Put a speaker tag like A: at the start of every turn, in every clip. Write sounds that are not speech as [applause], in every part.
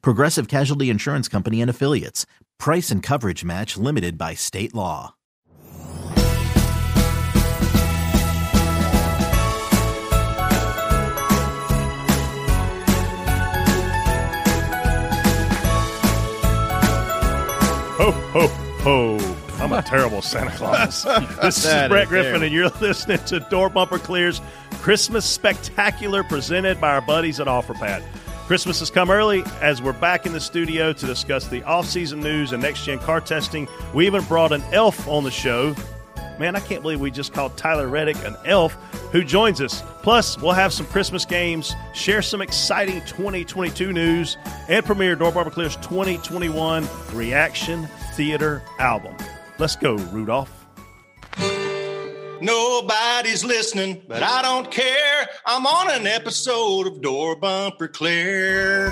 A: Progressive Casualty Insurance Company and Affiliates. Price and coverage match limited by state law.
B: Ho, ho, ho. I'm a terrible Santa
C: [laughs]
B: Claus. This is
C: That
B: Brett
C: is
B: Griffin,
C: terrible.
B: and you're [laughs] listening to Door Bumper Clears Christmas Spectacular presented by our buddies at OfferPad. Christmas has come early as we're back in the studio to discuss the off-season news and next-gen car testing. We even brought an elf on the show. Man, I can't believe we just called Tyler Reddick an elf who joins us. Plus, we'll have some Christmas games, share some exciting 2022 news, and premiere Door Barber Clear's 2021 Reaction Theater album. Let's go, Rudolph.
C: Nobody's listening, but I don't care. I'm on an episode of Door Bumper Clear.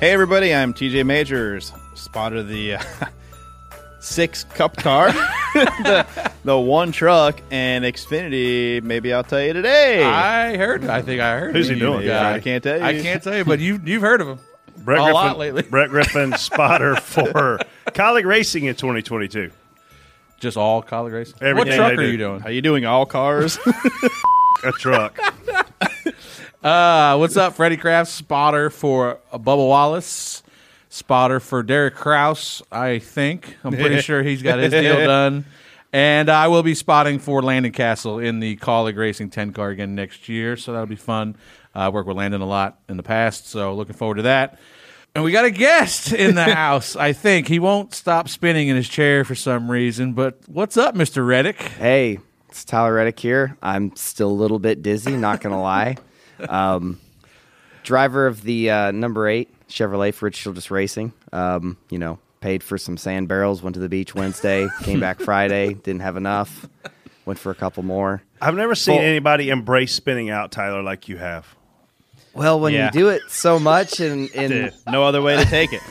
D: Hey everybody, I'm TJ Majors, spotted of the uh, [laughs] six cup car, [laughs] the, the one truck, and Xfinity. Maybe I'll tell you today.
E: I heard. I think I heard.
B: Who's
E: of
B: he
E: you,
B: doing?
E: Yeah,
D: I can't tell you.
E: I can't tell you, but you you've heard of him
B: Brett
E: a
B: Griffin,
E: lot lately.
D: [laughs]
B: Brett Griffin, spotter for colleague racing in 2022.
E: Just all college racing. what
B: Everything
E: truck
B: they
E: are
B: do.
E: you doing?
D: Are you doing all cars?
B: [laughs] A truck.
E: Uh, what's up, Freddie Kraft? Spotter for uh, Bubba Wallace. Spotter for Derek Kraus. I think I'm
B: [laughs]
E: pretty sure he's got his deal done. And I will be spotting for Landon Castle in the Colleague Racing 10 car again next year, so that'll be fun. Uh, I work with Landon a lot in the past, so looking forward to that. And we got a guest in
B: [laughs]
E: the house, I think. He won't stop spinning in his chair for some reason, but what's up, Mr. Reddick?
F: Hey, it's Tyler Reddick here. I'm still a little bit dizzy, not going to lie. Um, driver of the uh, number eight Chevrolet for Richfield Just Racing. Um, you know, paid for some sand barrels, went to the beach Wednesday, came back Friday, didn't have enough, went for a couple more.
B: I've never seen
F: Well-
B: anybody embrace spinning out, Tyler, like you have.
F: Well, when
D: Yeah.
F: you do it so much and,
B: [laughs]
F: and
D: no other way to take it.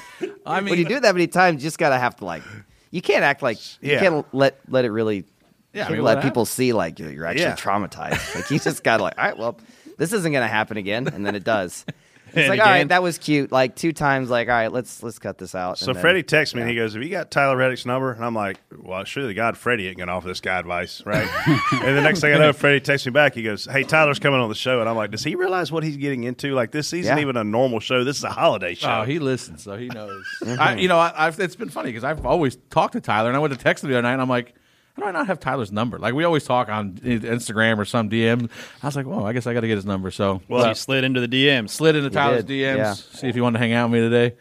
E: I mean,
F: when you do it that many times, you just got to have to like, you can't act like, you
B: Yeah.
F: can't let, let it really.
E: Yeah, I
F: can't
E: mean,
F: let
E: what
F: people see like you're you're actually
B: Yeah.
F: traumatized. Like you just gotta like, all right, well, this isn't gonna happen again, and then it
E: [laughs]
F: does. It's
D: And
F: like, all
D: again.
F: right, that was cute. Like two times, like, all right, let's let's cut this out.
B: So
F: and then-
B: Freddie texts me and he goes, "Have you got Tyler Reddick's number?" And I'm like, "Well, surely God, Freddie ain't gonna offer this guy advice, right?" and the next thing I know, Freddie texts me back. He goes, "Hey, Tyler's coming on the show," and I'm like, "Does he realize what he's getting into? Like, this isn't
F: Yeah.
B: even a normal show. This is a holiday show."
E: Oh, he listens, so he knows.
D: Mm-hmm.
E: I, you know, I, I've, it's been funny because I've always talked to Tyler, and I went to text him the other night, and I'm like, how do I not have Tyler's number? Like we always talk on i- Instagram or some DM. I was like, well, I guess I got to get his number. So
D: Well, you slid into the DMs.
E: slid into Tyler's
F: did,
E: DMs,
F: yeah.
E: see if he wanted to hang out with me today.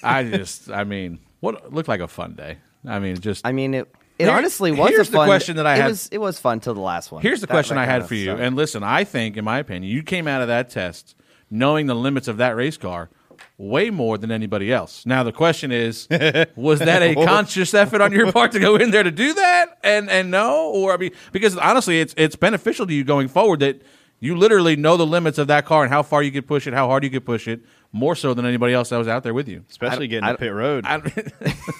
F: [laughs]
E: I just, I mean, what it looked like a fun day. I mean, just
F: I mean, it it
E: Here-
F: honestly was
E: here's
F: a
E: the
F: fun
E: question that I
F: it
E: had-
F: Was, it was fun till the last one.
E: Here's the
F: That-
E: question
F: that
E: I
F: kind
E: had
F: of
E: for you.
F: stuff.
E: And listen, I think, in my opinion, you came out of that test knowing the limits of that race car way more than anybody else. Now the question is,
F: [laughs]
E: was that a conscious effort on your part to go in there to do that and and no, or I mean, because honestly, it's it's beneficial to you going forward that you literally know the limits of that car and how far you could push it, how hard you could push it, more so than anybody else that was out there with you.
D: Especially getting
F: I
D: to pit road.
E: I,
F: [laughs]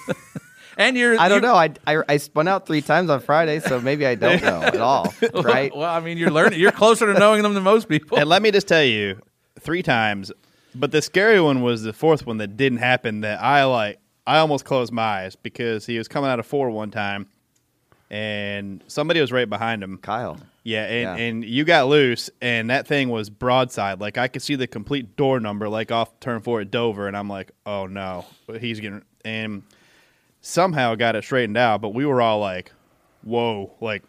E: and you're
F: I don't
E: you-
F: know. I, I I spun out three times on Friday, so maybe
E: [laughs]
F: I don't know at all.
D: [laughs]
F: Right?
E: Well, I mean, you're learning. You're closer to knowing them than most people.
D: and let me just tell you, three times. But the scary one was the fourth one that didn't happen. That I like. I almost closed my eyes because he was coming out of four one time, and somebody was right behind him.
F: Kyle.
D: Yeah, and,
F: Yeah.
D: and you got loose, and that thing was broadside. Like I could see the complete door number, like off turn four at Dover, and I'm like, oh no, he's getting and somehow got it straightened out. But we were all like, whoa, like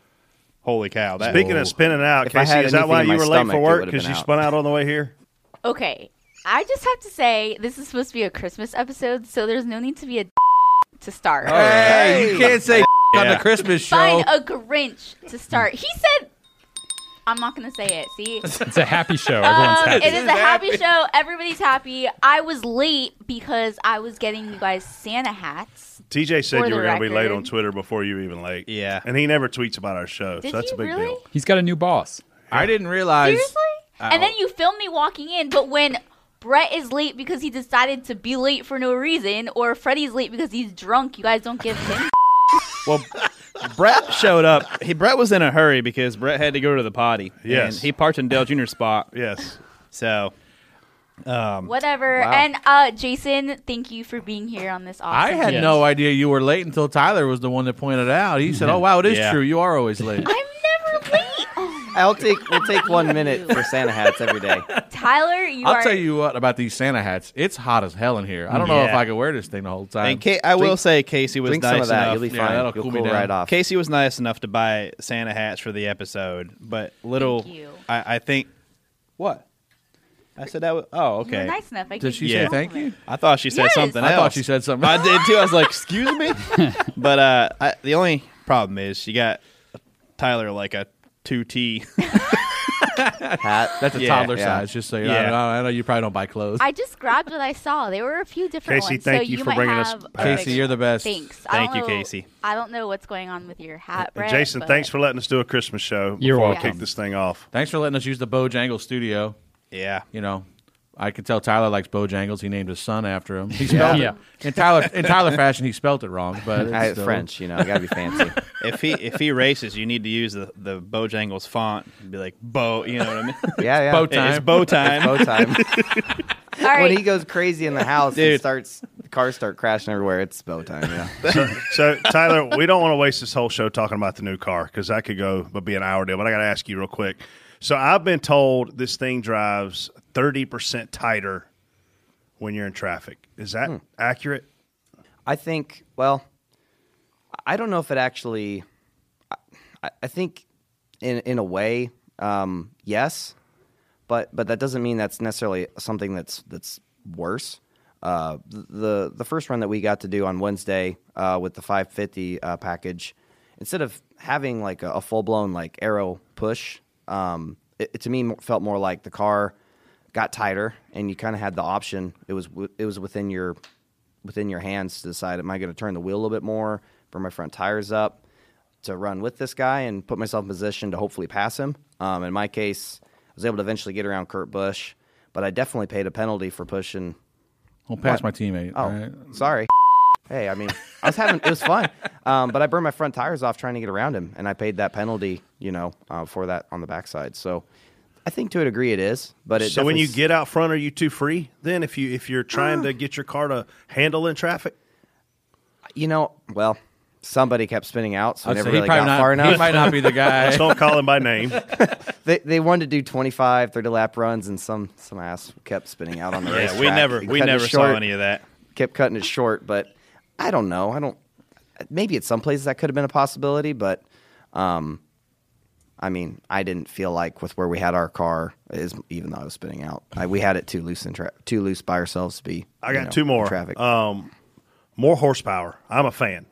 D: holy cow! That
B: Speaking of spinning out,
F: If I
B: Casey,
F: had
B: is that
F: anything
B: why
F: in my
B: you were late
F: stomach,
B: for
F: it
B: work
F: would've
B: because
F: been
B: you
F: out.
B: spun out on the way here?
G: Okay, I just have to say this is supposed to be a Christmas episode, so there's no need to be a d- to start.
H: Oh,
D: [laughs]
E: Hey, [laughs] you can't say on the
D: Yeah.
E: Christmas show.
G: Find a Grinch to start. He said, I'm not gonna say it. See,
H: It's a happy show. Everyone's
G: Um,
H: happy.
G: It is a happy show. Everybody's happy. I was late because I was getting you guys Santa hats.
B: TJ said
G: For
B: you
G: the
B: were going to be late
G: record.
B: on Twitter before you were even late.
D: Yeah.
B: And he never tweets about our show,
G: Did
B: so that's
G: he
B: a big
G: really?
B: deal.
H: He's got a new boss.
E: I didn't realize.
G: Seriously? And then you filmed me walking in, but when Brett is late because he decided to be late for no reason, or Freddie's late because he's drunk, you guys don't give him.
D: [laughs] Well, Brett showed up. He Brett was in a hurry because Brett had to go to the potty.
B: Yes.
D: and he parked in Dale Junior's spot.
B: Yes.
D: So
B: Um,
D: um,
G: Whatever.
F: Wow.
G: And uh, Jason, thank you for being here on this
E: I
G: awesome.
E: had
H: Yes.
E: no idea you were late until Tyler was the one that pointed out. He said, "Oh wow, it is
D: Yeah.
E: true. You are always late."
G: I'm never late. Oh,
F: I'll take we'll take one minute for Santa hats every day.
G: Tyler, you
E: I'll
G: are.
E: tell you what about these Santa hats. It's hot as hell in here. I don't know if
D: Yeah.
E: I could wear this thing the whole time.
D: and Ca- I will say Casey was
F: Drink
D: nice
F: some of that,
D: enough.
F: you'll be
E: Yeah,
F: fine.
E: that'll
F: You'll
E: cool
F: cool,
E: me down.
F: right off.
D: Casey was nice enough to buy Santa hats for the episode, but little
G: Thank you.
D: I, I think what I said that was oh
G: you were
D: okay.
G: nice enough. I
E: Did
G: gave
E: she
G: you
E: say
D: Yeah.
G: a
E: thank you?
G: compliment.
D: I thought she said
G: Yes.
D: something
E: I
D: else.
E: thought she said something.
D: I did too. I was like, "Excuse
G: [laughs]
D: me," but uh, I, the only problem is she got Tyler like a two T.
F: Hat.
E: That's
D: [laughs]
E: a
D: Yeah,
E: toddler
F: yeah.
E: size. Just so you
D: Yeah.
E: know, I know you probably don't buy clothes.
G: I just grabbed what I saw. There were a few different
B: Casey,
G: ones.
B: thank
G: so
B: you
G: you,
B: for
G: might
B: bringing us
G: have
B: back.
E: Casey, you're the best.
G: Thanks.
D: Thank
G: I don't
D: you,
G: know,
D: Casey.
G: I don't know what's going on with your hat, Brett.
B: Jason,
G: but-
B: thanks for letting us do a Christmas show
H: You're
B: before we
H: welcome.
B: kick this thing off.
E: Thanks for letting us use the Bojangles studio.
D: Yeah,
E: You know, I can tell Tyler likes Bojangles. He named his son after him. He spelled
H: Yeah.
E: it in Tyler in Tyler fashion. He spelt it wrong, but it's
F: I,
E: still-
F: French, you know, gotta be fancy.
D: [laughs] if he if he races, you need to use the the Bojangles font. Be like Bo, you know what I mean?
F: [laughs] Yeah, yeah.
E: Bow
D: It- It's
E: Time.
D: bow time.
F: Bow time. [laughs]
G: All right.
F: When he goes crazy in the house
D: Dude.
F: and starts the cars start crashing everywhere, it's bow time. Yeah.
B: [laughs] So, so Tyler, we don't want to waste this whole show talking about the new car because I could go, but be an hour deal. But I got to ask you real quick. So I've been told this thing drives thirty percent tighter when you're in traffic. Is that accurate?
F: Hmm. I think. Well, I don't know if it actually. I, I think, in in a way, um, yes, but but that doesn't mean that's necessarily something that's that's worse. Uh, the the first run that we got to do on Wednesday uh, with the 550 uh, package, instead of having like a, a full blown like arrow push, um, it, it to me felt more like the car got tighter and you kind of had the option. It was w- it was within your within your hands to decide am I going to turn the wheel a little bit more, bring my front tires up to run with this guy and put myself in position to hopefully pass him. Um, in my case, I was able to eventually get around Kurt Busch, but I definitely paid a penalty for pushing.
E: Don't pass my teammate.
F: Oh,
E: all right?
F: sorry. Hey, I mean, I was having it was fun, um, but I burned my front tires off trying to get around him, and I paid that penalty, you know, uh, for that on the backside. So, I think to a degree it is, but it
B: so when
F: definitely
B: you
F: s-
B: get out front, are you too free? Then if you if you're
F: [gasps]
B: trying to get your car to handle in traffic,
F: you know, well, somebody kept spinning out, so I
E: I'd say
F: never
E: he
F: really
E: probably
F: got
E: not-
F: far enough.
E: He might not be the guy.
B: just don't call him by name.
F: [laughs] they, they wanted to do 25, 30 lap runs, and some some ass kept spinning out on the
D: Yeah,
F: racetrack
D: we never
F: and
D: we
F: cutting it
D: never saw
F: short,
D: any of that.
F: Kept cutting it short, but I don't know. I don't. Maybe at some places that could have been a possibility, but um, I mean, I didn't feel like with where we had our car is even though I was spinning out, I, we had it too loose and tra- too loose by ourselves to be.
B: I
F: you
B: got
F: know,
B: two
F: in
B: more.
F: traffic.
B: Um, more horsepower. I'm a fan.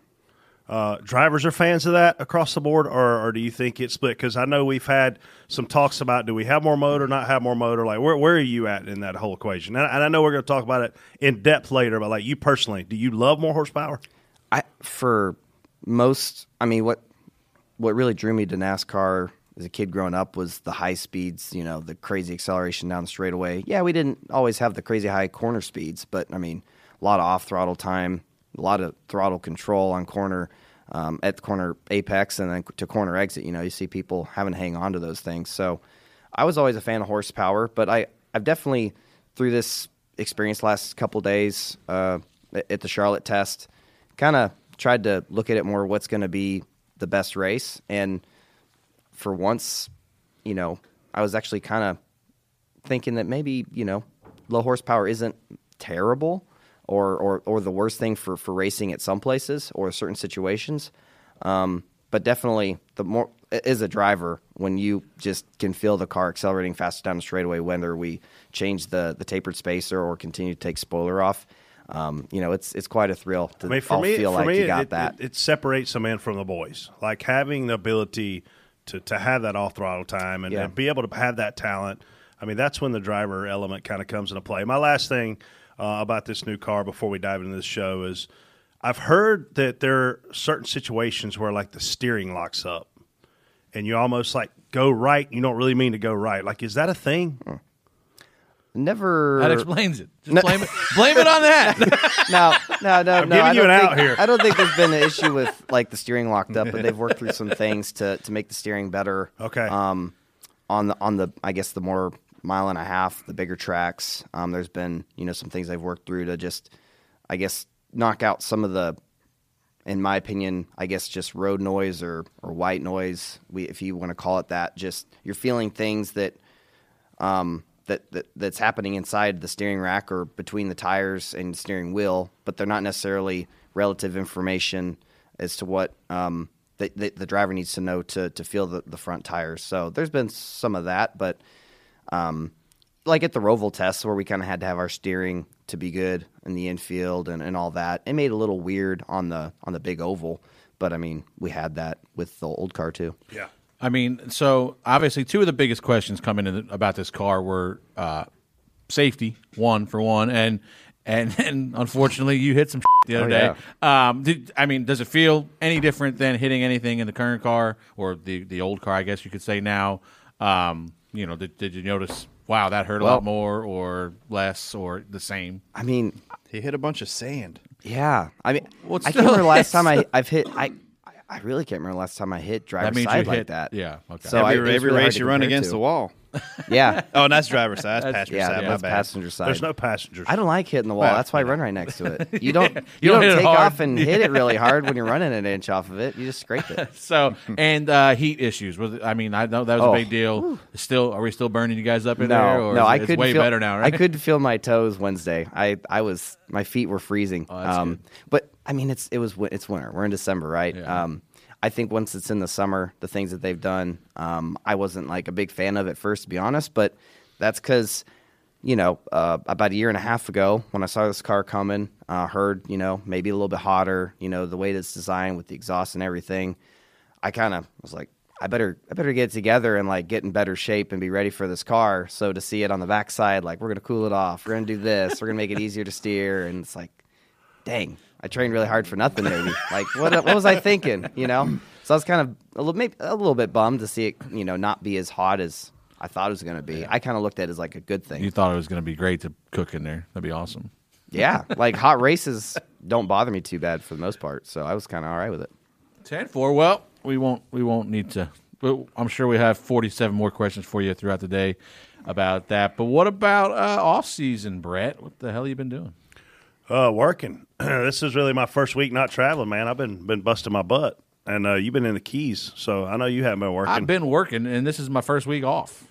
B: Uh, drivers are fans of that across the board, or, or do you think it's split? Because I know we've had some talks about do we have more motor, not have more motor. Like where where are you at in that whole equation? And, and I know we're going to talk about it in depth later, but like you personally, do you love more horsepower?
F: I for most I mean what what really drew me to NASCAR as a kid growing up was the high speeds, you know, the crazy acceleration down the straightaway. Yeah, we didn't always have the crazy high corner speeds, but I mean, a lot of off throttle time, a lot of throttle control on corner um, at the corner apex and then to corner exit. You know, you see people having to hang on to those things. So I was always a fan of horsepower, but I I've definitely through this experience last couple days uh, at- at the Charlotte test, kind of tried to look at it more what's going to be the best race and for once you know i was actually kind of thinking that maybe you know low horsepower isn't terrible or or, or the worst thing for for racing at some places or certain situations um, but definitely the more as a driver when you just can feel the car accelerating faster down the straightaway whether we change the the tapered spacer or continue to take spoiler off um, you know it's it's quite a thrill to
B: I mean, for
F: all
B: me,
F: feel
B: for
F: like
B: me,
F: you got
B: it,
F: that
B: It, it separates the man from the boys. Like having the ability to to have that off throttle time and,
F: Yeah.
B: and be able to have that talent. I mean, that's when the driver element kind of comes into play. My last thing uh, about this new car before we dive into this show is I've heard that there are certain situations where like the steering locks up and you almost like go right. You don't really mean to go right. Like, is that a thing?
F: Hmm. Never.
E: That explains it. Just blame it. Blame it on that.
F: [laughs] no, no, no, no.
B: giving
F: I
B: you
F: don't
B: an
F: think,
B: out here.
F: I don't think there's been an
B: [laughs]
F: issue with like the steering locked up, but they've worked through some things to to make the steering better.
B: Okay.
F: Um, on the on the I guess the more mile and a half, the bigger tracks. Um, there's been you know some things they've worked through to just I guess knock out some of the. In my opinion, I guess just road noise or, or white noise, we, if you want to call it that, just you're feeling things that um, that, that that's happening inside the steering rack or between the tires and steering wheel, but they're not necessarily relative information as to what um, the, the, the driver needs to know to, to feel the, the front tires. So there's been some of that, but um, like at the Roval test where we kind of had to have our steering to be good in the infield and, and all that. It made it a little weird on the on the big oval, but I mean we had that with the old car too.
B: Yeah.
E: I mean, so obviously, two of the biggest questions coming in about this car were uh, safety, one for one, and and and unfortunately, you hit some the other
F: Oh,
E: day. Um, did, I mean, does it feel any different than hitting anything in the current car or the the old car? I guess you could say now. Um, you know, did, did you notice? Wow, that hurt a lot
F: Well-
E: more, or less, or the same.
F: I mean,
D: He hit a [laughs] bunch of sand.
F: Yeah, I mean,
E: Well, it's
F: I can't remember
E: still-
F: last time I
D: [laughs]
F: I've hit I I- I really can't remember last time I hit driver's side like that.
E: Yeah. Okay.
F: So I-
D: every
F: it's
D: every
F: really hard
D: race
F: to
D: you run
F: compare
D: against
F: to.
D: the wall.
F: [laughs] yeah,
D: Oh, [laughs] that's driver's side. That's passenger
F: yeah,
D: side. My
F: that's
D: bad.
F: passenger side.
B: There's [laughs] no passengers.
F: I don't like hitting the wall.
D: Well,
F: that's why I run right next to
D: [laughs]
F: it. You don't
E: You
F: you,
E: don't
F: don't,
E: hit it
F: take
E: hard.
F: off and hit it
E: [laughs]
F: really hard when you're running an inch off of it. You just scrape it.
E: So and uh, heat issues. Was I mean, I know that was a
F: Oh.
E: big deal. Still, are we still burning you guys up in there?
F: No,
E: Or
F: no,
E: is it-
F: I
E: it's
F: couldn't
E: way
F: feel,
E: better now, right?
F: I couldn't feel my toes Wednesday. I, I was my feet were freezing.
E: Oh, that's
F: um,
E: good.
F: but I mean, it's it was win- it's winter. We're in December, right?
E: Yeah.
F: Um, I think once it's in the summer, the things that they've done, um, I wasn't like a big fan of at first, to be honest. But that's because you know uh, about a year and a half ago when I saw this car coming, uh, heard you know maybe a little bit hotter, you know the way that it's designed with the exhaust and everything. I kind of was like, I better, I better get it together and like get in better shape and be ready for this car. So to see it on the backside, like we're gonna cool it off, we're gonna do this, we're gonna make it easier to steer, and it's like, dang, I trained really hard for nothing. Maybe like what, what was I thinking? You know. So I was kind of a little, maybe a little bit bummed to see it, you know, not be as hot as I thought it was gonna be. I kind of looked at it as like a good thing.
E: you thought it was going to be great to cook in there. That'd be awesome.
F: yeah, like hot races don't bother me too bad for the most part. So I was kind of all right with it.
E: Ten four. Well, we won't. We won't need to. But I'm sure we have 47 more questions for you throughout the day about that. But what about uh, off season, Brett? What the hell you been doing?
B: Uh, working. [clears throat] this is really my first week not traveling, man. I've been been busting my butt, and uh, you've been in the keys, so I know you haven't been working.
E: I've been working, and this is my first week off.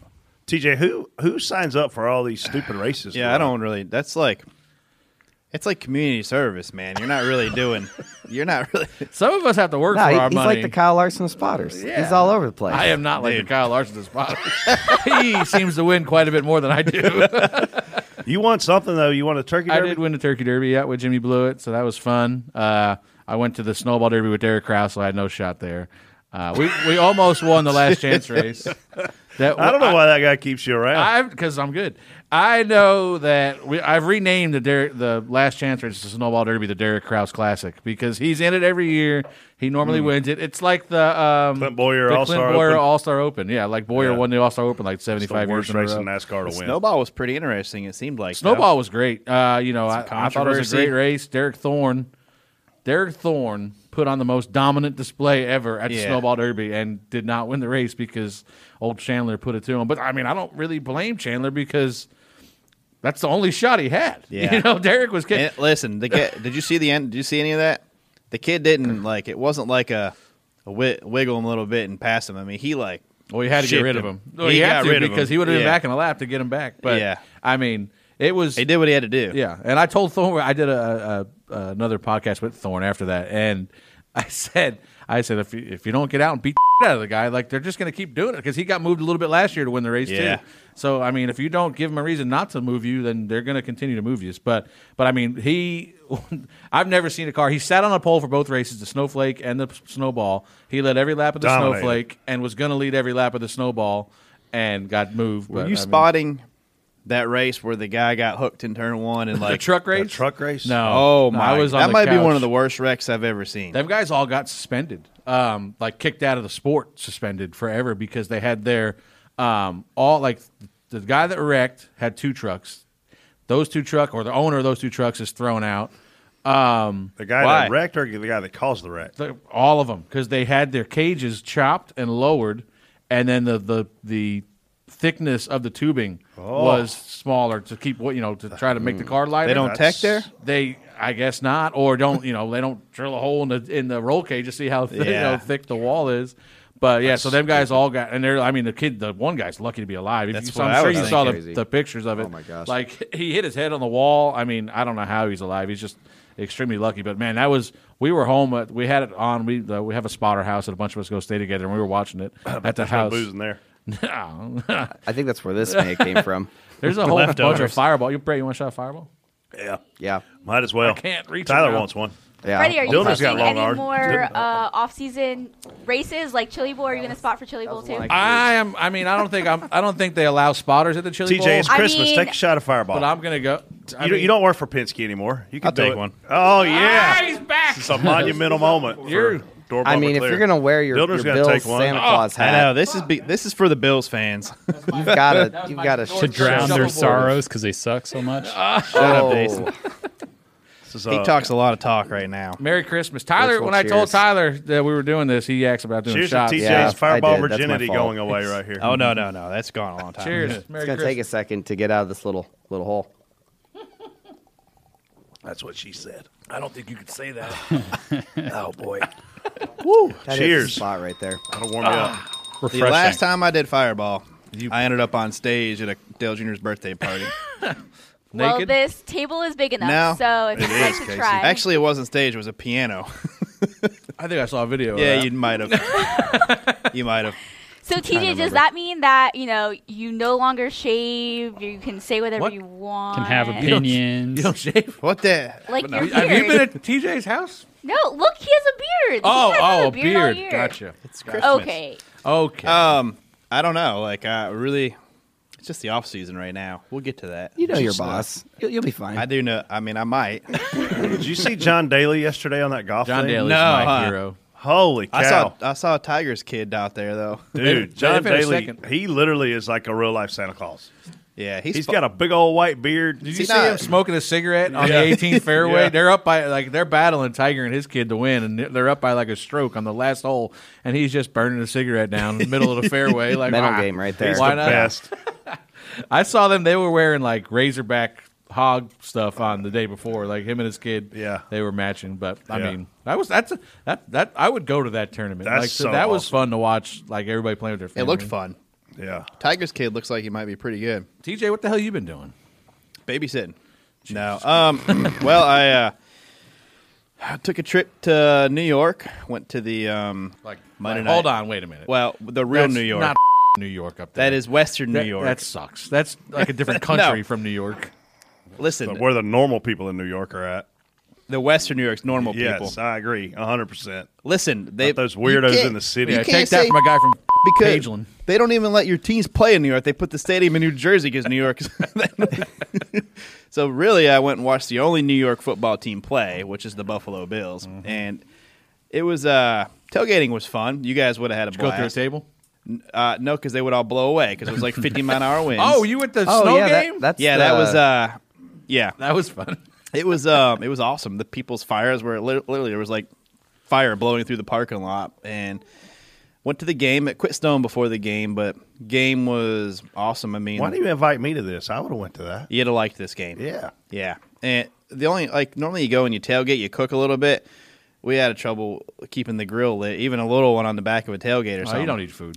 B: TJ, who who signs up for all these stupid races?
D: [sighs] Yeah, I don't really. That's like, it's like community service, man. You're not really doing. You're not really.
E: [laughs] Some of us have to work
F: No,
E: for
F: he-
E: our
F: he's
E: money.
F: like the Kyle Larson of spotters. He's all over the place.
E: I am not like the Kyle Larson of spot. [laughs] he seems to win quite a bit more than I do.
B: [laughs] You want something though? You want a turkey
E: I
B: derby?
E: did win the Turkey Derby, yeah, with Jimmy Blewett, so that was fun. Uh, I went to the Snowball Derby with Derek Krause, so I had no shot there. Uh, we we almost won the
B: [laughs]
E: last chance race. That
B: I don't know why that guy keeps you around.
E: because I'm good. I know that we, I've renamed the Derek, the last chance race the Snowball Derby the Derek Krause Classic because he's in it every year. He normally wins it. It's like the um,
B: Hmm. Clint Boyer
E: the
B: All-Star
E: Clint Boyer
B: Open.
E: All Star Open. Yeah, like Boyer
B: Yeah.
E: won the All Star Open like
B: It's the
E: 75
B: worst
E: years in a
B: race
E: row.
B: in NASCAR to win.
D: Snowball was pretty interesting. It seemed like though.
E: Snowball was great. Uh, you know, I, I thought it was a
D: controversy.
E: great race. Derek Thorne, Derek Thorne put on the most dominant display ever at the
D: Yeah.
E: Snowball Derby and did not win the race because old Chandler put it to him. But I mean, I don't really blame Chandler because that's the only shot he [laughs] had.
D: Yeah.
E: You know, Derek was kidding.
D: And listen, the kid, did you see the end? Did you see any of that? The kid didn't like. It wasn't like a, a wi- wiggle him a little bit and pass him. I mean, he like.
E: Well, he had to get
D: shipped
E: rid of him. Well,
D: he
E: Oh, he, had
D: got
E: to
D: rid of
E: because
D: him.
E: he would have been
D: Yeah.
E: back in a lap to get him back. But
D: Yeah.
E: I mean, it was
D: He did what he had to do.
E: Yeah, and [laughs] I told Thorne I did a, a, a another podcast with Thorne after that, and I said I said, if you, if you don't get out and beat the [laughs] shit out of the guy, like they're just going to keep doing it because he got moved a little bit last year to win the race
D: Yeah.
E: too. So I mean, if you don't give them a reason not to move you, then they're going to continue to move you. But but I mean, he, [laughs] I've never seen a car. He sat on a pole for both races, the snowflake and the snowball. He led every lap of the
B: Dominated.
E: snowflake and was going to lead every lap of the snowball and got moved.
D: Were
E: but,
D: you
E: I mean-
D: spotting that race where the guy got hooked in turn one and like
E: [laughs] the truck race?
B: truck race?
E: No.
D: Oh
E: No,
D: my!
E: I was on
D: that
E: the
D: might be
E: couch.
D: one of the worst wrecks I've ever seen.
E: Them guys all got suspended, um, like kicked out of the sport, suspended forever because they had their um, all like the guy that wrecked had two trucks. Those two truck or the owner of those two trucks is thrown out. Um,
B: The guy
D: Why?
B: that wrecked or the guy that caused the wreck?
E: the, all of them because they had their cages chopped and lowered, and then the the the thickness of the tubing was smaller to keep what you know to try to make the car
D: Oh.
E: lighter.
D: Mm. they don't tech
B: That's-
D: there.
E: They, I guess not, or don't you know? They don't drill a hole in the in the roll cage to see how [laughs] thick,
D: Yeah.
E: how thick the wall is. But yeah, so them guys all got, and they're. I mean, the kid, the one guy's lucky to be alive. If
D: That's
E: you saw,
D: what
E: I'm
D: I
E: sure
D: was
E: you saw the,
F: thinking.
E: the pictures of it. Oh
F: my gosh.
E: Like [laughs] he hit his head on the wall. I mean, I don't know how he's alive. He's just extremely lucky. But man, that was. We were home. At, we had it on. We uh, we have a spotter house, and a bunch of us go stay together, and we were
B: [clears throat]
E: watching it at the
B: There's no
E: house.
B: booze in
E: [laughs]
B: there.
E: No.
F: I think that's where this snake came from.
E: [laughs] There's a whole bunch of
D: Leftovers.
E: fireball. You pray you want to shot a fireball?
B: Yeah.
F: Yeah.
B: Might as well.
E: can't reach
B: Tyler
E: around.
B: wants one.
F: Yeah.
G: Freddie, are you
B: Dylan's got
G: pushing
B: long
G: any
B: arms.
G: more uh, off-season races like Chili Bowl? Are you going to spot for Chili Bowl
F: was
G: too?
F: like-
E: I am. I mean, I don't think I'm. I don't think they allow spotters at the Chili Bowl.
B: TJ, it's
G: I
B: Christmas.
G: mean-
B: Take a shot of Fireball.
E: but I'm gonna go. I
B: you, don't-
E: mean-
B: you don't work for Penske anymore. You can
D: I'll
B: do
D: take
B: it.
D: one.
B: Oh
E: Ah,
B: yeah,
E: he's back.
B: it's a monumental
E: [laughs]
B: moment.
E: You're-
B: For door
F: I mean,
B: bumper
F: if
B: clear.
F: you're gonna wear your,
B: Builder's
F: your
B: gonna
F: Bill's
B: take one.
E: Oh,
B: Oh,
F: Santa Claus
D: I
F: hat,
D: know this is be, this is for the Bills fans.
F: [laughs] you've gotta
E: was
F: you've
E: my
F: gotta
E: choice.
H: to drown
E: Shovel
H: their
E: board.
H: sorrows because they suck so
B: [laughs]
H: much.
F: Oh.
D: Jason.
B: This is,
D: he
B: uh,
D: talks a lot of talk right now.
E: Merry Christmas, Tyler.
F: Virtual
E: When I told
F: cheers.
E: Tyler that we were doing this, he asked about doing
B: Cheers to
E: shots.
B: TJ's
F: Yeah, I
B: Fireball
F: did. That's my
B: virginity
F: fault.
B: going away right here.
D: Oh no no no! That's gone a long time.
E: Cheers. Merry
F: It's gonna
E: Christmas.
F: take a second to get out of this little little hole.
B: that's what she said.
E: I don't think you could say that. [laughs]
B: Oh boy,
F: That is
B: Cheers.
F: the spot right there.
B: that'll warm you up.
D: The
H: Refreshing.
D: last time I did Fireball, I ended up on stage at a Dale Jr.'s birthday party.
E: [laughs]
G: well,
E: Naked?
G: this table is big enough,
D: No.
G: so if
B: It
G: you'd like
B: is,
G: to
B: Casey.
G: try,
D: Actually, it wasn't stage; it was a
B: [laughs]
D: piano.
E: I think I saw a video.
D: yeah,
E: of
D: you
E: that.
D: might have. you might have.
G: so TJ, does
F: remember.
G: that mean that you know you no longer shave? You can say whatever
E: What?
G: you want.
H: Can have
E: don't-
H: opinions.
E: You don't shave.
D: What the?
G: Like your
E: Have you been
G: beard.
E: at TJ's house?
G: No, look, he has a beard. He
E: Oh,
G: hasn't had
E: oh,
G: a beard. all year.
E: Gotcha.
D: It's Christmas.
G: Okay.
E: Okay.
D: Um, I don't know. Like, I really, it's just the off season right now. We'll get to that.
F: You know
D: It's
F: your
D: just, uh,
F: boss. You'll, you'll be fine.
D: I do know. I mean, I might.
B: Did you see John Daly yesterday on that golf?
E: John
B: thing?
E: Daly's
D: no,
E: my
D: huh?
E: hero.
B: Holy cow!
D: I saw. I saw a Tigers kid out there though.
B: Dude,
E: They-
B: John
E: they finished
B: Daly,
E: second.
B: he literally is like a real life Santa Claus.
D: Yeah, he's,
B: He's got a big old white beard.
E: Did
D: See,
E: you see
D: nah.
E: him smoking a cigarette on
B: [laughs]
E: the 18th fairway?
B: Yeah.
E: They're up by like they're battling Tiger and his kid to win, and they're up by like a stroke on the last hole, and he's just burning a cigarette down in the middle
B: [laughs]
E: of the fairway. Like
F: Mental
E: ah,
F: game right there.
B: He's
E: Why
B: the
E: not?
B: best.
E: [laughs] I saw them. They were wearing like Razorback hog stuff on the day before. Like him and his kid.
B: Yeah.
E: they were matching. But I
B: Yeah.
E: mean, that was that's a, that that I would go to that tournament.
B: That's
E: like,
B: so
E: that was
B: awesome.
E: fun to watch. Like everybody playing with their.
D: it
E: Family.
D: looked fun.
B: Yeah.
D: Tigers kid looks like he might be pretty good.
E: TJ, what the hell you been doing?
D: Babysitting. No. Um. [laughs] well, I uh, I took a trip to New York. Went to the um.
E: Like
D: Monday
E: like, Hold
D: night.
E: on, wait a minute.
D: Well, the real
E: That's
D: New York.
E: not [laughs] New York up there.
D: that is Western
E: That-
D: New York.
E: That sucks. That's like a
B: [laughs]
E: different
D: [laughs]
E: country
D: No.
E: from New York.
D: Listen,
B: But where the normal people in New York are at.
D: the Western New York's normal people.
B: Yes, I agree. 100%.
D: Listen, they
B: those
D: you
B: weirdos
D: can't-
B: in the city.
D: you
E: Yeah,
B: You
E: take
D: can't
E: that
D: say
E: from a guy from
D: [laughs] because
E: Pageland.
D: they don't even let your teams play in New York. They put the stadium in New Jersey because New York. is- [laughs] so really, I went and watched the only New York football team play, which is the Buffalo Bills, and it was uh, tailgating was fun. You guys would have had a
E: Go through a
D: blast.
E: table.
D: uh, no, because they would all blow away because it was like 50 mile an hour winds.
E: Oh, you went to
F: oh
E: snow
F: yeah,
E: game?
F: That, that's
D: yeah,
F: the,
D: that was uh, yeah,
E: that was fun.
D: [laughs] It was um, it was awesome. The people's fires were lit- literally there was like fire blowing through the parking lot, and went to the game. It quit Stone before the game, but game was awesome. I mean,
B: Why didn't you invite me to this? I would have went to that.
D: you'd have liked this game.
B: Yeah.
D: yeah. And the only like normally you go and you tailgate, you cook a little bit. We had a trouble keeping the grill lit, even a little one on the back of a tailgate or
E: Oh,
D: something.
E: you don't need food.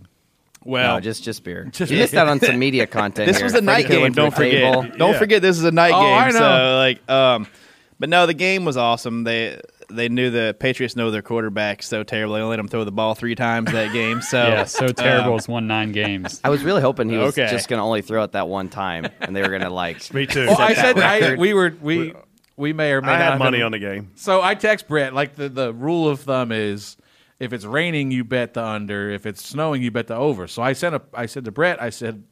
D: well.
F: no, just just beer.
E: Just
F: you missed out on some media content.
D: this
F: here.
D: was a
F: Freddie
D: night
F: could've
D: game.
F: went to
D: Don't
F: a
D: forget.
F: table.
D: Don't forget. This is a night
E: Oh,
D: game.
E: I know.
D: So like, um, but no, the game was awesome. They they knew the Patriots know their quarterback so terrible. They only let him throw the ball three times that game. So um,
H: yeah, so terrible. It's won nine games.
F: I was really hoping he was
D: Okay.
F: just going to only throw it that one time, and they were going
E: [laughs]
F: to
B: [laughs]
F: like.
B: Me too.
E: Well, I said I, we were we we may or
B: I
E: may not
B: had
E: have
B: money
E: been-
B: on the game.
E: So I text Brett like the the rule of thumb is if it's raining you bet the under, if it's snowing you bet the over. So I sent a I said to Brett I said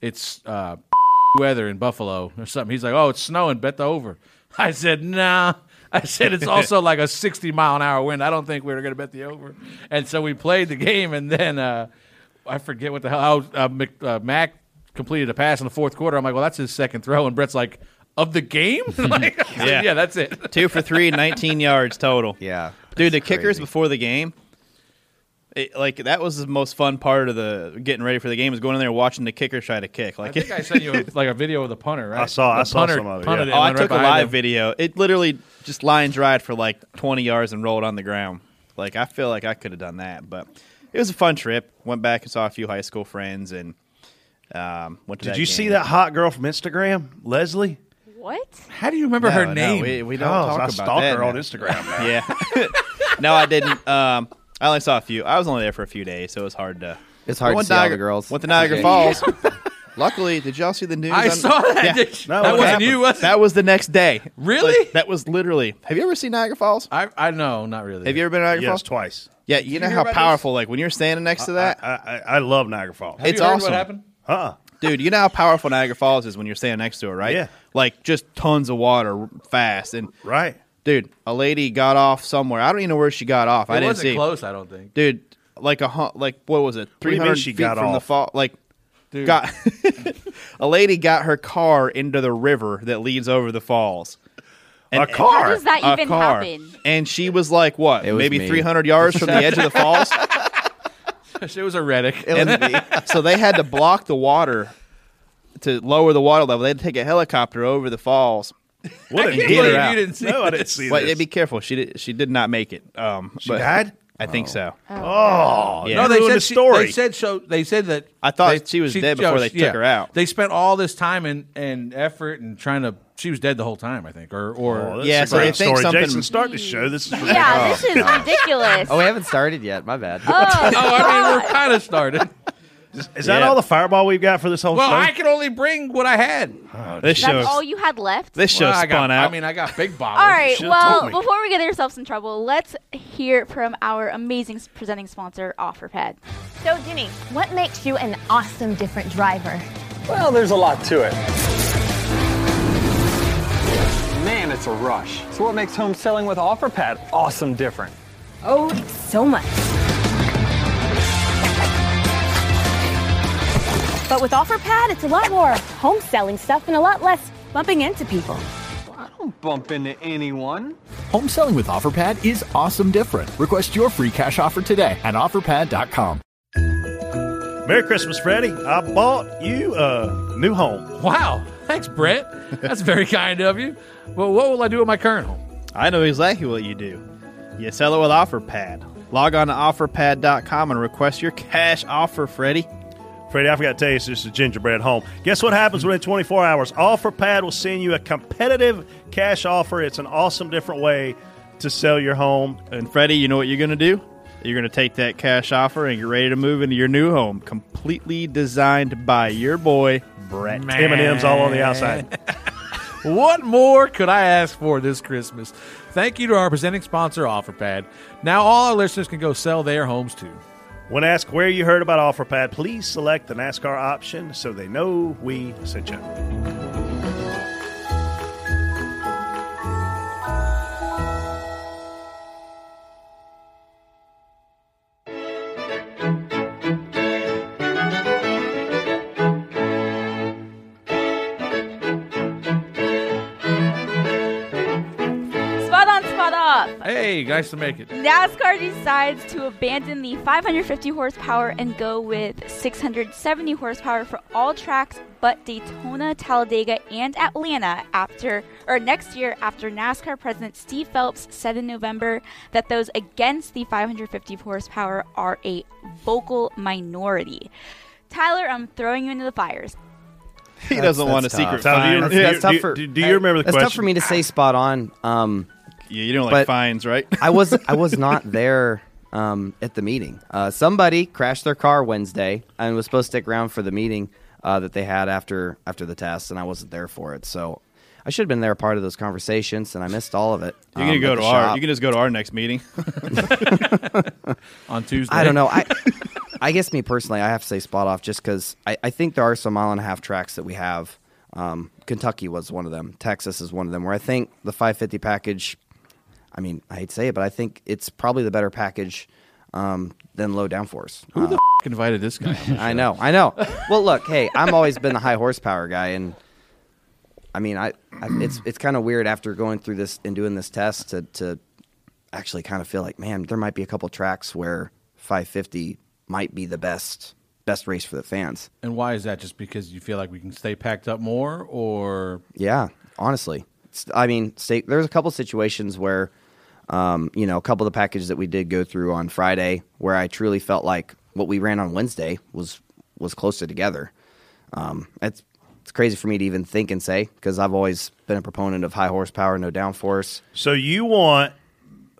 E: it's uh, [laughs] weather in Buffalo or something. He's like, oh, it's snowing, bet the over. I said, nah. I said [laughs] it's
B: [laughs]
E: also like a sixty mile an hour wind. I don't think we were going to bet the over. And so we played the game, and then uh, I forget what the hell. Oh, uh, Mc, uh, Mac completed a pass in the fourth quarter. I'm like, well, that's his second throw, and Brett's like. Of the game, [laughs] like, I said,
D: Yeah.
E: yeah, that's
D: [laughs]
E: it.
D: two for three, 19 yards
B: [laughs]
D: total.
F: Yeah.
D: Dude, the
F: That's
D: kickers
F: crazy.
D: before the game, it, like that was the most fun part of the getting ready for the game was going in there and watching the kickers try to kick.
E: I
D: Like,
E: think I sent you
D: [laughs]
E: like a video of the punter, right?
B: I saw-
E: The
B: I saw
E: punter
B: some of it,
E: punted
B: yeah.
E: and
D: oh, I
E: went right
D: took a
E: behind
D: live
E: him.
D: video. It literally just line dried for like 20 yards and rolled on the ground. Like I feel like I could have done that, but it was a fun trip. Went back and saw a few high school friends and um, went to.
B: Did
D: that
B: you
D: game.
B: see that hot girl from Instagram, Leslie?
G: What?
E: How do you remember
D: No,
E: her
D: no,
E: name?
D: we, we don't
B: Oh,
D: talk
B: I
D: about
B: stalk
D: that
B: her
D: now.
B: on Instagram. Now.
D: [laughs] Yeah. no, I didn't. Um, I only saw a few. I was only there for a few days, so it was hard to.
F: It's hard
D: Went
F: to see all
D: Niagara-
F: the girls.
D: Went to Niagara
F: Okay.
D: Falls. [laughs] Luckily, did y'all see the news?
E: I
D: on-
E: saw that.
D: Yeah.
B: No,
E: that
B: it
E: wasn't
B: happened.
E: you, was it?
D: That was the next day.
E: Really?
D: Like, that was literally. Have you ever seen Niagara Falls?
E: I, I know, not really.
D: Have you ever been to Niagara
B: Yes,
D: Falls?
B: twice.
D: Yeah, you know
E: hear
D: how
E: about
D: powerful. Like when you're standing next to that,
B: I, I, I love Niagara Falls.
E: Have you
D: it's
E: heard
D: awesome.
E: What happened?
B: Huh?
D: dude. You know how powerful Niagara Falls is when you're standing next to it, right?
B: Yeah.
D: Like just tons of water, r- fast and.
B: Right.
D: Dude, a lady got off somewhere. I don't even know where she got off.
E: It
D: I didn't
E: wasn't
D: see.
E: close. I don't think.
D: dude, like a hun- like what was it?
B: do you
D: Three
B: mean
D: hundred
B: she
D: feet
B: got
D: from the
B: off?
D: fall. Like, got [laughs] a lady got her car into the river that leads over the falls.
B: a car.
G: How does that
D: a
G: even
D: car,
G: happen?
D: and she was like, what,
F: It was
D: maybe
F: me.
D: three hundred yards from the edge of the falls.
E: it was a Reddick.
D: so they had to block the water to lower the water level. They had to take a helicopter over the falls.
B: What
E: I
D: Get her
B: a
E: can't believe
B: dealer.
D: out.
E: you didn't see.
B: No, I
E: this.
B: didn't see
D: Well, yeah,
B: this.
D: be careful. She did. She did not make it. Um,
B: she
D: but
B: died.
D: I think so.
B: Oh,
D: Yeah.
E: No,
B: you
E: they
B: ruined
E: said
B: the
E: she-
B: story.
E: they said so. They said that
D: I thought
E: they-
D: she was dead before they took her out.
E: They spent all this time and, and effort and trying to. She was dead the whole time, I think, or
B: Oh,
E: or
B: that's
D: Yeah,
B: a
D: so
B: great
D: they think
B: story.
D: something-
B: Jason, start the show. This is
G: Yeah,
B: [laughs]
G: this is ridiculous.
F: Oh, we haven't started yet.
E: [laughs]
F: My bad.
G: Oh,
E: Oh, I mean, we're kind of started.
B: [laughs] Is that
D: Yeah.
B: all the fireball we've got for this whole
E: Well,
B: show?
E: I could only bring what I had.
B: Oh,
D: This show.
G: that's all you had left.
D: This show
E: Well, I
D: spun
E: got,
D: out.
E: I mean, I got
G: [laughs]
E: big bottles.
G: All right.
B: should've
G: Well,
B: told me.
G: before we get ourselves in trouble, let's hear from our amazing s- presenting sponsor, OfferPad.
I: So, Ginny, what makes you an awesome different driver?
J: Well, there's a lot to it. Man, it's a rush. So what makes home selling with OfferPad awesome different?
I: Oh, so much. But with OfferPad, it's a lot more home selling stuff and a lot less bumping into people.
J: I don't bump into anyone.
K: Home selling with OfferPad is awesome different. Request your free cash offer today at offerpad.com.
B: Merry Christmas, Freddie. I bought you a new home.
E: Wow. Thanks, Brett.
B: [laughs]
E: That's very kind of you. Well, what will I do with my current home?
D: I know exactly what you do. You sell it with OfferPad. Log on to offerpad.com and request your cash offer, Freddie.
B: Freddie, I forgot to tell you, it's just a gingerbread home. Guess what happens within 24 hours? OfferPad will send you a competitive cash offer. It's an awesome, different way to sell your home.
D: And Freddie, you know what you're going to do? You're going to take that cash offer and get ready to move into your new home, completely designed by your boy, Brett.
B: M&M's all on the outside.
E: What more could I ask for this Christmas? Thank you to our presenting sponsor, OfferPad. Now all [laughs] our listeners can go sell their homes too.
B: When asked where you heard about OfferPad, please select the NASCAR option so they know we sent you.
G: Spot on, spot off.
E: Hey, nice to make it.
G: NASCAR decides to abandon the 550 horsepower and go with 670 horsepower for all tracks but Daytona, Talladega, and Atlanta after or next year after NASCAR president Steve Phelps said in November that those against the 550 horsepower are a vocal minority. Tyler, I'm throwing you into the fires.
D: He doesn't
F: That's-
D: want a
F: that's
D: secret
F: tough.
B: Tyler, do you-
D: find.
B: do you-
F: that's tough
B: do you-
F: for-
B: do you remember the
F: That's
B: question?
F: tough for me to say spot on. Um,
D: Yeah, you don't like
F: But
D: fines, right?
F: I was
D: [laughs]
F: I was not there um, at the meeting. Uh, somebody crashed their car Wednesday and was supposed to stick around for the meeting uh, that they had after after the test, and I wasn't there for it. So I should have been there, a part of those conversations, and I missed all of it.
D: You can
F: um,
D: go
F: at
D: to
F: the
D: our.
F: shop.
D: You can just go to our next
F: [laughs]
D: meeting
F: I don't
E: [laughs]
F: know. [laughs] I I guess me personally, I have to say spot off just because I, I think there are some mile and a half tracks that we have. Um, Kentucky was one of them. Texas is one of them. Where I think the 550 package. I mean, I hate to say it, but I think it's probably the better package um, than low downforce.
E: Who the
F: Uh,
E: f- invited this guy? on the
F: [laughs] I
E: show?
F: know, I know. Well, look, hey, I'm always been the high horsepower guy, and I mean, I, I it's it's kind of weird after going through this and doing this test to to actually kind of feel like, man, there might be a couple tracks where 550 might be the best best race for the fans.
E: And why is that? Just because you feel like we can stay packed up more, or
F: Yeah, honestly, S- I mean, stay, there's a couple situations where, um, you know, a couple of the packages that we did go through on Friday, where I truly felt like what we ran on Wednesday was was closer together. Um, it's it's crazy for me to even think and say because I've always been a proponent of high horsepower, no downforce.
B: So you want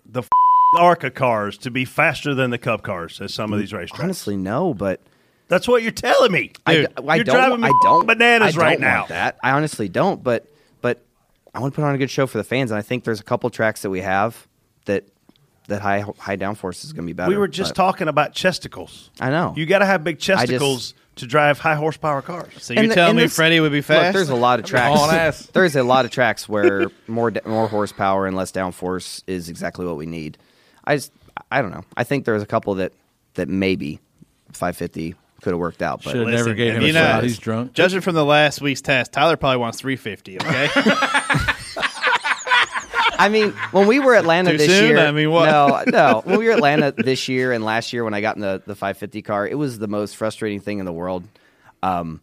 B: the f- ARCA cars to be faster than the Cup cars at some of these racetracks?
F: Honestly, no, but
B: that's what you're telling me.
F: I,
B: Dude,
F: d- I
B: you're
F: don't.
B: driving me
F: I don't.
B: bananas
F: I don't
B: right
F: want
B: now.
F: That I honestly don't. But but I want to put on a good show for the fans, and I think there's a couple tracks that we have that that high high downforce is going to be better.
B: we were just
F: but-
B: talking about chesticles.
F: I know.
B: You got to have big
F: I just-
B: chesticles to drive high horsepower cars.
D: So
F: And the- and this- Look, there's a lot of tracks.
B: hauling ass.
F: [laughs] There's a lot of tracks where more da- more horsepower and less downforce is exactly what we need. I just I don't know. I think there's a couple that that maybe 550 could have worked out, but
E: Shoulda never Listen, gave him
D: You know,
E: he's drunk.
D: Judging from the last week's test, Tyler probably wants 350. Okay,
F: [laughs] I mean, when we were Atlanta
D: Too
F: this
D: soon?
F: year,
D: I mean, what?
F: No,
D: [laughs]
F: no. When we were Atlanta this year and last year, when I got in the the 550 car, it was the most frustrating thing in the world. Um,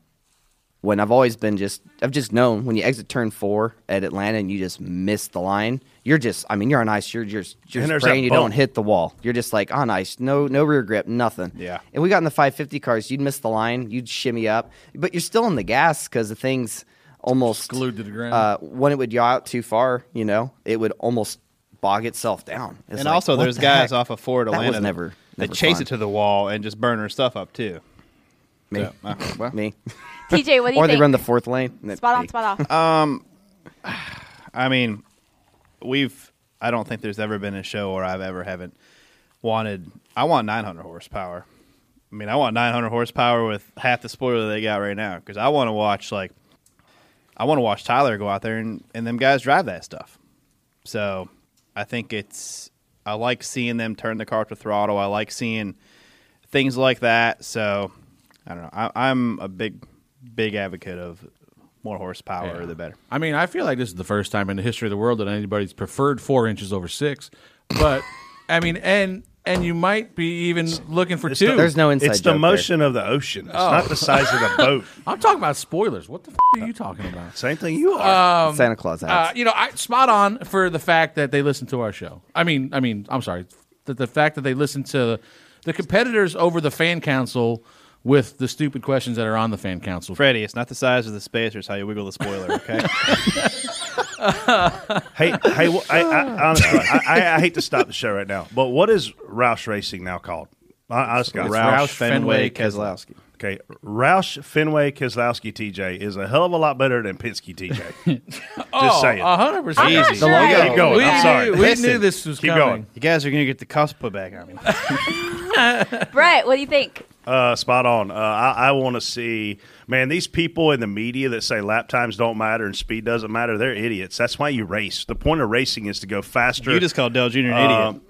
F: when I've always been just, I've just known when you exit turn four at Atlanta and you just miss the line, you're just, I mean, you're on ice. You're just,
D: And
F: you're just
D: there's
F: praying
D: that
F: you
D: bump.
F: don't hit the wall. You're just like on ice, no, no rear grip, nothing.
D: Yeah.
F: And we got in the 550 cars, you'd miss the line, you'd shimmy up, but you're still in the gas because the thing's almost glued to the
E: ground.
F: Uh, when it would yaw out too far, you know, it would almost bog itself down. It's
D: and
F: like,
D: also
F: what
D: there's
F: the
D: guys
F: heck?
D: off of Ford
F: That was
D: Atlanta that-
F: never-
D: that
F: never
D: chase
F: fun.
D: it to the wall and just burn her stuff up too.
F: Me. [laughs]
D: uh, well.
G: [laughs]
F: me.
G: TJ, what do you
F: or they
G: think?
F: run the fourth lane. and it-
G: spot on, spot
F: [laughs]
G: off.
D: Um, I mean, we've. I don't think there's ever been a show where I've ever haven't wanted. I want 900 horsepower. I mean, I want 900 horsepower with half the spoiler they got right now because I want to watch like, I want to watch Tyler go out there and and them guys drive that stuff. So I think it's. I like seeing them turn the car to throttle. I like seeing things like that. So I don't know. I, I'm a big, big advocate of more horsepower,
E: Yeah.
D: the
E: [laughs]
D: better.
E: I mean, I feel like this is the first time in the history of the world that anybody's preferred four inches over six. But I mean, and and you might be even looking for two.
B: It's the motion of the ocean. It's
E: Oh.
B: not the size of the boat.
E: [laughs] I'm talking about spoilers. What the f- are you talking about?
B: Same thing you
E: are.
F: Santa Claus
E: Uh,
F: hats.
E: you know, I spot on for the fact that they listen to our show. I mean, I mean, I'm sorry, the, the fact that they listen to the competitors over the fan council with the stupid questions that are on the fan council.
D: Freddie, it's not the size of the space, it's how you wiggle the
E: [laughs]
D: spoiler, [laughs] okay?
B: hey, hey, wh- I, I, honestly, I, I, I hate to stop the show right now, but what is Roush Racing now called? I, I just got
D: It's
B: Roush,
D: Roush Fenway Keselowski.
B: Okay, Roush Fenway Keselowski TJ is a hell of a lot better than Penske TJ. just
E: Oh,
B: saying,
E: 100%. I'm not
B: Easy.
E: sure I agree
B: Keep going.
E: with
B: I'm
E: that.
B: sorry.
E: We knew- we knew this was
B: Keep
E: coming.
B: going.
D: You guys are going to get the cuffs put back on me.
G: Brett, what do you think?
B: Uh, spot on. Uh, I, I want to see, man, these people in the media that say lap times don't matter and speed doesn't matter, they're idiots. That's why you race. The point of racing is to go faster. Um,
D: You just called Dell Jr. an idiot.
E: Um,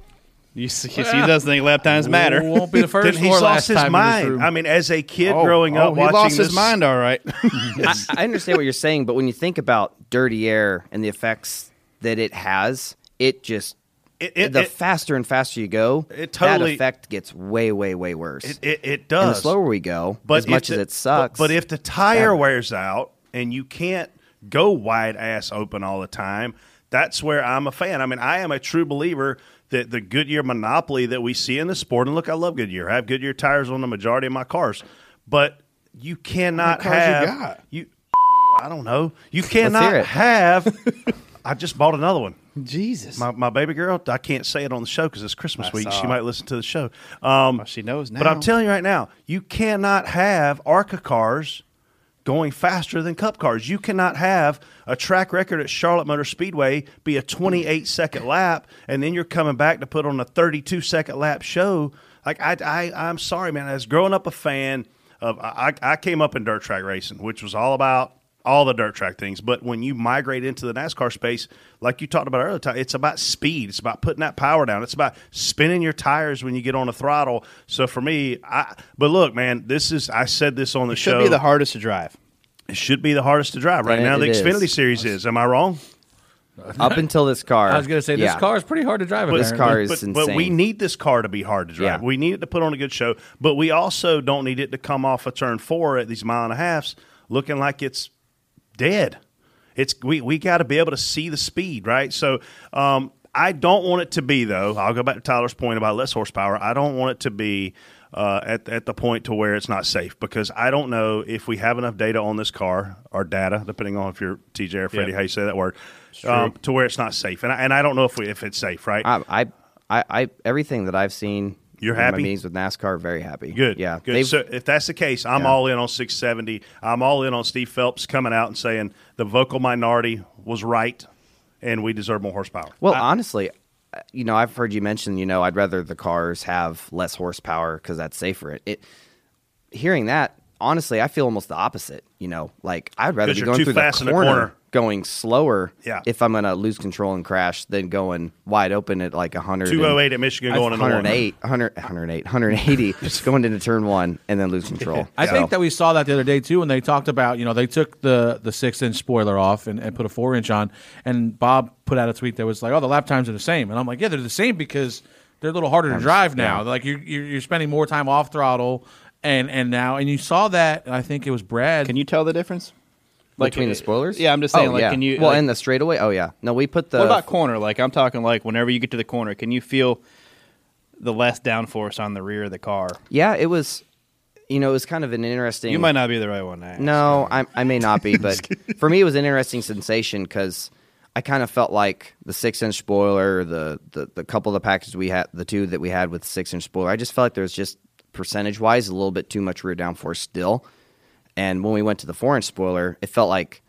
D: You see, he doesn't think lap times matter.
B: [laughs]
D: [laughs]
B: Then he's lost his mind. I mean, as a kid
D: Oh,
B: growing
D: oh,
B: up,
D: he
B: watching
D: lost his
B: this-
D: mind, all [laughs] right.
F: [laughs] I, I understand what you're saying, but when you think about dirty air and the effects that it has, it just
B: it-
F: the
B: it-
F: faster and faster you go,
B: It totally-
F: that effect gets way, way, way worse.
B: It, it, it
F: And the
B: does.
F: slower we go,
B: But
F: as much
B: if
F: as
B: the-
F: it sucks.
B: But, but if the tire wears out and you can't go wide ass open all the time, that's where I'm a fan. I mean, I am a true believer that the Goodyear monopoly that we see in the sport, and look, I love Goodyear. I have Goodyear tires on the majority of my cars, but you cannot
D: cars you
B: have [laughs]
D: got?
B: you. I don't know. You
D: hear [laughs]
B: cannot
D: it.
B: have I just bought another one.
D: Jesus.
B: My, my baby girl, I can't say it on the show because it's Christmas
D: I
B: week.
D: saw
B: She
D: it.
B: might listen to the show. Um,
D: she knows now.
B: But I'm telling you right now, you cannot have ARCA cars going faster than Cup cars. You cannot have a track record at Charlotte Motor Speedway be a 28 second lap, and then you're coming back to put on a 32 second lap show. Like I, I, I'm sorry, man. As growing up a fan of, I, I I came up in dirt track racing, which was all about all the dirt track things. But when you migrate into the NASCAR space, like you talked about earlier, Ty, it's about speed. It's about putting that power down. It's about spinning your tires when you get on a throttle. So for me, I but look, man, this is I said this on the
D: should
B: show.
D: be the hardest to drive.
B: It should be the hardest to drive right
F: And
B: now. The
F: it is.
B: Xfinity series is. Am I
E: [laughs]
B: wrong?
F: Up until this car.
E: I was going to say this
F: yeah.
E: car is pretty hard to drive.
F: But this
E: apparently.
F: car is
B: but,
F: insane.
B: But we need this car to be hard to drive.
F: Yeah.
B: We need it to put on a good show, but we also don't need it to come off a turn four at these mile and a halfs looking like it's dead. It's we we got to be able to see the speed, right? So. Um, I don't want it to be though. I'll go back to Tyler's point about less horsepower. I don't want it to be uh, at at the point to where it's not safe because I don't know if we have enough data on this car or data, depending on if you're TJ or Freddie,
D: Yeah.
B: how you say that word, um, to where it's not safe. And I, and I don't know if we, if it's safe, right?
F: I, I, I, I, everything that I've seen.
B: You're
F: in my
B: happy?
F: meetings with NASCAR. Very happy.
B: Good.
F: Yeah.
B: Good.
F: they've-
B: So if that's the case, I'm
F: Yeah.
B: all in on 670. I'm all in on Steve Phelps coming out and saying the vocal minority was right, and we deserve more horsepower.
F: Well, honestly, uh, you know, I've heard you mention, you know, I'd rather the cars have less horsepower because that's safer. It, it hearing that, honestly, I feel almost the opposite. You know, like I'd rather
B: 'Cause
F: be
B: you're
F: going
B: too
F: through
B: fast in
F: the
B: the
F: corner,
B: corner.
F: going slower.
B: Yeah.
F: If I'm going to lose control and crash, than going wide open at like 100,
B: 208 at Michigan going into one.
F: 108, 100,
B: [laughs]
F: 108, 180, just going into turn one and then lose control.
E: I
F: So-
E: think that we saw that the other day too when they talked about you know they took the the six inch spoiler off and, and put a four inch on and Bob put out a tweet that was like oh the lap times are the same and I'm like yeah they're the same because they're a little harder to drive now like you're you're you're spending more time off throttle and and now and you saw that and I think it was Brad
D: Can you tell the difference?
F: between the spoilers.
D: uh, Yeah, I'm just saying.
F: Oh,
D: like,
F: yeah.
D: can you?
F: Well,
D: like-
F: and the straightaway. Oh yeah. No, we put the.
D: what about corner? Like, I'm talking like whenever you get to the corner, can you feel the less downforce on the rear of the car?
F: Yeah, it was. You know, it was kind of an interesting.
D: You might not be the right one. eh? to ask.
F: No, I, I may not
D: [laughs]
F: be, but for me, it was an interesting sensation because I kind of felt like the six inch spoiler, the, the the couple of the packages we had, the two that we had with the six inch spoiler, I just felt like there was just percentage wise a little bit too much rear downforce still. And when we went to the four inch spoiler, it felt like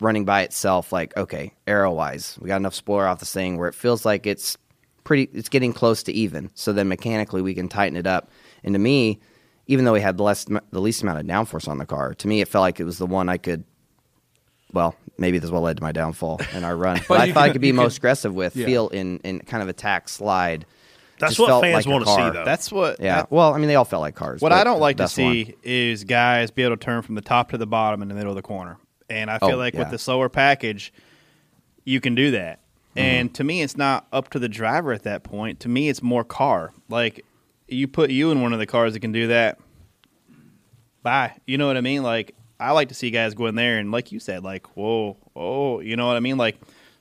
F: running by itself, like, okay, arrow wise, we got enough spoiler off this thing where it feels like it's pretty, it's getting close to even. So then mechanically we can tighten it up. And to me, even though we had the less, the least amount of downforce on the car, to me it felt like it was the one I could. Well, maybe this is what led to my downfall in
B: [laughs]
F: our run. but I
E: you
F: thought I
E: can-
F: could be
E: you
F: most
E: can-
F: aggressive with
E: Yeah.
F: feel in in kind of attack slide.
B: That's
F: Just
B: what
F: felt
B: fans
F: like a
B: wanna see,
F: car.
B: though.
D: That's what.
F: Yeah. well, I mean, they all felt like cars.
D: What
F: but
D: I don't like to
F: that's one.
D: see
B: [laughs]
D: is guys be able to turn from the top to the bottom in the middle of the corner. And I feel
F: Oh,
D: like
F: yeah.
D: with the slower package, you can do that.
F: Mm-hmm.
D: And to me, it's not up to the driver at that point. To me, it's more car. Like you put you in one of the cars that can do that. Bye. You know what I mean? Like I like to see guys go in there and, like you said, like whoa, oh, you know what I mean? Like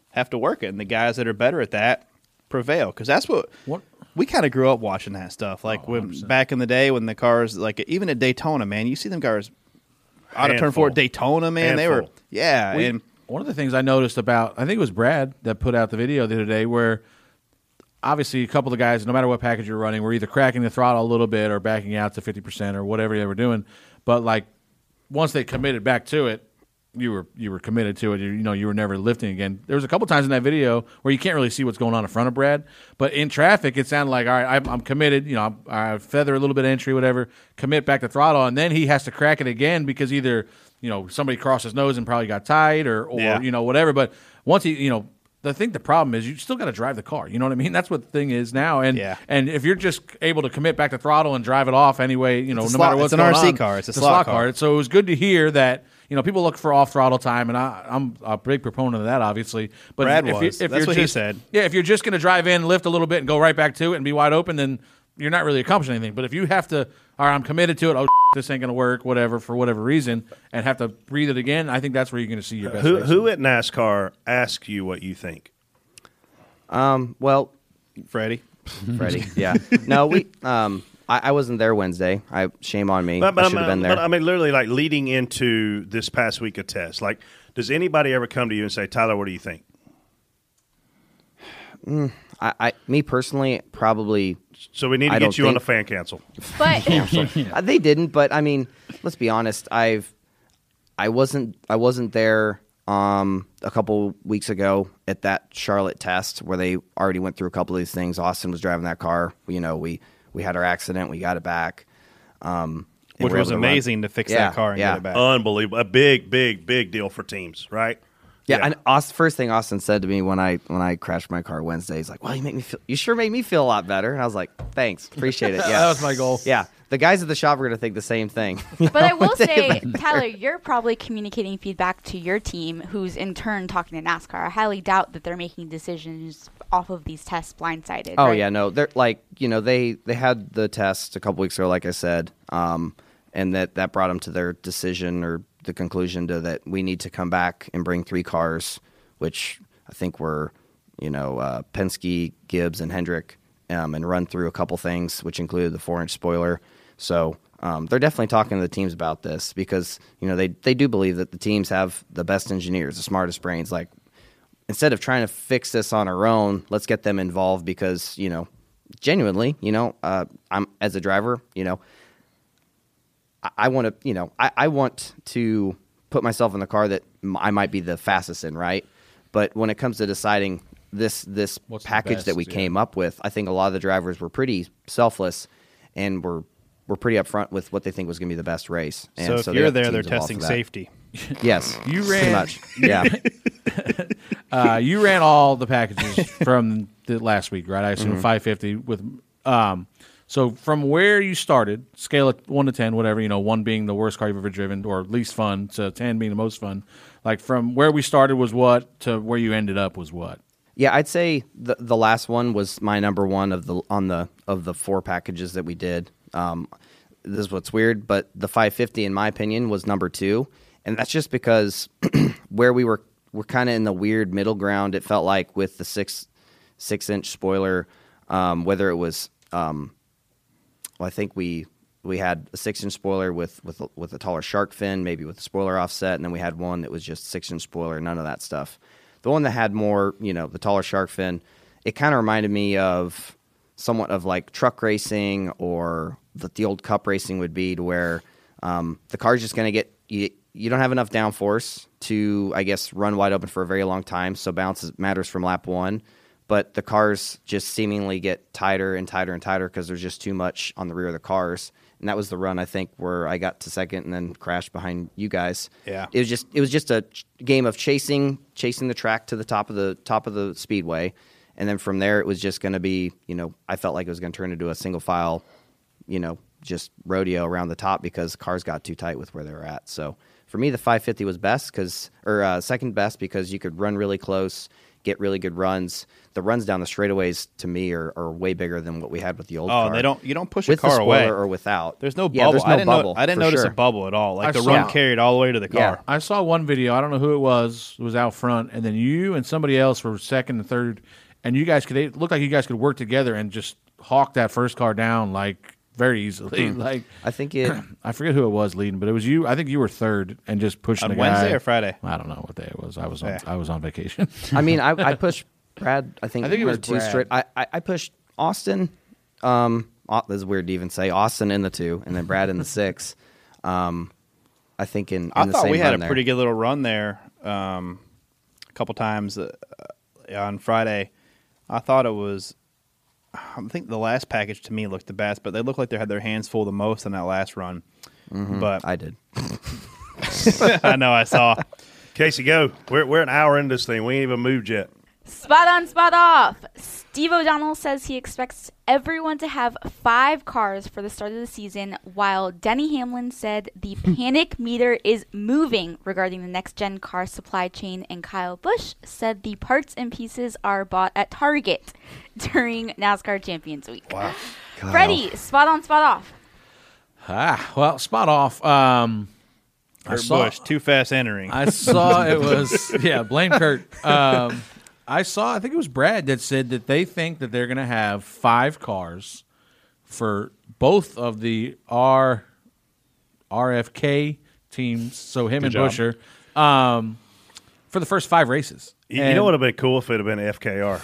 D: have to work it, and the guys that are better at that prevail because that's what
E: What- Oh,
D: we kind of grew up watching that stuff. Like when, back in the day when the cars, like even at Daytona, man, you see them cars out of turn four at
B: Handful.
D: Daytona, man. They were
B: Handful.
D: yeah,
E: We-
D: and
E: one of the things I noticed about I think it was Brad that put out the video the other day where obviously a couple of the guys, no matter what package you're running, were either cracking the throttle a little bit or backing out to fifty percent or whatever they were doing. But like once they committed back to it, you were you were committed to it. You, you know, you were never lifting again. There was a couple times in that video where you can't really see what's going on in front of Brad, but in traffic, it sounded like all right, I'm, I'm committed. You know, I'm, I feather a little bit of entry, whatever. Commit back to throttle, and then he has to crack it again because either you know somebody crossed his nose and probably got tight, or or
D: Yeah.
E: you know whatever. But once he you know. I think the problem is you still got to drive the car. You know what I mean? That's what the thing is now. And
D: Yeah.
E: and if you're just able to commit back to throttle and drive it off anyway, you know,
D: It's a
E: no
D: slot-
E: matter what's
D: it's an
E: going
D: RC
E: on,
D: car. It's a slot car.
E: so it was good to hear that you know people look for off throttle time, and I, I'm a big proponent of that, obviously. But
D: Brad
E: if, you-
D: was.
E: if
D: That's
E: you're
D: what he
E: just,
D: said.
E: Yeah, if you're just going to drive in, lift a little bit, and go right back to it, and be wide open, then you're not really accomplishing anything. But if you have to, all right, I'm committed to it. Oh, [laughs] this ain't going to work, whatever, for whatever reason, and have to breathe it again. I think that's where you're going to see your best.
B: Who
E: race.
B: who at NASCAR asks you what you think?
F: Um, well,
D: Freddie.
F: [laughs] Freddie, yeah. No, we. Um, I, I wasn't there Wednesday. I shame on me.
B: But, but
F: I should have
B: I'm-
F: been there.
B: But I mean, literally, like leading into this past week of tests, like does anybody ever come to you and say, Tyler, what do you think?
F: Mm, I, I, me personally, probably.
B: So we need to
F: I
B: get
F: don't
B: you on the
F: think-
B: fan [laughs] cancel.
G: But-
F: [laughs] Yeah, I'm sorry. Uh, they didn't. But I mean, let's be honest. I've, I wasn't, I wasn't there um, a couple weeks ago at that Charlotte test where they already went through a couple of these things. Austin was driving that car. You know, we we had our accident. We got it back. Um, and
D: Which
F: we were
D: was
F: able run.
D: amazing to fix that
F: Yeah,
D: car and get
F: yeah.
D: it back.
B: Oh, Unbelievable. A big, big, big deal for teams, right?
F: Yeah, and Aust first thing Austin said to me when I when I crashed my car Wednesday, he's like, "Well, you make me feel, you sure made me feel a lot better." And I was like, "Thanks, appreciate
E: [laughs]
F: it." Yeah,
E: That was my goal.
F: Yeah, the guys at the shop are gonna think the same thing.
G: [laughs]
F: [laughs]
G: But I will
F: They
G: say,
F: like-
G: Tyler, you're probably communicating feedback to your team, who's in turn talking to NASCAR. I highly doubt that they're making decisions off of these tests blindsided.
F: oh
G: right?
F: yeah, no, they're like you know they they had the test a couple weeks ago, like I said, um, and that that brought them to their decision or the conclusion to that we need to come back and bring three cars, which I think were you know uh, Penske, Gibbs, and Hendrick, um, and run through a couple things, which included the four inch spoiler. So um, they're definitely talking to the teams about this because you know they they do believe that the teams have the best engineers, the smartest brains, like instead of trying to fix this on our own, let's get them involved because you know, genuinely, you know, uh, I'm as a driver, you know, I, I want to, you know, I, I want to put myself in the car that m- I might be the fastest in, right? But when it comes to deciding this this
E: the
F: package that
E: best,
F: we
E: yeah.
F: came up with, I think a lot of the drivers were pretty selfless and were were pretty upfront with what they think was going to be the best race. And
D: So if
F: they
D: you're
F: got the
D: there, they're
F: teams involved
D: testing
F: for that.
D: safety.
F: Yes,
E: You
F: pretty
E: ran-
F: much.
D: [laughs]
F: Yeah.
E: [laughs] uh, you ran all the
F: [laughs]
E: packages from the last week, right? I assume
F: Mhm.
E: 550 with. Um, so from where you started, scale it one to ten, whatever you know, one being the worst car you've ever driven or least fun, to ten being the most fun. Like from where we started was what to where you ended up was what.
F: Yeah, I'd say the the last one was my number one of the on the of the four packages that we did. Um, this is what's weird, but the 550, in my opinion, was number two, and that's just because [clears throat] where we were we're kind of in the weird middle ground. It felt like with the six six inch spoiler, um, whether it was um, well, I think we we had a six inch spoiler with with with a taller shark fin, maybe with a spoiler offset, and then we had one that was just six inch spoiler, none of that stuff. The one that had more, you know, the taller shark fin, it kind of reminded me of somewhat of like truck racing or that the old cup racing would be, to where um, the car's just going to get you. You don't have enough downforce to, I guess, run wide open for a very long time. So balance is- matters from lap one but the cars just seemingly get tighter and tighter and tighter because there's just too much on the rear of the cars. And that was the run I think where I got to second and then crashed behind you guys.
D: Yeah.
F: it was just it was just a ch- game of chasing chasing the track to the top of the top of the speedway, and then from there it was just going to be you know I felt like it was going to turn into a single file, you know just rodeo around the top because cars got too tight with where they were at. So for me the 550 was best because or uh, second best because you could run really close get really good runs. The runs down the straightaways to me are, are way bigger than what we had with the old
D: Oh,
F: car.
D: they don't. You don't push
F: with
D: a car
F: the spoiler
D: away
F: or without.
D: There's no bubble.
F: Yeah, there's no
D: I didn't, know-
F: bubble.
D: I didn't
F: for
D: notice
F: sure.
D: a bubble at all. Like
E: I
D: the
E: saw-
D: run carried all the way to the car.
E: I saw one video. I don't know who it was. It was out front, and then you and somebody else were second and third, and you guys could. It looked like you guys could work together and just hawk that first car down like very easily. [laughs]
F: Hmm.
E: Like
F: I think it.
E: [clears throat] I forget who it was leading, but it was you. I think you were third and just pushed
D: On
E: the
D: Wednesday
E: guy.
D: or Friday?
E: I don't know what day it was. I was on.
D: Yeah.
E: I was on vacation.
F: I mean, I, I pushed Brad. I think
E: I think it
F: one or
E: was
F: two
E: Brad.
F: straight. I, I I pushed Austin. Um, Au- this is weird to even say Austin in the two, and then Brad in the six. Um, I think in, in
D: I
F: the
D: thought
F: same
D: we had a
F: run there.
D: pretty good little run there. Um, a couple times uh, on Friday, I thought it was. I think the last package to me looked the best, but they looked like they had their hands full the most in that last run.
F: Mhm.
D: But
F: I did.
D: [laughs] I know I saw.
B: Casey, go. We're, we're an hour into this thing. We ain't even moved yet.
G: Spot on, spot off. Steve O'Donnell says he expects everyone to have five cars for the start of the season, while Denny Hamlin said
F: [laughs]
G: the panic meter is moving regarding the next gen car supply chain, and Kyle Busch said the parts and pieces are bought at Target [laughs] during NASCAR Champions Week. Wow.
E: Kyle.
G: Freddie, spot on, spot off.
E: ah, well, spot off. Um,
D: Kurt Busch, too fast entering. [laughs]
E: I saw it was yeah. Blame Kurt. Um, I saw. I think it was Brad that said that they think that they're going to have five cars for both of the R RFK teams. So him
H: Good
E: and
H: job.
E: Busher um, for the first five races,
B: You, you know what would have been cool if it had been FKR?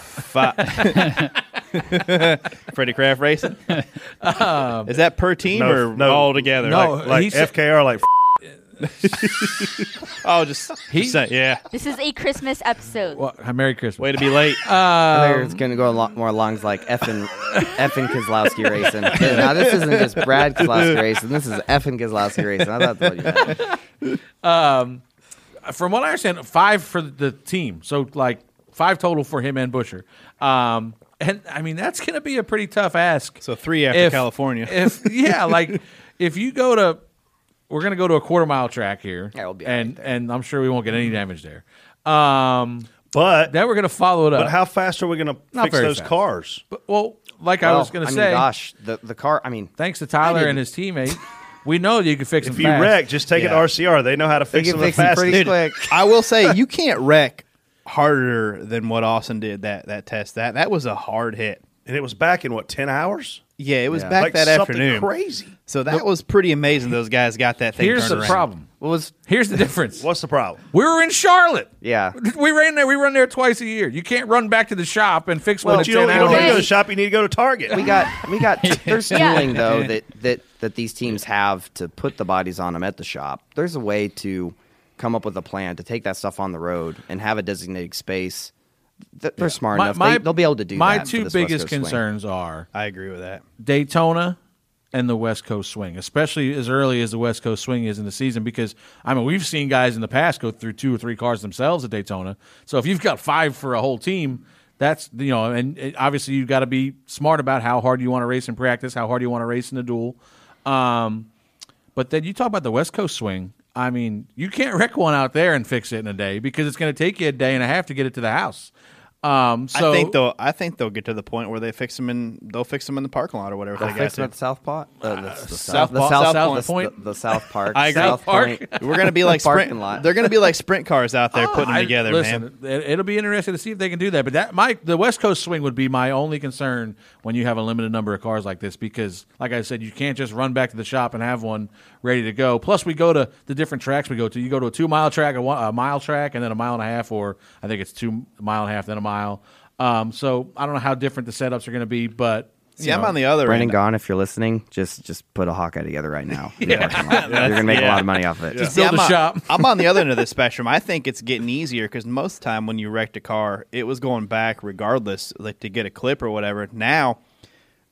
D: Freddie Kraft Racing? Is that per team
B: No,
D: or
B: no.
D: all together?
B: No, he said- FKR,
D: [laughs]
B: like.
D: oh, just, just say- yeah.
G: This is a Christmas episode.
E: Uh, Merry Christmas.
D: Way to be late.
F: [laughs]
D: Um,
F: I think it's going to go a lot more alongs like effing, effing Kozlowski racing. [laughs]
D: [laughs]
F: now this isn't just Brad Kozlowski racing. This is effing Kozlowski racing. I thought that was
E: um, from what I understand, five for the team. So like five total for him and Busher. Um, and I mean that's going to be a pretty tough ask.
D: So three after California. [laughs]
E: If yeah, like if you go to, we're going to go to a quarter mile track here, and and I'm sure we won't get any damage there. Um,
B: but
E: then we're going to follow it up.
B: But how fast are we going to
E: Not
B: fix
E: very
B: those
E: fast.
B: cars?
E: But, well, like I
F: Well,
E: was going
F: I
E: to
F: mean,
E: say,
F: gosh, the the car. I mean,
E: thanks to Tyler and
F: didn't-
E: his teammate, we know that you can fix
B: If
E: them
B: you
E: fast.
B: wreck, just take an
E: Yeah.
B: RCR. They know how to fix them the fastest.
D: Dude, [laughs] I will say
B: [laughs]
D: you can't wreck harder than what Austin did that that test. That that was a hard hit.
B: And it was back in what, ten hours?
D: Yeah, it was
B: Yeah.
D: back
B: Like
D: that
B: something
D: afternoon.
B: crazy.
D: So that was pretty amazing those guys got that thing.
E: Here's
D: turned
E: the
D: around.
E: problem.
F: What was
E: here's the difference.
B: What's the problem?
E: We were in Charlotte.
F: Yeah.
E: We ran there. We run there twice a year. You can't run back to the shop and fix
B: Well,
E: one.
B: you don't, you don't need to go to the shop. You need to go to Target.
E: [laughs]
F: We got we got there's
E: Yeah.
F: tooling
E: [laughs]
F: though that that that these teams have to put the bodies on them at the shop. There's a way to come up with a plan to take that stuff on the road and have a designated space. Th- They're smart enough. they, they'll be able to do
E: My
F: that for
E: two
F: this West
E: biggest
F: Coast swing.
E: concerns are
D: I agree with that.
E: Daytona and the West Coast swing, especially as early as the West Coast swing is in the season, because I mean we've seen guys in the past go through two or three cars themselves at Daytona. So if you've got five for a whole team, that's you know, and it- obviously you've got to be smart about how hard you want to race in practice, how hard you want to race in the duel. Um, but then you talk about the West Coast swing. I mean, you can't wreck one out there and fix it in a day because it's going to take you a day and a half to get it to the house. Um, so
D: I think they'll I think they'll get to the point where they fix them in they'll fix them in the parking lot or whatever
F: They'll
D: they
F: fix them
D: got
F: at the South Pot. Uh, the, the
D: South
F: the
D: Pot-
F: South,
D: South
F: the,
D: Point.
F: The, the South
D: [laughs]
F: Park.
D: I agree.
F: South Point.
D: We're gonna be like
F: parking
D: sprint.
F: lot. Oh,
D: They're gonna be like sprint cars out there putting them
E: Oh, I-
D: together, man.
E: listen, it- It'll be interesting to see if they can do that. But that my the West Coast swing would be my only concern when you have a limited number of cars like this because, like I said, you can't just run back to the shop and have one ready to go. Plus, we go to the different tracks we go to. You go to a two mile track, a, one, a mile track, and then a mile and a half, or I think it's two mile and a half, then a mile. Um, so I don't know how different the setups are going to be, but
D: See,
E: you
D: I'm
E: know.
D: on the other
F: Brendan
D: end.
F: Gaughan, if you're listening, just just put a Hawkeye together
E: [laughs]
F: right now. in the
D: [laughs] Yeah.
F: parking lot. [laughs] You're gonna make a lot of money off of it.
D: See, I'm on- I'm on the other end
E: [laughs]
D: of the spectrum. I think it's getting easier because most of the time when you wrecked a car, it was going back regardless, like to get a clip or whatever. Now,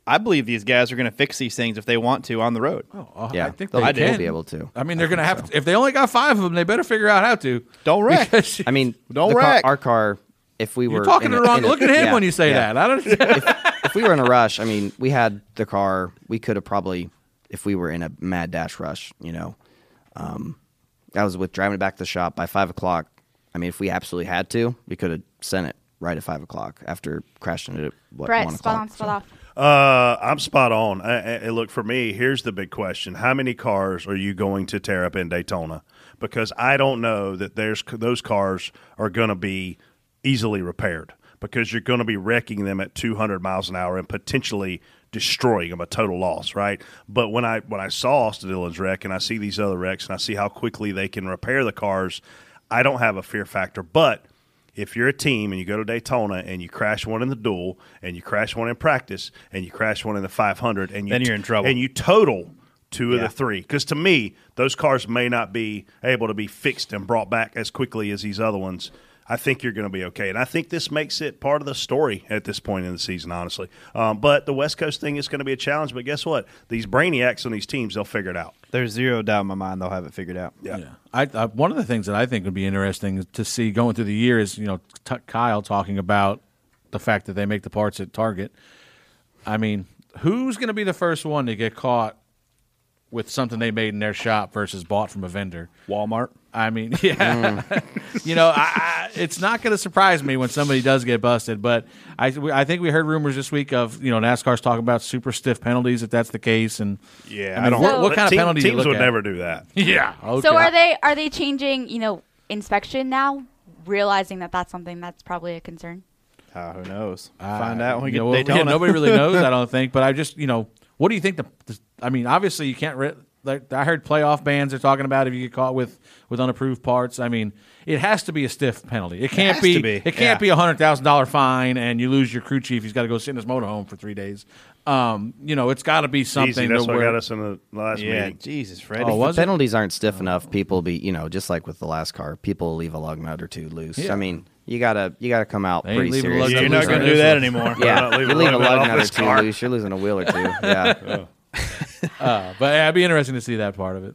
D: I believe these guys are going to fix these things if they want to on the road.
E: Oh, I think they can. I mean, they're going to have to, if they only got five of them, they better figure out how to.
D: Don't
E: wreck.
D: [laughs]
F: I mean,
E: Don't
F: the car-
E: wreck.
F: our car. If we were
E: You're talking
F: in
E: to
F: a-
E: the wrong.
F: in a-
E: Look at him
F: yeah,
E: when you say
F: yeah.
E: that. I don't.
F: if we were in a rush, I mean, we had the car. We could have probably, if we were in a mad dash rush, you know, um, I was with driving it back to the shop by five o'clock. I mean, if we absolutely had to, we could have sent it right at five o'clock after crashing it at what
G: Brett,
F: one
G: spot
F: o'clock.
G: on, spot off.
B: Uh, I'm spot on. I, I, look, for me, here's the big question: How many cars are you going to tear up in Daytona? Because I don't know that there's those cars are going to be easily repaired because you're going to be wrecking them at 200 miles an hour and potentially destroying them a total loss, right? But when I when I saw Austin Dillon's wreck and I see these other wrecks and I see how quickly they can repair the cars, I don't have a fear factor, but if you're a team and you go to Daytona and you crash one in the duel and you crash one in practice and you crash one in the 500 and you
D: Then you're in trouble.
B: and you total two of
D: Yeah.
B: the three because to me those cars may not be able to be fixed and brought back as quickly as these other ones. I think you're going to be okay, and I think this makes it part of the story at this point in the season, honestly. Um, but the West Coast thing is going to be a challenge. But guess what? These brainiacs on these teams, they'll figure it out.
D: There's zero doubt in my mind they'll have it figured out.
B: Yeah.
E: I, I one of the things that I think would be interesting to see going through the year is you know t- Kyle talking about the fact that they make the parts at Target. I mean, who's going to be the first one to get caught with something they made in their shop versus bought from a vendor?
D: Walmart.
E: I mean, [laughs] yeah,
B: Mm.
E: you know, I, I, it's not going to surprise me when somebody does get busted. But I, we- I think we heard rumors this week of you know NASCAR's talking about super stiff penalties if that's the case, and
B: Yeah,
E: I mean, what, what kind of penalty? do you
B: Teams
E: look
B: would
E: at?
B: never do that.
E: [laughs] Yeah. Okay.
G: So are they are they changing, you know, inspection now, realizing that that's something that's probably a concern?
D: Uh, who knows? Find out when we
E: You
D: get to
E: know, well, yeah,
D: Daytona. [laughs]
E: nobody really knows, I don't think. But I just, you know, what do you think? The, the I mean, obviously you can't re- like, I heard playoff bans are talking about if you get caught with with unapproved parts. I mean, it has to be a stiff penalty. It can't
D: has
E: be,
D: to be,
E: It can't
D: yeah.
E: be a hundred thousand dollar fine and you lose your crew chief. He's got to go sit in his motorhome for three days. Um, you know, it's got to be something.
B: Easy. That's
E: to
B: what
E: where-
B: got us in the last meeting.
E: [laughs]
F: If
E: Oh, was
F: the
E: it?
F: penalties aren't stiff enough, people be you know just like with the last car, people will leave a lug nut or two loose.
E: Yeah.
F: I mean, you gotta you gotta come out
E: They ain't
F: pretty
E: leaving a
F: serious.
E: lug nut You're not loose gonna on do this that one. anymore. They're
F: yeah,
E: not
F: you
E: leaving a
F: leave a
E: lug nut
F: lug
E: off
F: nut or
E: this
F: two
E: car.
F: loose, you're losing a wheel
E: [laughs]
F: or two. Yeah.
E: Uh, but yeah, it'd be interesting to see that part of it.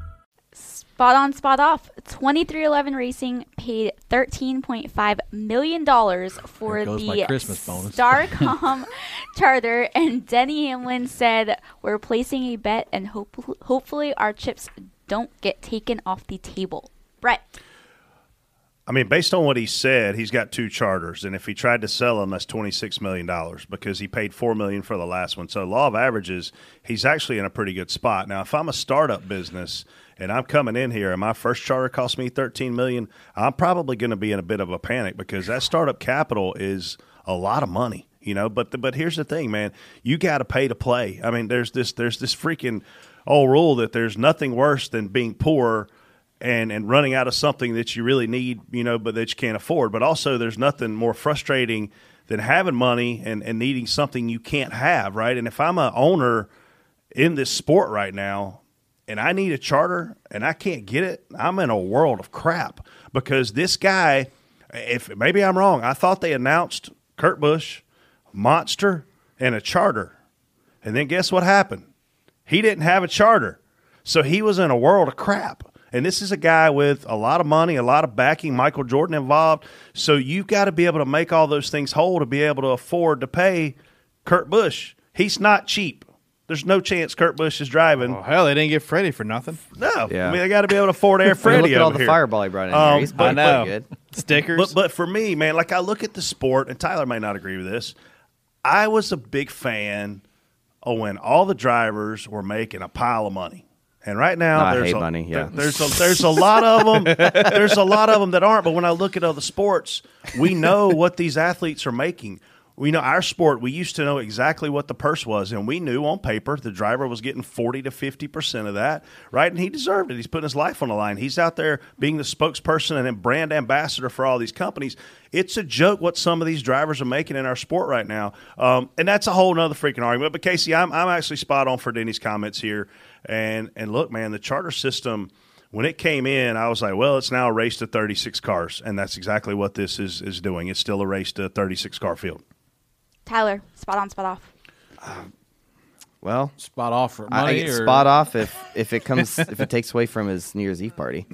G: Spot on, spot off. 2311 Racing paid $13.5 million for
E: There goes my
G: the
E: Christmas bonus. [laughs]
G: Starcom charter, and Denny Hamlin said, We're placing a bet, and hope- hopefully our chips don't get taken off the table. Brett.
B: I mean, based on what he said, he's got two charters, and if he tried to sell them, that's twenty six million dollars because he paid four million for the last one. So, law of averages, he's actually in a pretty good spot now. If I'm a startup business and I'm coming in here, and my first charter cost me thirteen million, I'm probably going to be in a bit of a panic because that startup capital is a lot of money, you know. But the, but here's the thing, man, you got to pay to play. I mean, there's this there's this freaking old rule that there's nothing worse than being poor and and running out of something that you really need, you know, but that you can't afford. But also, there's nothing more frustrating than having money and and needing something you can't have, right? And if I'm a owner in this sport right now, and I need a charter and I can't get it, I'm in a world of crap because this guy, if maybe I'm wrong, I thought they announced Kurt Busch, Monster, and a charter, and then guess what happened? He didn't have a charter. So he was in a world of crap. And this is a guy with a lot of money, a lot of backing, Michael Jordan involved. So you've got to be able to make all those things whole to be able to afford to pay Kurt Busch. He's not cheap. There's no chance Kurt Busch is driving. Oh,
D: hell, they didn't get Freddie for nothing.
B: No.
D: Yeah.
B: I mean, they got to be able to
D: [laughs]
B: afford Air
D: Look
B: Freddie.
D: at all
B: over
D: the
B: here. Um,
D: Fireball he brought in there. He's
B: but-
D: I know.
B: but-
D: pretty Stickers.
B: But, but for me, man, like I look at the sport, and Tyler may not agree with this. I was a big fan of when all the drivers were making a pile of money. And right now,
F: No, I
B: there's
F: hate
B: a,
F: money, yeah.
B: there- there's a, there's a
D: [laughs]
B: lot of them. There's a lot of them that aren't. But when I look at other sports, we know what these athletes are making. We know our sport. We used to know exactly what the purse was, and we knew on paper the driver was getting forty to fifty percent of that, right? And he deserved it. He's putting his life on the line. He's out there being the spokesperson and then brand ambassador for all these companies. It's a joke what some of these drivers are making in our sport right now, um, and that's a whole nother freaking argument. But Casey, I'm I'm actually spot on for Denny's comments here, and and look, man, the charter system when it came in, I was like, well, it's now a race to 36 cars. And that's exactly what this is, is doing. It's still a race to 36 car field.
G: Tyler, spot on, spot off.
F: Well,
E: spot off for
F: I- I
E: money
F: get
E: or-
F: spot off if if it comes if it takes away from his New Year's
E: [laughs]
F: Eve party. [laughs]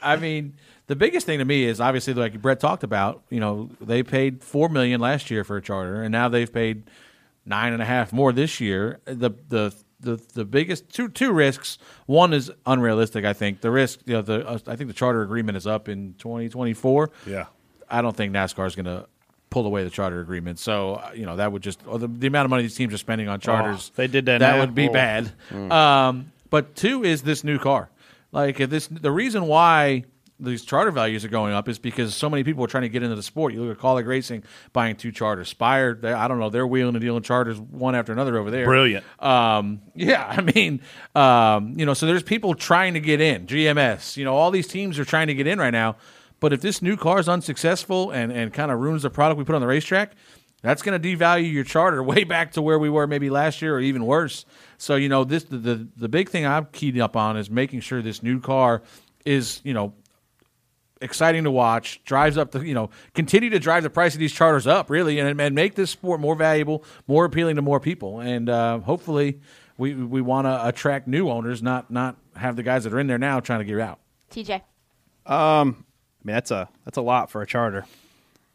E: I mean, the biggest thing to me is obviously like Brett talked about. You know, they paid four million last year for a charter, and now they've paid nine and a half more this year. The the the, the biggest two two risks. One is unrealistic. I think the risk. You know, the uh, I think the charter agreement is up in twenty twenty four.
B: Yeah.
E: I don't think NASCAR is going to pull away the charter agreement. So uh, you know that would just or the, the amount of money these teams are spending on charters.
D: Oh, they did that
E: That
D: now.
E: would be
D: Oh.
E: bad.
D: Mm.
E: Um, but two is this new car. Like if this, the reason why these charter values are going up is because so many people are trying to get into the sport. You look at Colleague Racing buying two charters. Spire, they, I don't know, they're wheeling and dealing charters one after another over there.
B: Brilliant.
E: Um, yeah, [laughs] I mean, um, you know, so there's people trying to get in. GMS, you know, all these teams are trying to get in right now. But if this new car is unsuccessful and, and kind of ruins the product we put on the racetrack, that's going to devalue your charter [laughs] way back to where we were maybe last year or even worse. So you know this the the, the big thing I'm keyed up on is making sure this new car is you know exciting to watch, drives up the, you know, continue to drive the price of these charters up, really, and, and make this sport more valuable, more appealing to more people. And uh, hopefully, we, we want to attract new owners, not not have the guys that are in there now trying to get out.
G: TJ.
B: Um,
D: Um, I mean that's a that's a lot for a charter,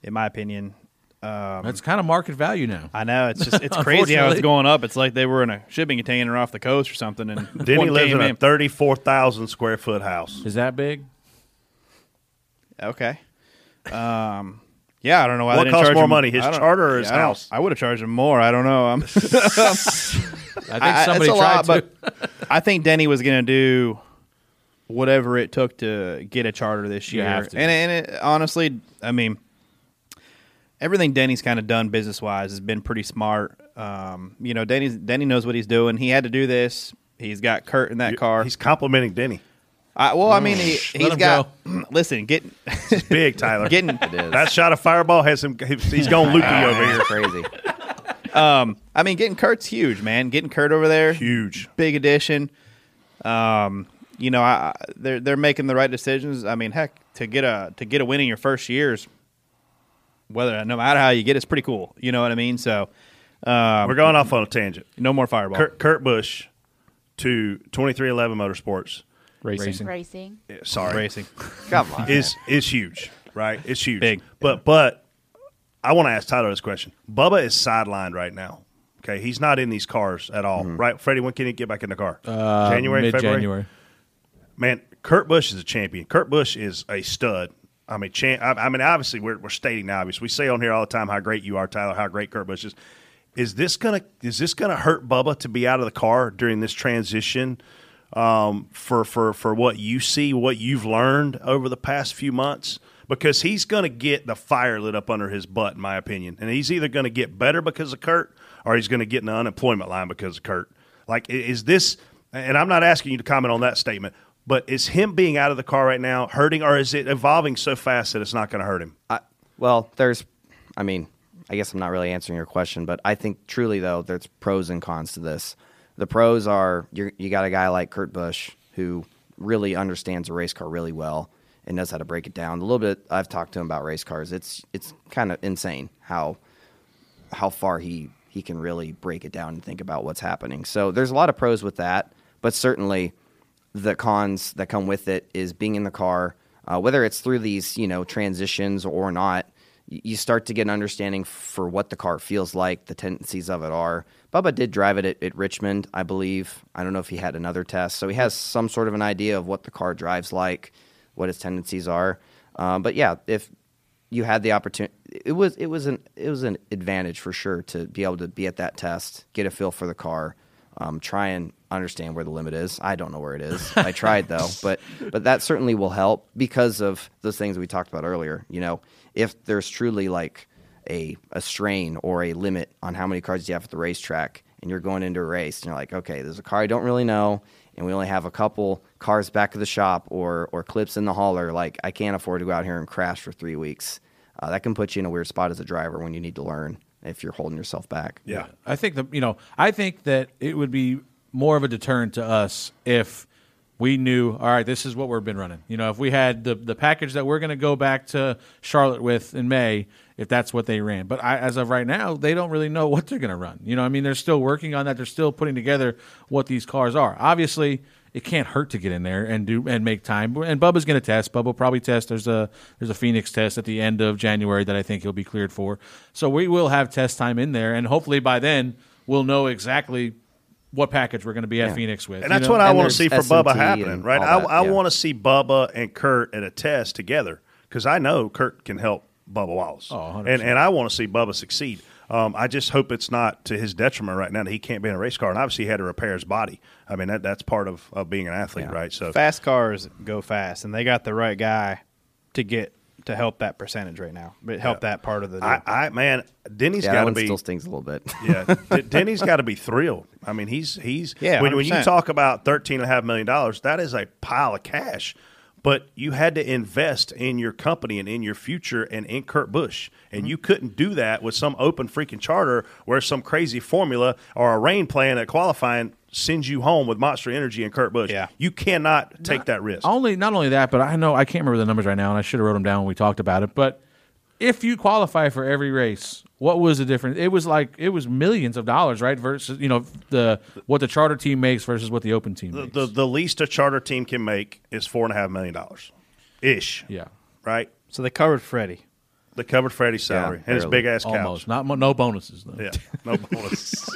D: in my opinion. Um,
E: That's kind of market value now.
D: I know it's just
E: [laughs]
D: it's crazy how it's going up. It's like they were in a shipping container off the coast or something. And
B: Denny
D: one
B: lives
D: came
B: in a
D: in.
B: thirty-four thousand square foot house.
E: Is that big?
D: Okay. Um, yeah, I don't know why
B: What
D: they didn't
B: costs
D: charge
B: more
D: him-
B: money, his
D: I don't-
B: charter or his
D: I don't-
B: house?
D: I would have charged him more. I don't know. I'm, [laughs] I it's
E: somebody
D: a lot,
E: tried to.
D: but I think Denny was going to do whatever it took to get a charter this
E: You
D: year.
E: have to.
D: And, and it, honestly, I mean, everything Denny's kind of done business wise has been pretty smart. Um, you know, Denny's Denny knows what he's doing. He had to do this. He's got Kurt in that car. He's
B: complimenting Denny.
D: I, well, I mean, he,
B: Shh, let
D: he's
B: him
D: got. [clears throat] Listen, getting
B: big,
D: [laughs]
B: Tyler.
D: Getting
B: that shot of fireball has him. He's [laughs] going
D: [laughs]
B: loopy over here.
F: Crazy.
D: Um, I mean, getting Kurt's huge, man. Getting Kurt over there,
B: huge,
D: big addition. Um, you know, I, I- they're they're making the right decisions. I mean, heck, to get a to get a win in your first years, whether no matter how you get, it's pretty cool. You know what I mean? So um,
B: We're going off on a tangent.
D: No more fireball.
B: Kurt, Kurt Busch to 2311 Motorsports.
G: Racing. Racing.
B: Eh, Sorry. [laughs]
D: Racing.
F: Come on,
B: Is is huge, right? It's huge. Big. But but I want to ask Tyler this question. Bubba is sidelined right now. Okay, he's not in these cars at all, right? Freddie, when can he get back in the car?
E: Uh,
B: January, February.
E: mid-January.
B: Man, Kurt Busch is a champion. Kurt Busch is a stud. I mean, champ, I, I mean, obviously we're, we're stating the obvious. We say on here all the time how great you are, Tyler. How great Kurt Busch is. Is this gonna is this gonna hurt Bubba to be out of the car during this transition? Um, for for for what you see, what you've learned over the past few months, because he's gonna get the fire lit up under his butt, in my opinion, and he's either gonna get better because of Kurt, or he's gonna get in the unemployment line because of Kurt. Like, i- is this? And I'm not asking you to comment on that statement, but is him being out of the car right now hurting, or is it evolving so fast that it's not going to hurt him?
F: I, well, there's, I mean, I guess I'm not really answering your question, but I think truly though, there's pros and cons to this. The pros are you you got a guy like Kurt Busch who really understands a race car really well and knows how to break it down. A little bit I've talked to him about race cars. It's it's kind of insane how how far he he can really break it down and think about what's happening. So there's a lot of pros with that, but certainly the cons that come with it is being in the car, uh, whether it's through these you know transitions or not. y- You start to get an understanding for what the car feels like, the tendencies of it are. Bubba did drive it at, at Richmond, I believe. I don't know if he had another test, so he has some sort of an idea of what the car drives like, what its tendencies are. Um, but yeah, if you had the opportunity. It was it was an it was an advantage for sure to be able to be at that test, get a feel for the car, um, try and understand where the limit is. I don't know where it is. I tried though, but but that certainly will help because of those things we talked about earlier. You know, if there's truly like a a strain or a limit on how many cars you have at the racetrack, and you're going into a race, and you're like, okay, there's a car I don't really know, and we only have a couple cars back of the shop or or clips in the hauler. Like, I can't afford to go out here and crash for three weeks. Uh, that can put you in a weird spot as a driver when you need to learn if you're holding yourself back.
B: Yeah.
E: I think the you know I think that it would be more of a deterrent to us if we knew all right this is what we've been running. You know if we had the the package that we're going to go back to Charlotte with in May if that's what they ran. But I, as of right now they don't really know what they're going to run. You know I mean they're still working on that. They're still putting together what these cars are. Obviously it can't hurt to get in there and do and make time. And Bubba's going to test. Bubba will probably test. There's a there's a Phoenix test at the end of January that I think he'll be cleared for. So we will have test time in there, and hopefully by then we'll know exactly what package we're going to be at
B: Yeah.
E: Phoenix with.
B: And
E: you
B: that's
E: know?
B: what I want to see for Bubba happening, right? I, I want to see Bubba and Kurt at a test together because I know Kurt can help Bubba Wallace.
E: Oh, 100%.
B: and, and I want to see Bubba succeed. Um, I just hope it's not to his detriment right now that he can't be in a race car. And obviously, he had to repair his body. I mean, that, that's part of, of being an athlete, right? So
D: fast cars go fast, and they got the right guy to get to help that percentage right now, but help
B: Yeah.
D: that part of the.
B: I, I man, Denny's
D: Yeah, that
B: got to
D: one
B: be
D: still stings a little [laughs] bit.
B: yeah, D- Denny's got to be thrilled. I mean, he's he's
D: Yeah,
B: When, when you
D: 100%.
B: talk about thirteen and a half million dollars, that is a pile of cash. But you had to invest in your company and in your future and in Kurt Busch, and you couldn't do that with some open freaking charter where some crazy formula or a rain plan at qualifying sends you home with Monster Energy and Kurt Busch. Yeah. you cannot take that risk.
E: Only not only that, but I know I can't remember the numbers right now, and I should have wrote them down when we talked about it. But if you qualify for every race, what was the difference? It was like it was millions of dollars, right? Versus you know the what the charter team makes versus what the open team.
B: The, the the least a charter team can make is four and a half million dollars, ish.
E: Yeah,
B: right.
D: So they covered Freddie.
B: They covered Freddie's salary and his big ass couch.
E: Almost. Not mo- no bonuses though. [laughs]
B: Yeah, no bonus.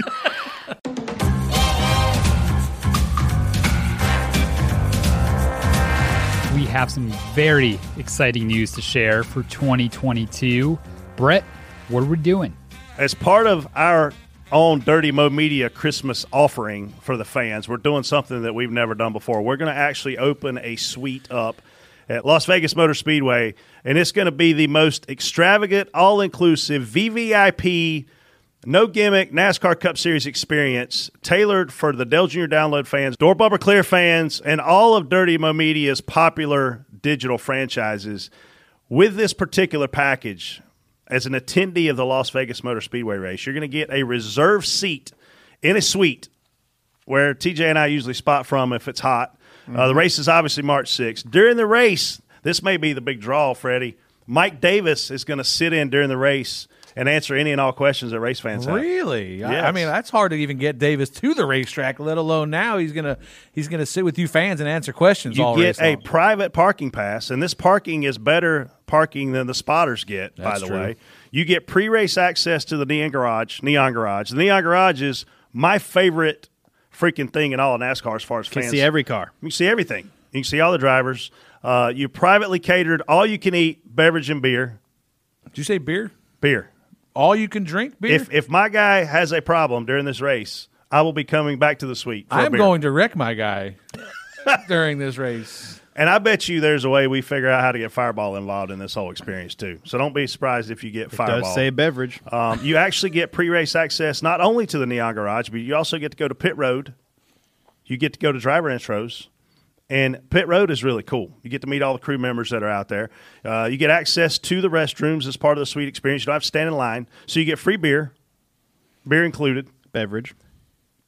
H: We have some very exciting news to share for 2022. Brett, what are we doing?
B: As part of our own Dirty Mo Media Christmas offering for the fans, we're doing something that we've never done before. We're going to actually open a suite up at Las Vegas Motor Speedway, and it's going to be the most extravagant, all inclusive VVIP, no gimmick NASCAR Cup Series experience tailored for the Dell Jr. Download fans, Door Bumper Clear fans, and all of Dirty Mo Media's popular digital franchises. With this particular package, as an attendee of the Las Vegas Motor Speedway race, you're going to get a reserve seat in a suite where TJ and I usually spot from if it's hot. Uh, the race is obviously March 6th. During the race, this may be the big draw, Freddie. Mike Davis is going to sit in during the race and answer any and all questions that race fans have.
E: Really? I- I,
B: Yes.
E: mean, that's hard to even get Davis to the racetrack, let alone now he's gonna he's gonna sit with you fans and answer questions.
B: You
E: all
B: get
E: race
B: a
E: long.
B: private parking pass, and this parking is better parking than the spotters get. by
E: That's
B: the
E: true.
B: way, you get pre-race access to the neon garage. Neon garage. The neon garage is my favorite freaking thing in all of NASCAR as far as
D: Can
B: fans.
D: see every car.
B: You can see everything. You can see all the drivers. Uh, you privately catered all you can eat beverage and beer.
E: Did you say beer?
B: Beer.
E: All you can drink beer.
B: If if my guy has a problem during this race, I will be coming back to the suite. for a
E: I'm
B: beer.
E: going to wreck my guy [laughs] during this race.
B: And I bet you there's a way we figure out how to get Fireball involved in this whole experience too. So don't be surprised if you get Fireball.
D: say beverage.
B: Um, you actually get pre-race access not only to the Neon Garage, but you also get to go to pit road. You get to go to driver intros, and pit road is really cool. You get to meet all the crew members that are out there. Uh, you get access to the restrooms as part of the suite experience. You don't have to stand in line, so you get free beer, beer included,
D: beverage.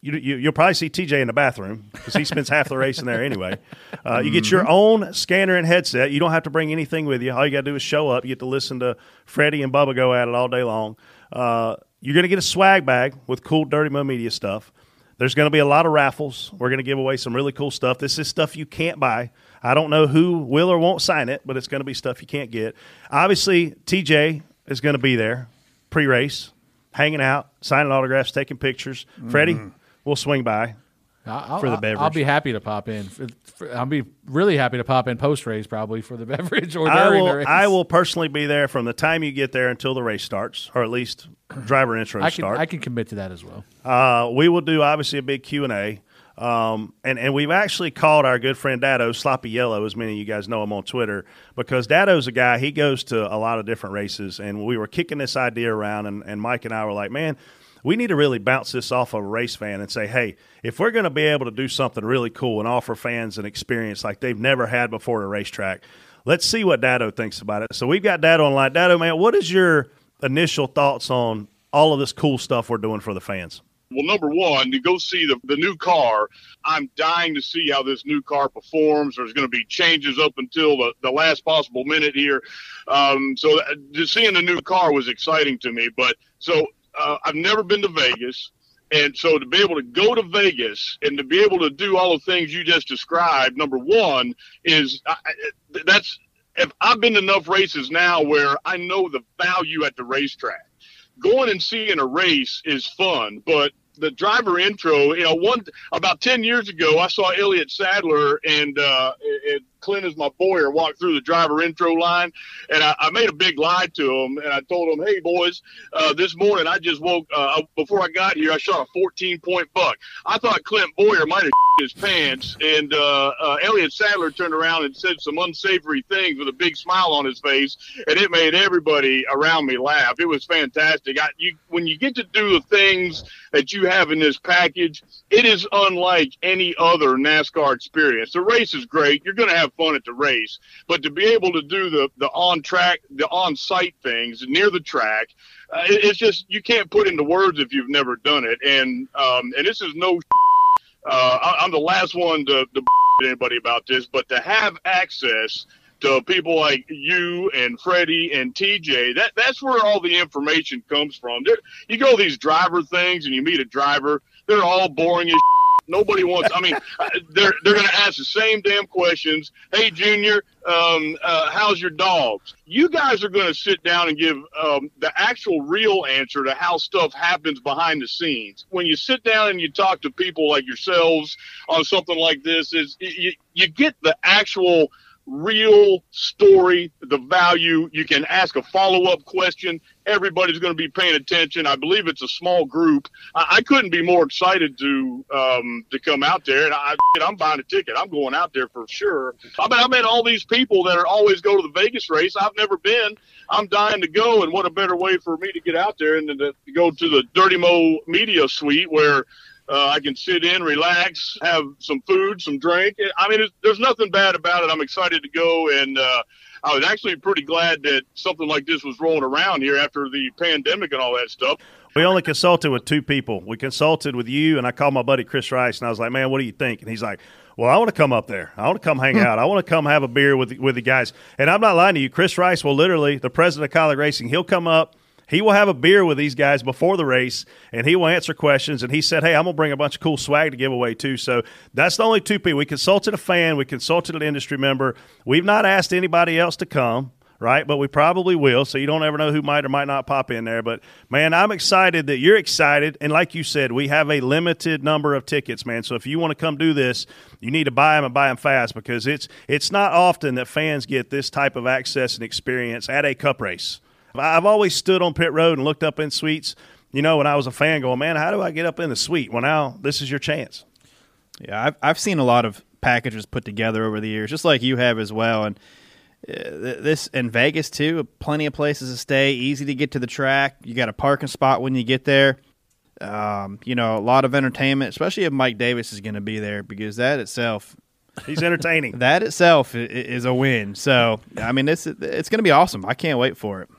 B: You, you, you'll probably see TJ in the bathroom because he spends half the race in there anyway. Uh, you
D: Mm-hmm.
B: get your
E: Mm-hmm.
B: own scanner and headset. You don't have to bring anything with you. All you got to do is show up. You get to listen to Freddie and Bubba go at it all day long. Uh, you're going to get a swag bag with cool Dirty Mo Media stuff. There's going to be a lot of raffles. We're going to give away some really cool stuff. This is stuff you can't buy. I don't know who will or won't sign it, but it's going to be stuff you can't get. Obviously, TJ is going to be there pre race, hanging out, signing autographs, taking pictures. Freddie, we'll swing by.
E: Mm-hmm. I- I'll,
B: For the
E: I'll-
B: beverage.
E: I'll be happy to pop in. For- for- I'll be really happy to pop in post race probably for the [laughs] beverage or
B: I
E: during
B: will,
E: the race.
B: I will personally be there from the time you get there until the race starts, or at least driver intros
E: I can,
B: start.
E: I can commit to that as well.
B: Uh, we will do obviously a big Q and A. Um, and, and we've actually called our good friend Dado Sloppy Yellow, as many of you guys know him on Twitter, because Dado's a guy, he goes to a lot of different races. And we were kicking this idea around, and, and Mike and I were like, man, we need to really bounce this off of a race fan and say, hey, if we're going to be able to do something really cool and offer fans an experience like they've never had before at a racetrack, let's see what Dado thinks about it. So we've got Dado online. Dado, man, what is your initial thoughts on all of this cool stuff we're doing for the fans?
L: Well, number one, to go see the, the new car, I'm dying to see how this new car performs. There's going to be changes up until the, the last possible minute here. Um, so that, just seeing the new car was exciting to me. But so uh, I've never been to Vegas. And so to be able to go to Vegas and to be able to do all the things you just described, number one, is I, I- that's if I've been to enough races now where I know the value at the racetrack going and seeing a race is fun, but the driver intro, you know, one about ten years ago, I saw Elliott Sadler and uh, and Clint is my boyer walk through the driver intro line, and I, I made a big lie to him, and I told him, "Hey boys, uh, this morning I just woke uh, before I got here, I shot a fourteen point buck. I thought Clint Boyer might have [laughs] his pants, and uh, uh, Elliot Sadler turned around and said some unsavory things with a big smile on his face, and it made everybody around me laugh. It was fantastic. I, you, when you get to do the things that you have in this package, it is unlike any other NASCAR experience. The race is great; you're going to have fun at the race, but to be able to do the the on track, the on site things near the track. Uh, it, it's just you can't put into words if you've never done it, and um, and this is no uh, I, I'm the last one to, to [laughs] anybody about this, but to have access to people like you and Freddie and TJ, that that's where all the information comes from. There, you go to these driver things and you meet a driver, they're all boring as [laughs] Nobody wants. I mean, uh, they're they're going to ask the same damn questions. Hey, Junior, um, uh, how's your dogs? You guys are going to sit down and give um, the actual real answer to how stuff happens behind the scenes. When you sit down and you talk to people like yourselves on something like this, is you, you get the actual real story, the value. You can ask a follow up question. Everybody's going to be paying attention. I believe it's a small group. I, I couldn't be more excited to um, to come out there, and I, I'm buying a ticket. I'm going out there for sure. I mean, I met all these people that are always go to the Vegas race. I've never been. I'm dying to go, and what a better way for me to get out there and to, to go to the Dirty Mo Media Suite where. Uh, I can sit in, relax, have some food, some drink. I mean, it's, there's nothing bad about it. I'm excited to go, and uh, I was actually pretty glad that something like this was rolling around here after the pandemic and all that stuff.
B: We only consulted with two people. We consulted with you, and I called my buddy Chris Rice, and I was like, "Man, what do you think?" And he's like, "Well, I want to come up there. I want to come hang out. I want to come have a beer with with the guys." And I'm not lying to you. Chris Rice will literally, the president of College Racing, he'll come up. He will have a beer with these guys before the race, and he will answer questions. And he said, "Hey, I'm gonna bring a bunch of cool swag to give away too." So that's the only two people we consulted a fan, we consulted an industry member. We've not asked anybody else to come right? But we probably will. So you don't ever know who might or might not pop in there. But man, I'm excited that you're excited. And like you said, we have a limited number of tickets, man. So if you want to come do this, you need to buy them and buy them fast because it's it's not often that fans get this type of access and experience at a cup race. I've always stood on pit road and looked up in suites. You know, when I was a fan, going, man, how do I get up in the suite? Well, now this is your chance.
D: Yeah, I've I've seen a lot of packages put together over the years, just like you have as well, and uh, this in Vegas too. Plenty of places to stay, easy to get to the track. You got a parking spot when you get there. Um, you know, a lot of entertainment, especially if Mike Davis is going to be there, because that itself,
B: he's
D: [laughs]
B: entertaining.
D: that itself i- i- is a win. So, I mean, it's it's going to be awesome. I can't wait for it.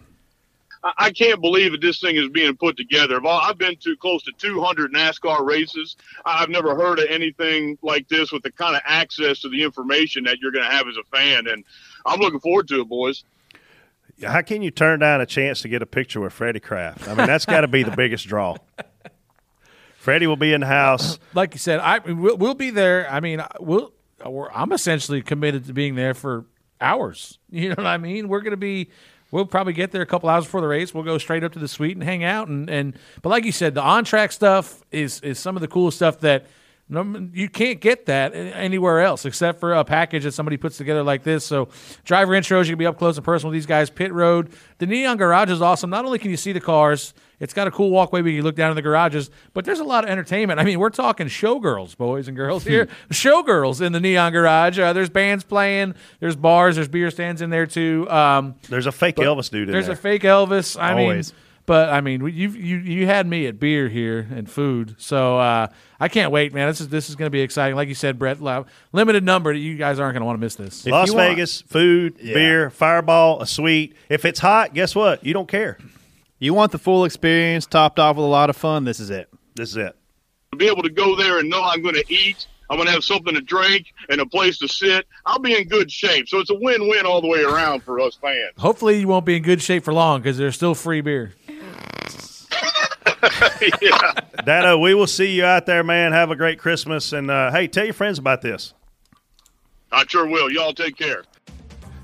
L: I- I can't believe that this thing is being put together. I've all- I've been to close to 200 NASCAR races. I- I've never heard of anything like this with the kind of access to the information that you're going to have as a fan, and I'm looking forward to it, boys.
B: How can you turn down a chance to get a picture with Freddie Kraft? I mean, that's got to be the biggest draw. Freddie will be in the house.
E: [clears throat] Like you said, I we'll, we'll be there. I mean, I- we'll we're, I'm essentially committed to being there for hours. [laughs] You know what I mean? We're going to be. We'll probably get there a couple hours before the race. We'll go straight up to the suite and hang out. And, and but like you said, the on track stuff is is some of the cool stuff that num- you can't get that a- anywhere else except for a package that somebody puts together like this. So driver intros, you can be up close and personal with these guys. Pit road, the neon garage is awesome. Not only can you see the cars, it's got a cool walkway where you look down in the garages, but there's a lot of entertainment. I mean, we're talking showgirls, boys and girls here.
B: Hmm.
E: showgirls in the neon garage. Uh, there's bands playing. There's bars. There's beer stands in there too. Um,
B: there's a fake
E: but
B: Elvis dude in
E: There's
B: there.
E: a fake Elvis. I
B: Always.
E: mean, but I mean, we- you you you had me at beer here and food, so uh, I can't wait, man. This is this is going to be exciting. Like you said, Brett, li- limited number. You guys aren't going to want to miss this.
B: Las Vegas, food, beer, fireball, a suite. If it's hot, guess what? You don't care.
D: You want the full experience topped off with a lot of fun. This is it.
B: This is it.
L: To be able to go there and know I'm going to eat, I'm going to have something to drink and a place to sit, I'll be in good shape. So it's a win-win all the way around for us fans.
E: Hopefully, you won't be in good shape for long because there's still free beer.
B: Dado, we will see you out there, man. Have a great Christmas. And uh, hey, tell your friends about this.
L: I sure will. Y'all take care.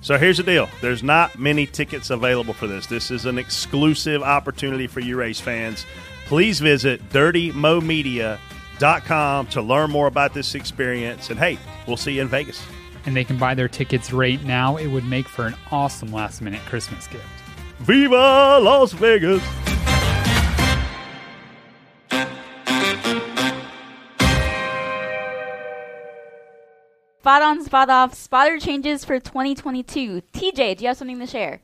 B: So here's the deal. There's not many tickets available for this. This is an exclusive opportunity for you race fans. Please visit dirtymomedia.com to learn more about this experience. And hey, we'll see you in Vegas.
H: And they can buy their tickets right now. It would make for an awesome last minute Christmas gift.
B: Viva Las Vegas!
G: Spot on, spot off, spotter changes for 2022. TJ, do you have something to share?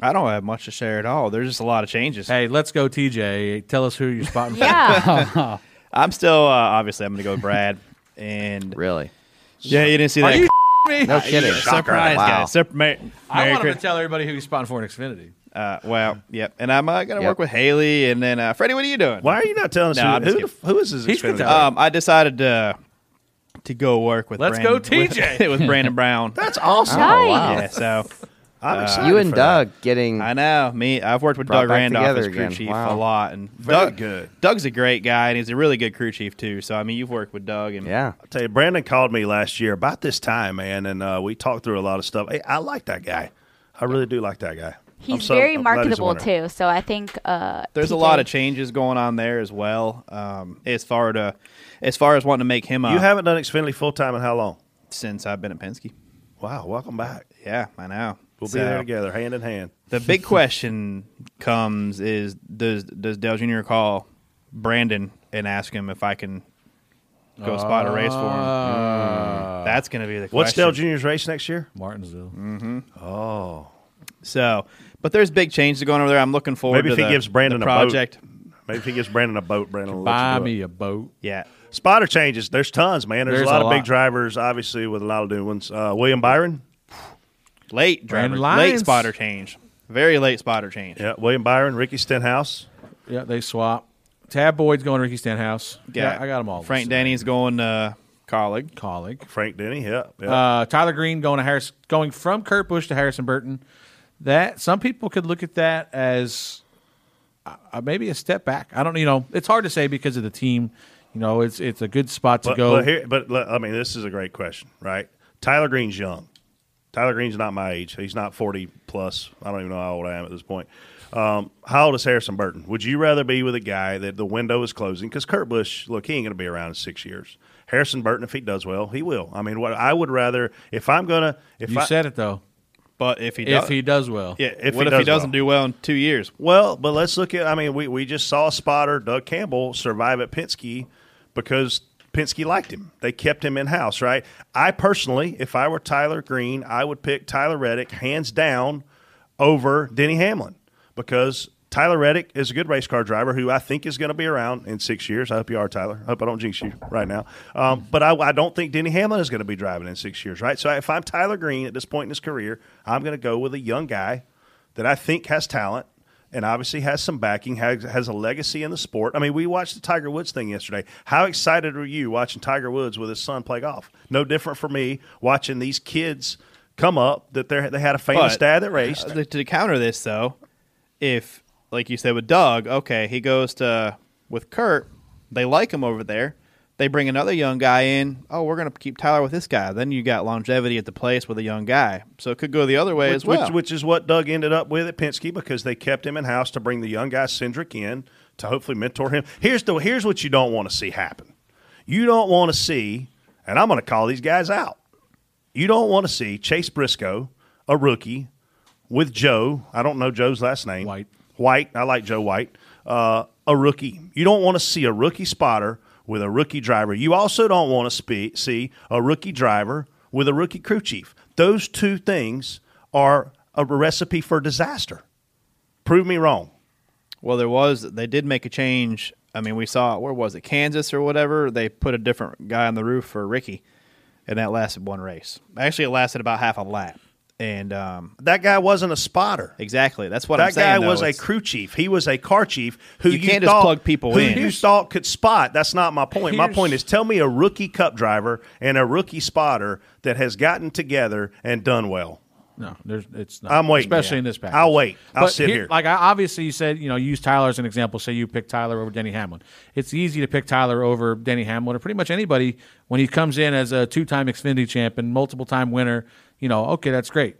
D: I don't have much to share at all. There's just a lot of changes.
E: Hey, let's go, TJ. Tell us who you're spotting.
G: Yeah.
D: I'm still uh, obviously I'm going to go with Brad. And really, yeah, you didn't see
E: Are
D: that. [laughs]
E: you me? No
D: Uh,
E: kidding.
D: yeah,
E: Shocker.
D: Surprise,
E: Wow.
D: guys. Sup- Mer-
E: I
D: Merry
E: want
D: Christ-
E: him to tell everybody who he's spotting for an Xfinity.
D: Uh, well, yep. And I'm uh, gonna
E: Yep.
D: work with Haley, and then uh, Freddie. What are you doing?
B: Why are you not telling us who- who the f- who is his He's gonna Xfinity? tell
D: Um, I decided to to go work with.
B: Let's
D: Brandon,
B: go,
D: [laughs]
B: TJ.
D: With, with Brandon Brown.
B: That's awesome.
D: Yeah.
B: Nice.
D: So
B: I'm
F: Uh,
B: excited
F: You and
B: for
F: Doug getting.
D: I know. Me, I've worked with
F: brought
D: Doug
F: back
D: Randolph as
F: together
D: crew
F: again.
D: chief a
F: Wow.
D: lot, and
F: Very
D: Doug, good. Doug's a great guy, and he's a really good crew chief too. So I mean, you've worked with Doug, and
F: yeah,
B: I tell you, Brandon called me last year about this time, man, and uh, we talked through a lot of stuff. Hey, I like that guy. I really do like that guy. I'm
G: He's
B: so-
G: very
B: I'm glad he's a
G: marketable
B: winner.
G: too, so I think uh,
D: there's a
G: TJ
D: lot of changes going on there as well. Um, as far to, as far as wanting to make him,
B: You
D: a-
B: haven't done Xfinity full time in how long?
D: since I've been at Penske.
B: Wow, welcome back.
D: Yeah, I know.
B: We'll be there together, hand in hand.
D: The
B: [laughs]
D: big question comes is does does Dale Jr. call Brandon and ask him if I can go spot a race for him? Hmm.
B: Mm.
E: Ah.
D: That's going to be the question.
B: What's Dale Jr.'s race next year?
E: Martinsville.
D: Mm-hmm.
B: Oh,
D: so but there's big changes going over there. I'm looking forward.
B: Maybe
D: to
B: if he
D: the-
B: gives Brandon
D: the
B: a
D: project.
B: boat. Maybe if he gives Brandon a boat, Brandon will
D: Buy
B: let you do it.
D: me
E: a boat.
D: Yeah.
B: Spotter changes. There's tons, man. There's,
D: There's
B: a lot
D: a
B: of big
D: lot.
B: drivers, obviously, with a lot of new ones. Uh, William Byron.
D: Late driver,
B: Brandon
D: late
B: Lyons.
D: spotter change, very late spotter change.
B: Yeah, William Byron, Ricky Stenhouse.
E: Yeah, they swap. Tab Boyd's going Ricky Stenhouse. Yeah, I got them all.
D: Frank
E: listed.
D: Denny's going uh, colleague.
E: Colleague.
B: Frank Denny. Yeah. yeah.
E: Uh, Tyler Green going to Harris, going from Kurt Busch to Harrison Burton. That some people could look at that as uh, uh, maybe a step back. I don't, you know, it's hard to say because of the team. You know, it's it's a good spot to
B: but,
E: go.
B: But, here, but le- I mean, this is a great question, right? Tyler Green's young. Tyler Green's not my age. He's not 40 plus. I don't even know how old I am at this point. Um, how old is Harrison Burton? Would you rather be with a guy that the window is closing? Because Kurt Busch, look, he ain't going to be around in six years. Harrison Burton, if he does well, he will. I mean, what I would rather, if I'm going to. if
E: you
B: I,
E: said it though.
D: But if he
E: if
D: does-
E: he does well,
B: Yeah, if
D: what
B: he
D: if he
B: does
D: doesn't
B: well?
D: do well in two years?
B: Well, but let's look at. I mean, we, we just saw spotter Doug Campbell survive at Penske because Penske liked him. They kept him in house, right? I personally, if I were Tyler Green, I would pick Tyler Reddick hands down over Denny Hamlin because Tyler Reddick is a good race car driver who I think is going to be around in six years. I hope you are, Tyler. I hope I don't jinx you right now. Um, but I, I don't think Denny Hamlin is going to be driving in six years, right? So if I'm Tyler Green at this point in his career, I'm going to go with a young guy that I think has talent and obviously has some backing, has, has a legacy in the sport. I mean, we watched the Tiger Woods thing yesterday. How excited were you watching Tiger Woods with his son play golf? No different for me watching these kids come up that they they had a famous
D: But,
B: dad that raced.
D: uh, To counter this, though, if like you said with Doug, okay, he goes to with Kurt, they like him over there. They bring another young guy in. Oh, we're gonna keep Tyler with this guy. Then you got longevity at the place with a young guy. So it could go the other way
B: which,
D: as well.
B: Which, which is what Doug ended up with at Penske because they kept him in house to bring the young guy Cindric in to hopefully mentor him. Here's the here's what you don't want to see happen. You don't want to see, and I'm going to call these guys out. You don't want to see Chase Briscoe, a rookie, with Joe. I don't know Joe's last name. White. White. I like Joe White. Uh, a rookie. You don't want to see a rookie spotter with a rookie driver. You also don't want to spe- see a rookie driver with a rookie crew chief. Those two things are a recipe for disaster. Prove me wrong.
D: Well, there was they did make a change. I mean, we saw where was it Kansas or whatever? They put a different guy on the roof for Ricky, and that lasted one race. Actually, it lasted about half a lap. And um,
B: that guy wasn't a spotter.
D: Exactly. That's what
B: that
D: I'm saying.
B: guy
D: though.
B: was a
D: It's-
B: crew chief. He was a car chief who
D: You
B: you,
D: can't just
B: thought,
D: plug people
B: who
D: in.
B: You thought could spot. That's not my point. my
D: Here's-
B: point is, tell me a rookie cup driver and a rookie spotter that has gotten together and done well.
E: No, there's it's not.
B: I'm waiting. Yeah.
E: especially in this package.
B: I'll wait. I'll sit here.
E: Like I, obviously, you said you know, you use Tyler as an example. Say you pick Tyler over Denny Hamlin. It's easy to pick Tyler over Denny Hamlin or pretty much anybody when he comes in as a two-time Xfinity champ and multiple-time winner. You know, okay, that's great.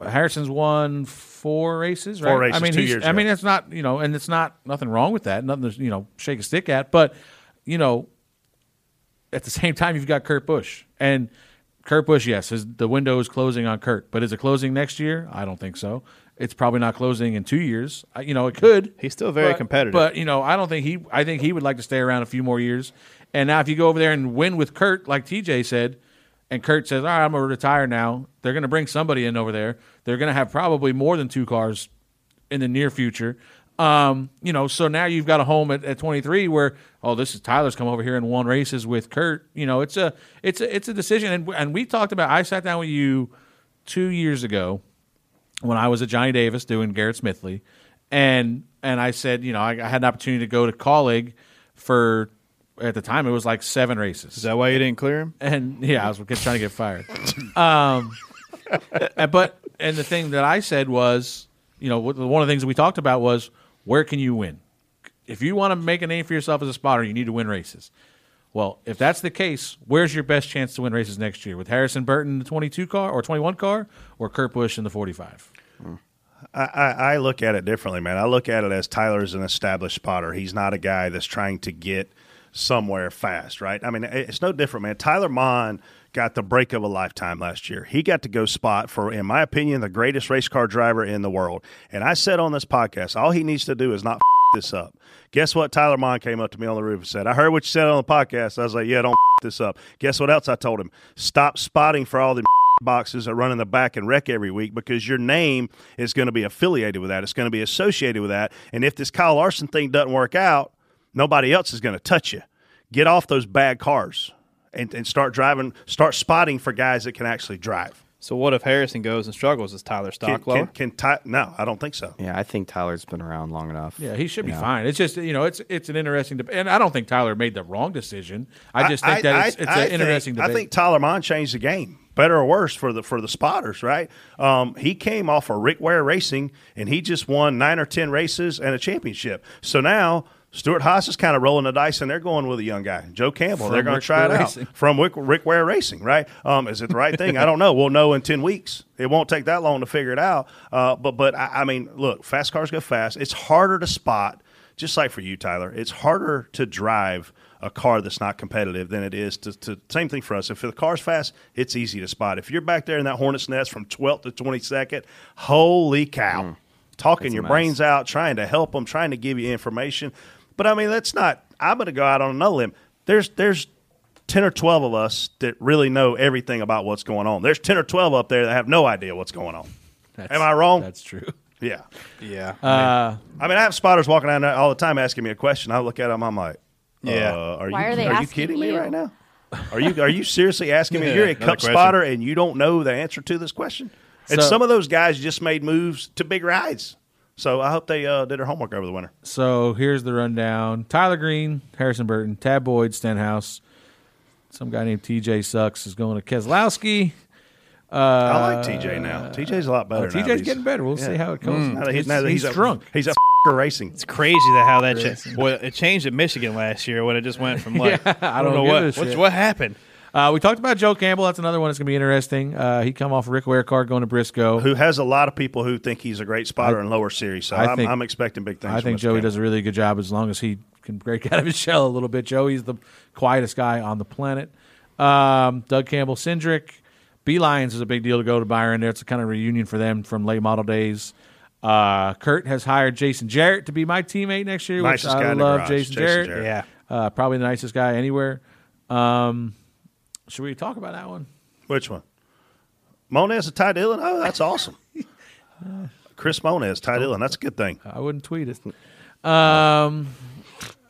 E: Harrison's won four races, right?
B: Four races,
E: I mean,
B: two
E: he's-
B: years
E: I
B: ago.
E: mean, it's not you know, and it's not nothing wrong with that. Nothing to you know, shake a stick at. But you know, at the same time, you've got Kurt Busch and Kurt Busch. Yes, his, the window is closing on Kurt, but is it closing next year? I don't think so. It's probably not closing in two years. I, you know, it could.
D: He's still very
E: but-
D: competitive.
E: but you know, I don't think he. I think he would like to stay around a few more years. And now, if you go over there and win with Kurt, like TJ said, and Kurt says, "All right, I'm gonna retire now," they're gonna bring somebody in over there. They're gonna have probably more than two cars in the near future. Um, you know, so now you've got a home at, at 23 where oh, this is Tyler's come over here and won races with Kurt. You know, it's a it's a it's a decision, and and we talked about. I sat down with you two years ago when I was at Johnny Davis doing Garrett Smithley, and and I said, you know, I, I had an opportunity to go to colleague for at the time it was like seven races. Is
D: that why you didn't clear him?
E: [laughs] And yeah, I was trying to get fired. um, uh, but and the thing that I said was, you know, wh- one of the things we talked about was where can you win? If you want to make a name for yourself as a spotter, you need to win races. Well, if that's the case, where's your best chance to win races next year with Harrison Burton in the 22 car or 21 car or Kurt Busch in the 45?
B: I, I, I look at it differently, man. I look at it as Tyler's an established spotter. He's not a guy that's trying to get somewhere fast, right? I mean, it- it's no different, man. Tyler Mon got the break of a lifetime last year. He got to go spot for, in my opinion, the greatest race car driver in the world. And I said on this podcast, all he needs to do is not [laughs] f- this up. Guess what? Tyler Mon came up to me on the roof and said, I heard what you said on the podcast. I was like, yeah, don't [laughs] f- this up. Guess what else I told him? Stop spotting for all the [laughs] boxes that run in the back and wreck every week because your name is going to be affiliated with that. It's going to be associated with that. And if this Kyle Larson thing doesn't work out, nobody else is going to touch you. Get off those bad cars and, and start driving, start spotting for guys that can actually drive.
D: So what if Harrison goes and struggles? Is Tyler
B: Can,
D: Stocklower?
B: can, can Ty- no, I don't think so.
F: Yeah, I think Tyler's been around long enough.
E: Yeah, he should be
F: Yeah.
E: fine. It's just you know, it's it's an interesting debate, and I don't think Tyler made the wrong decision. I just think that it's, it's
B: I
E: an
B: think-
E: interesting debate.
B: I think Tyler Mond changed the game, better or worse for the for the spotters. Right? Um, he came off of Rick Ware Racing, and he just won nine or ten races and a championship. So now. Stuart Haas is kind of rolling the dice, and they're going with a young guy, Joe Campbell.
D: From
B: they're going to
D: Rick
B: try it
D: Ware
B: out
D: Racing.
B: from Rick, Rick Ware Racing, right? Um, is it the right thing? I
E: [laughs]
B: don't know. We'll know in ten weeks. It won't take that long to figure it out. Uh, but but I, I mean, look, fast cars go fast. It's harder to spot, just like for you, Tyler. It's harder to drive a car that's not competitive than it is to, to same thing for us. If the car's fast, it's easy to spot. If you're back there in that hornet's nest from 12th to 22nd, holy cow. Talking
D: It's a
B: your
D: mess.
B: brains out, trying to help them, trying to give you information. But I mean, that's not I'm going to go out on another limb. There's there's 10 or 12 of us that really know everything about what's going on. There's 10 or 12 up there that have no idea what's going on. Am I wrong? That's
E: true.
B: Yeah.
D: Yeah.
E: Uh,
B: I mean, I have spotters walking down there all the time asking me a question. I look at them, I'm like,
D: Yeah.
B: yeah. are
G: Why
B: you,
G: are they
B: are you
G: asking
B: kidding me
G: you?
B: right now? Are you are you seriously asking me?
D: Yeah,
B: You're a
D: another
B: cup
D: question.
B: spotter and you don't know the answer to this question. And
E: So-
B: some of those guys just made moves to big rides. So I hope they uh, did their homework over the winter.
E: So here's the rundown: Tyler Green, Harrison Burton, Tad Boyd, Stenhouse, some guy named TJ Sucks is going to Keselowski. Uh,
B: I like TJ now. TJ's a lot better. Mm-hmm.
E: oh, TJ's getting better. We'll see how it goes.
D: Hmm,
B: Now that he-
E: He's-
B: now that
E: he's
B: a-
E: drunk.
B: he's a f***er racing. It's
D: crazy that how that
E: Crazy.
D: cha- well, it changed at Michigan last year when it just went from
B: [laughs]
D: like
E: Yeah,
D: I, don't know
E: give
D: what
E: a
D: what's-
E: shit.
D: what happened.
E: Uh, we talked about Joe Campbell. That's another one that's going to be interesting. Uh, he come off Rick Ware car going to Briscoe.
B: Who has a lot of people who think he's a great spotter in lower series. So
E: I
B: I'm,
E: think-
B: I'm expecting big things.
E: I
B: from
E: think
B: Mr.
E: Joey
B: Campbell.
E: does a really good job as long as he can break [laughs] out of his shell a little bit. Joey's the quietest guy on the planet. Um, Doug Campbell, Cindric, B Lions is a big deal to go to Byron. There, it's a kind of reunion for them from late model days. Uh, Kurt has hired Jason Jarrett to be my teammate next year, which
D: Nicest guy
E: I
D: in the
E: love.
D: garage,
E: Jason,
D: Jason
E: Jarrett,
D: Jarrett. Yeah.
E: uh, probably the nicest guy anywhere. Um, should we talk about that one?
B: Which one? Monez and Ty Dillon. Oh, that's
E: [laughs]
B: awesome. Chris Monez, Ty Dillon. That's a good thing.
E: I wouldn't tweet it. Um,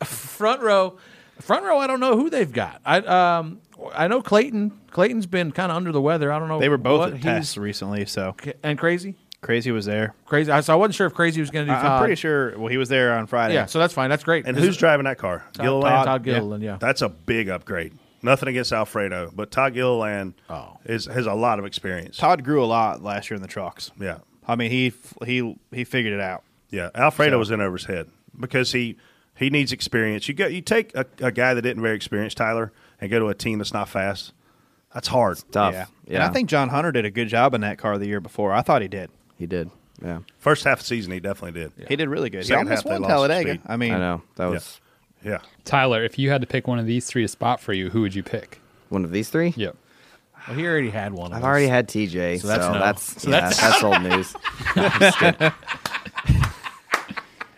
E: front row, front row. I don't know who they've got. I um, I know Clayton. Clayton's been kind of under the weather. I don't
B: Oh,
E: know.
D: They were both
E: what
D: at
E: he's-
D: tests recently, so
E: and crazy.
D: Crazy was there.
E: Crazy. I, so I wasn't sure if Crazy was going to do.
D: I-
E: Todd.
D: I'm pretty sure. Well, he was there on Friday.
E: Yeah, so that's fine. That's great.
B: And
E: This
B: who's
E: is-
B: driving that car?
E: Todd- Todd Gilliland, yeah.
B: That's a big upgrade. Nothing against Alfredo, but Todd Gilliland
D: Oh.
B: is, has a lot of experience.
D: Todd grew a lot last year in the trucks.
B: Yeah.
D: I mean he he he figured it out.
B: Yeah, Alfredo
D: So-
B: was in over his head because he he needs experience. You go, you take a, a guy that isn't very experienced, Tyler, and go to a team that's not fast. That's hard.
D: Yeah. And I think John Hunter did a good job in that car the year before. I thought he did.
F: He did. Yeah.
B: First half of the season, he definitely did.
D: He did really good.
B: Second
D: he almost
B: half, they
D: won
B: lost some
D: Talladega.
B: speed.
D: I mean,
B: Yeah. yeah.
H: Tyler, if you had to pick one of these three to spot for you, who would you pick?
F: One of these three?
H: Yep.
E: Well, he already had one. Of
F: I've
E: those.
F: already had TJ, so
E: So that's
F: that's
E: no.
F: that's,
E: So
F: yeah,
E: that's- [laughs]
F: that's, old news. No, I'm just kidding.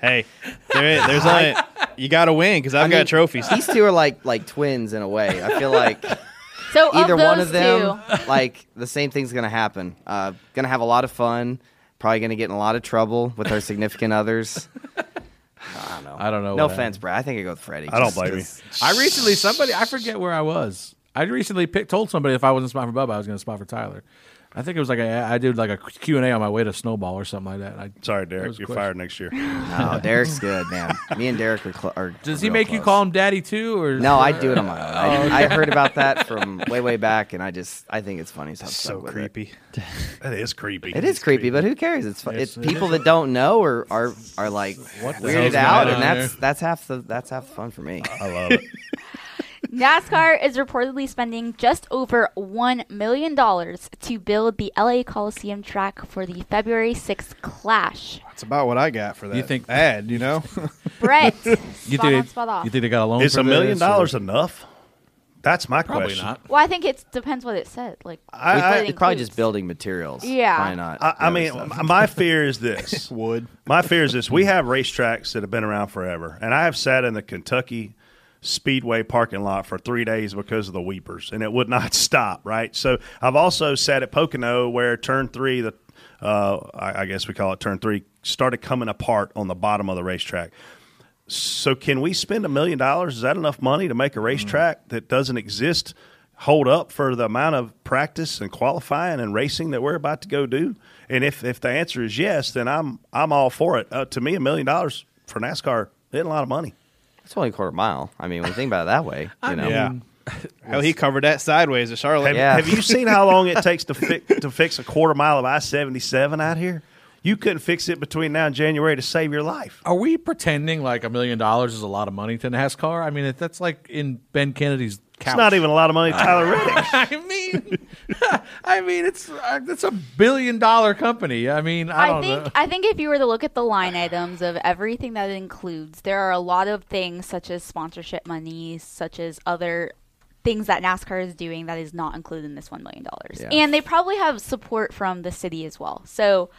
D: Hey, there is,
F: [laughs]
D: there's only you got to win because I've
F: I
D: got
F: mean,
D: trophies.
F: These two are like like twins in a way. I feel
D: [laughs]
F: like
G: [laughs] So
F: either
G: of
F: one
G: those
F: of them, like the same thing's gonna happen. Uh, gonna have a lot of fun. Probably gonna get in a lot of trouble with our significant others. I don't know.
E: I don't know.
F: No
E: what
F: offense, Brad. I think I go with Freddie.
B: I don't
F: just
B: blame you. [laughs]
F: 'cause-
E: I recently somebody I forget where I was. I recently picked, told somebody if I wasn't spot for Bubba, I was going to spot for Tyler. I think it was like a, I did like a Q and A on my way to Snowball or something like that. I,
B: Sorry,
E: that
B: Derek,
E: was a
B: you're
E: question.
B: fired next year.
F: [laughs] Oh, Derek's good,
B: [laughs]
F: man. Me and Derek are. Cl- are
E: Does he make you call him daddy too, or
F: No, I do it on my own. I,
E: Oh,
F: I
E: okay.
F: heard
B: [laughs]
F: about that from way way back, and I just I think it's funny. So, I'm stuck with it.
B: that is creepy.
F: [laughs] It is creepy, but who cares? It's fun.
B: Yes,
F: it's
B: it
F: people
B: is.
F: that don't know are are, are like
B: What the hell's
F: weirded
B: going
F: out,
B: on
F: and that's
B: there?
F: that's half the that's half the fun for me. I
B: love it.
G: NASCAR is reportedly spending just over $1 million to build the LA Coliseum track for the February 6th clash.
D: That's about what I got for that. You think ad? You
E: [laughs]
D: know, [laughs]
B: [laughs]
G: Brett, you
D: You
G: spot on, spot off.
E: think they got a loan
B: Is
E: for
B: a million
E: this, or-
B: dollars enough? That's my
E: Probably
B: question.
E: not.
G: Well, I think it depends what it said. Like,
B: I-
G: what
B: I-
G: it
B: it's probably
G: includes.
F: Just building materials.
G: Yeah.
F: Why not?
B: I, I mean, m- my fear is
F: [laughs]
B: this. Wood. My fear is this. We have racetracks that have been around forever, and I have sat in the Kentucky Speedway parking lot for three days because of the weepers, and it would not [laughs] stop. Right. So I've also sat at Pocono where turn three, the uh, I, I guess we call it turn three, started coming apart on the bottom of the racetrack. So can we spend a million dollars? Is that enough money to make a racetrack that doesn't exist hold up for the amount of practice and qualifying and racing that we're about to go do? And if if the answer is yes, then I'm I'm all for it. Uh, to me, a million dollars for NASCAR isn't a lot of money.
F: It's only a quarter mile. I mean, when you think about it that way, you know.
D: yeah. Hell, he covered that sideways at Charlotte.
B: Have, have you seen how long it takes to
F: [laughs]
B: fix to fix a quarter mile of I seventy seven out here? You couldn't fix it between now and January to save your life.
E: Are we pretending like a million dollars is a lot of money to NASCAR? I mean, if that's like in Ben Kennedy's couch.
B: It's not even a lot of money, to
E: [laughs]
B: Tyler Reddick.
E: I mean, [laughs] I mean, it's uh, it's a billion dollar company. I mean, I,
G: I
E: don't
G: think
E: know.
G: I think if you were to look at the line items of everything that it includes, there are a lot of things such as sponsorship money, such as other things that NASCAR is doing that is not included in this one million dollars.
B: Yeah.
G: And they probably have support from the city as well. So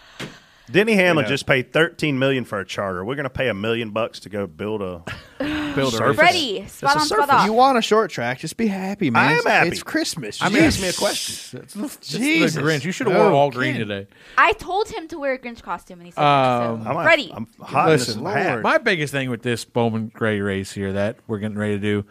B: Denny Hamlin
D: Yeah.
B: just paid thirteen million for a charter. We're going to pay a million bucks to go build a
D: [laughs] Build a
B: surface.
G: Freddie,
B: It's
G: spot
B: a
G: on, spot
B: surface.
D: [laughs]
G: off.
D: You want a short track? Just be happy, man.
B: I am
D: It's-
B: happy.
D: It's Christmas.
E: I
D: You
E: mean,
D: asked
E: it's-
D: question.
E: It's the
D: Jesus,
E: Grinch. You should have worn
D: No
E: all green
D: kidding.
E: today.
G: I told him to wear a Grinch costume, and he said,
E: Um,
G: so. Freddie,
E: Listen, my biggest thing with this Bowman Gray race here that we're getting ready to do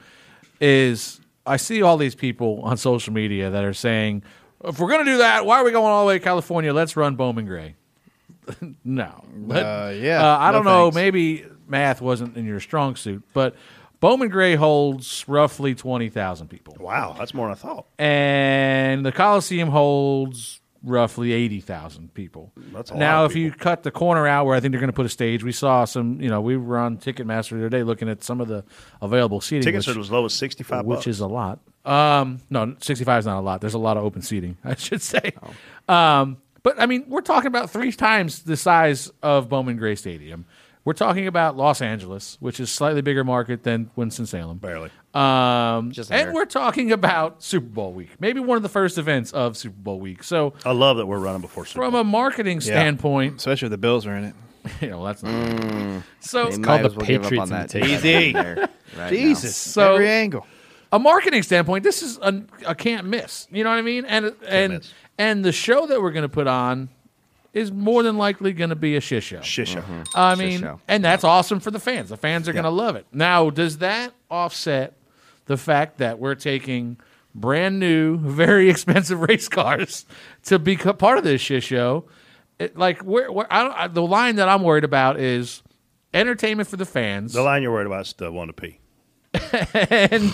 E: is I see all these people on social media that are saying, if we're going to do that, why are we going all the way to California? Let's run Bowman Gray. [laughs] no. Let-
D: Uh, yeah,
E: uh, I
D: no
E: don't know.
D: thanks.
E: Maybe math wasn't in your strong suit, but Bowman Gray holds roughly 20,000 people.
B: Wow, that's more than I thought.
E: And the Coliseum holds roughly 80,000 people.
B: That's a
E: now,
B: lot
E: if
B: of
E: you cut the corner out where I think they're going to put a stage, we saw some, you know, we were on Ticketmaster the other day looking at some of the available seating.
B: Tickets
E: which-
B: are as low as sixty five,
E: which is a lot. Um, no, 65 is not a lot. There's a lot of open seating, [laughs] I should say. Um, but I mean, we're talking about three times the size of Bowman Gray Stadium. We're talking about Los Angeles, which is slightly bigger market than Winston Salem,
B: barely.
E: Um,
B: Just
E: and
B: there.
E: we're talking about Super Bowl week, maybe one of the first events of Super Bowl week. So
B: I love that we're running before Super
E: from a marketing standpoint,
D: especially if the Bills are in
E: [laughs]
D: it.
E: you know that's not.
B: Mm.
E: So
D: They It's might called as the well give up Patriots on and that the Texans. Easy. There,
F: [laughs]
D: right Jesus, every angle.
E: A marketing standpoint, this is a, a can't miss. You know what I mean? And and and the show that we're going to put on is more than likely going to be a shit show. Shit
B: show.
E: I
B: Shit
E: mean,
B: show.
E: and that's awesome for the fans. The fans are
B: Yeah.
E: going to love it. Now, does that offset the fact that we're taking brand new, [laughs] very expensive race cars to be co- part of this shit show? It, like, where, where I, don't- I, the line that I'm worried about is entertainment for the fans.
B: The line you're worried about is the one to pee.
E: and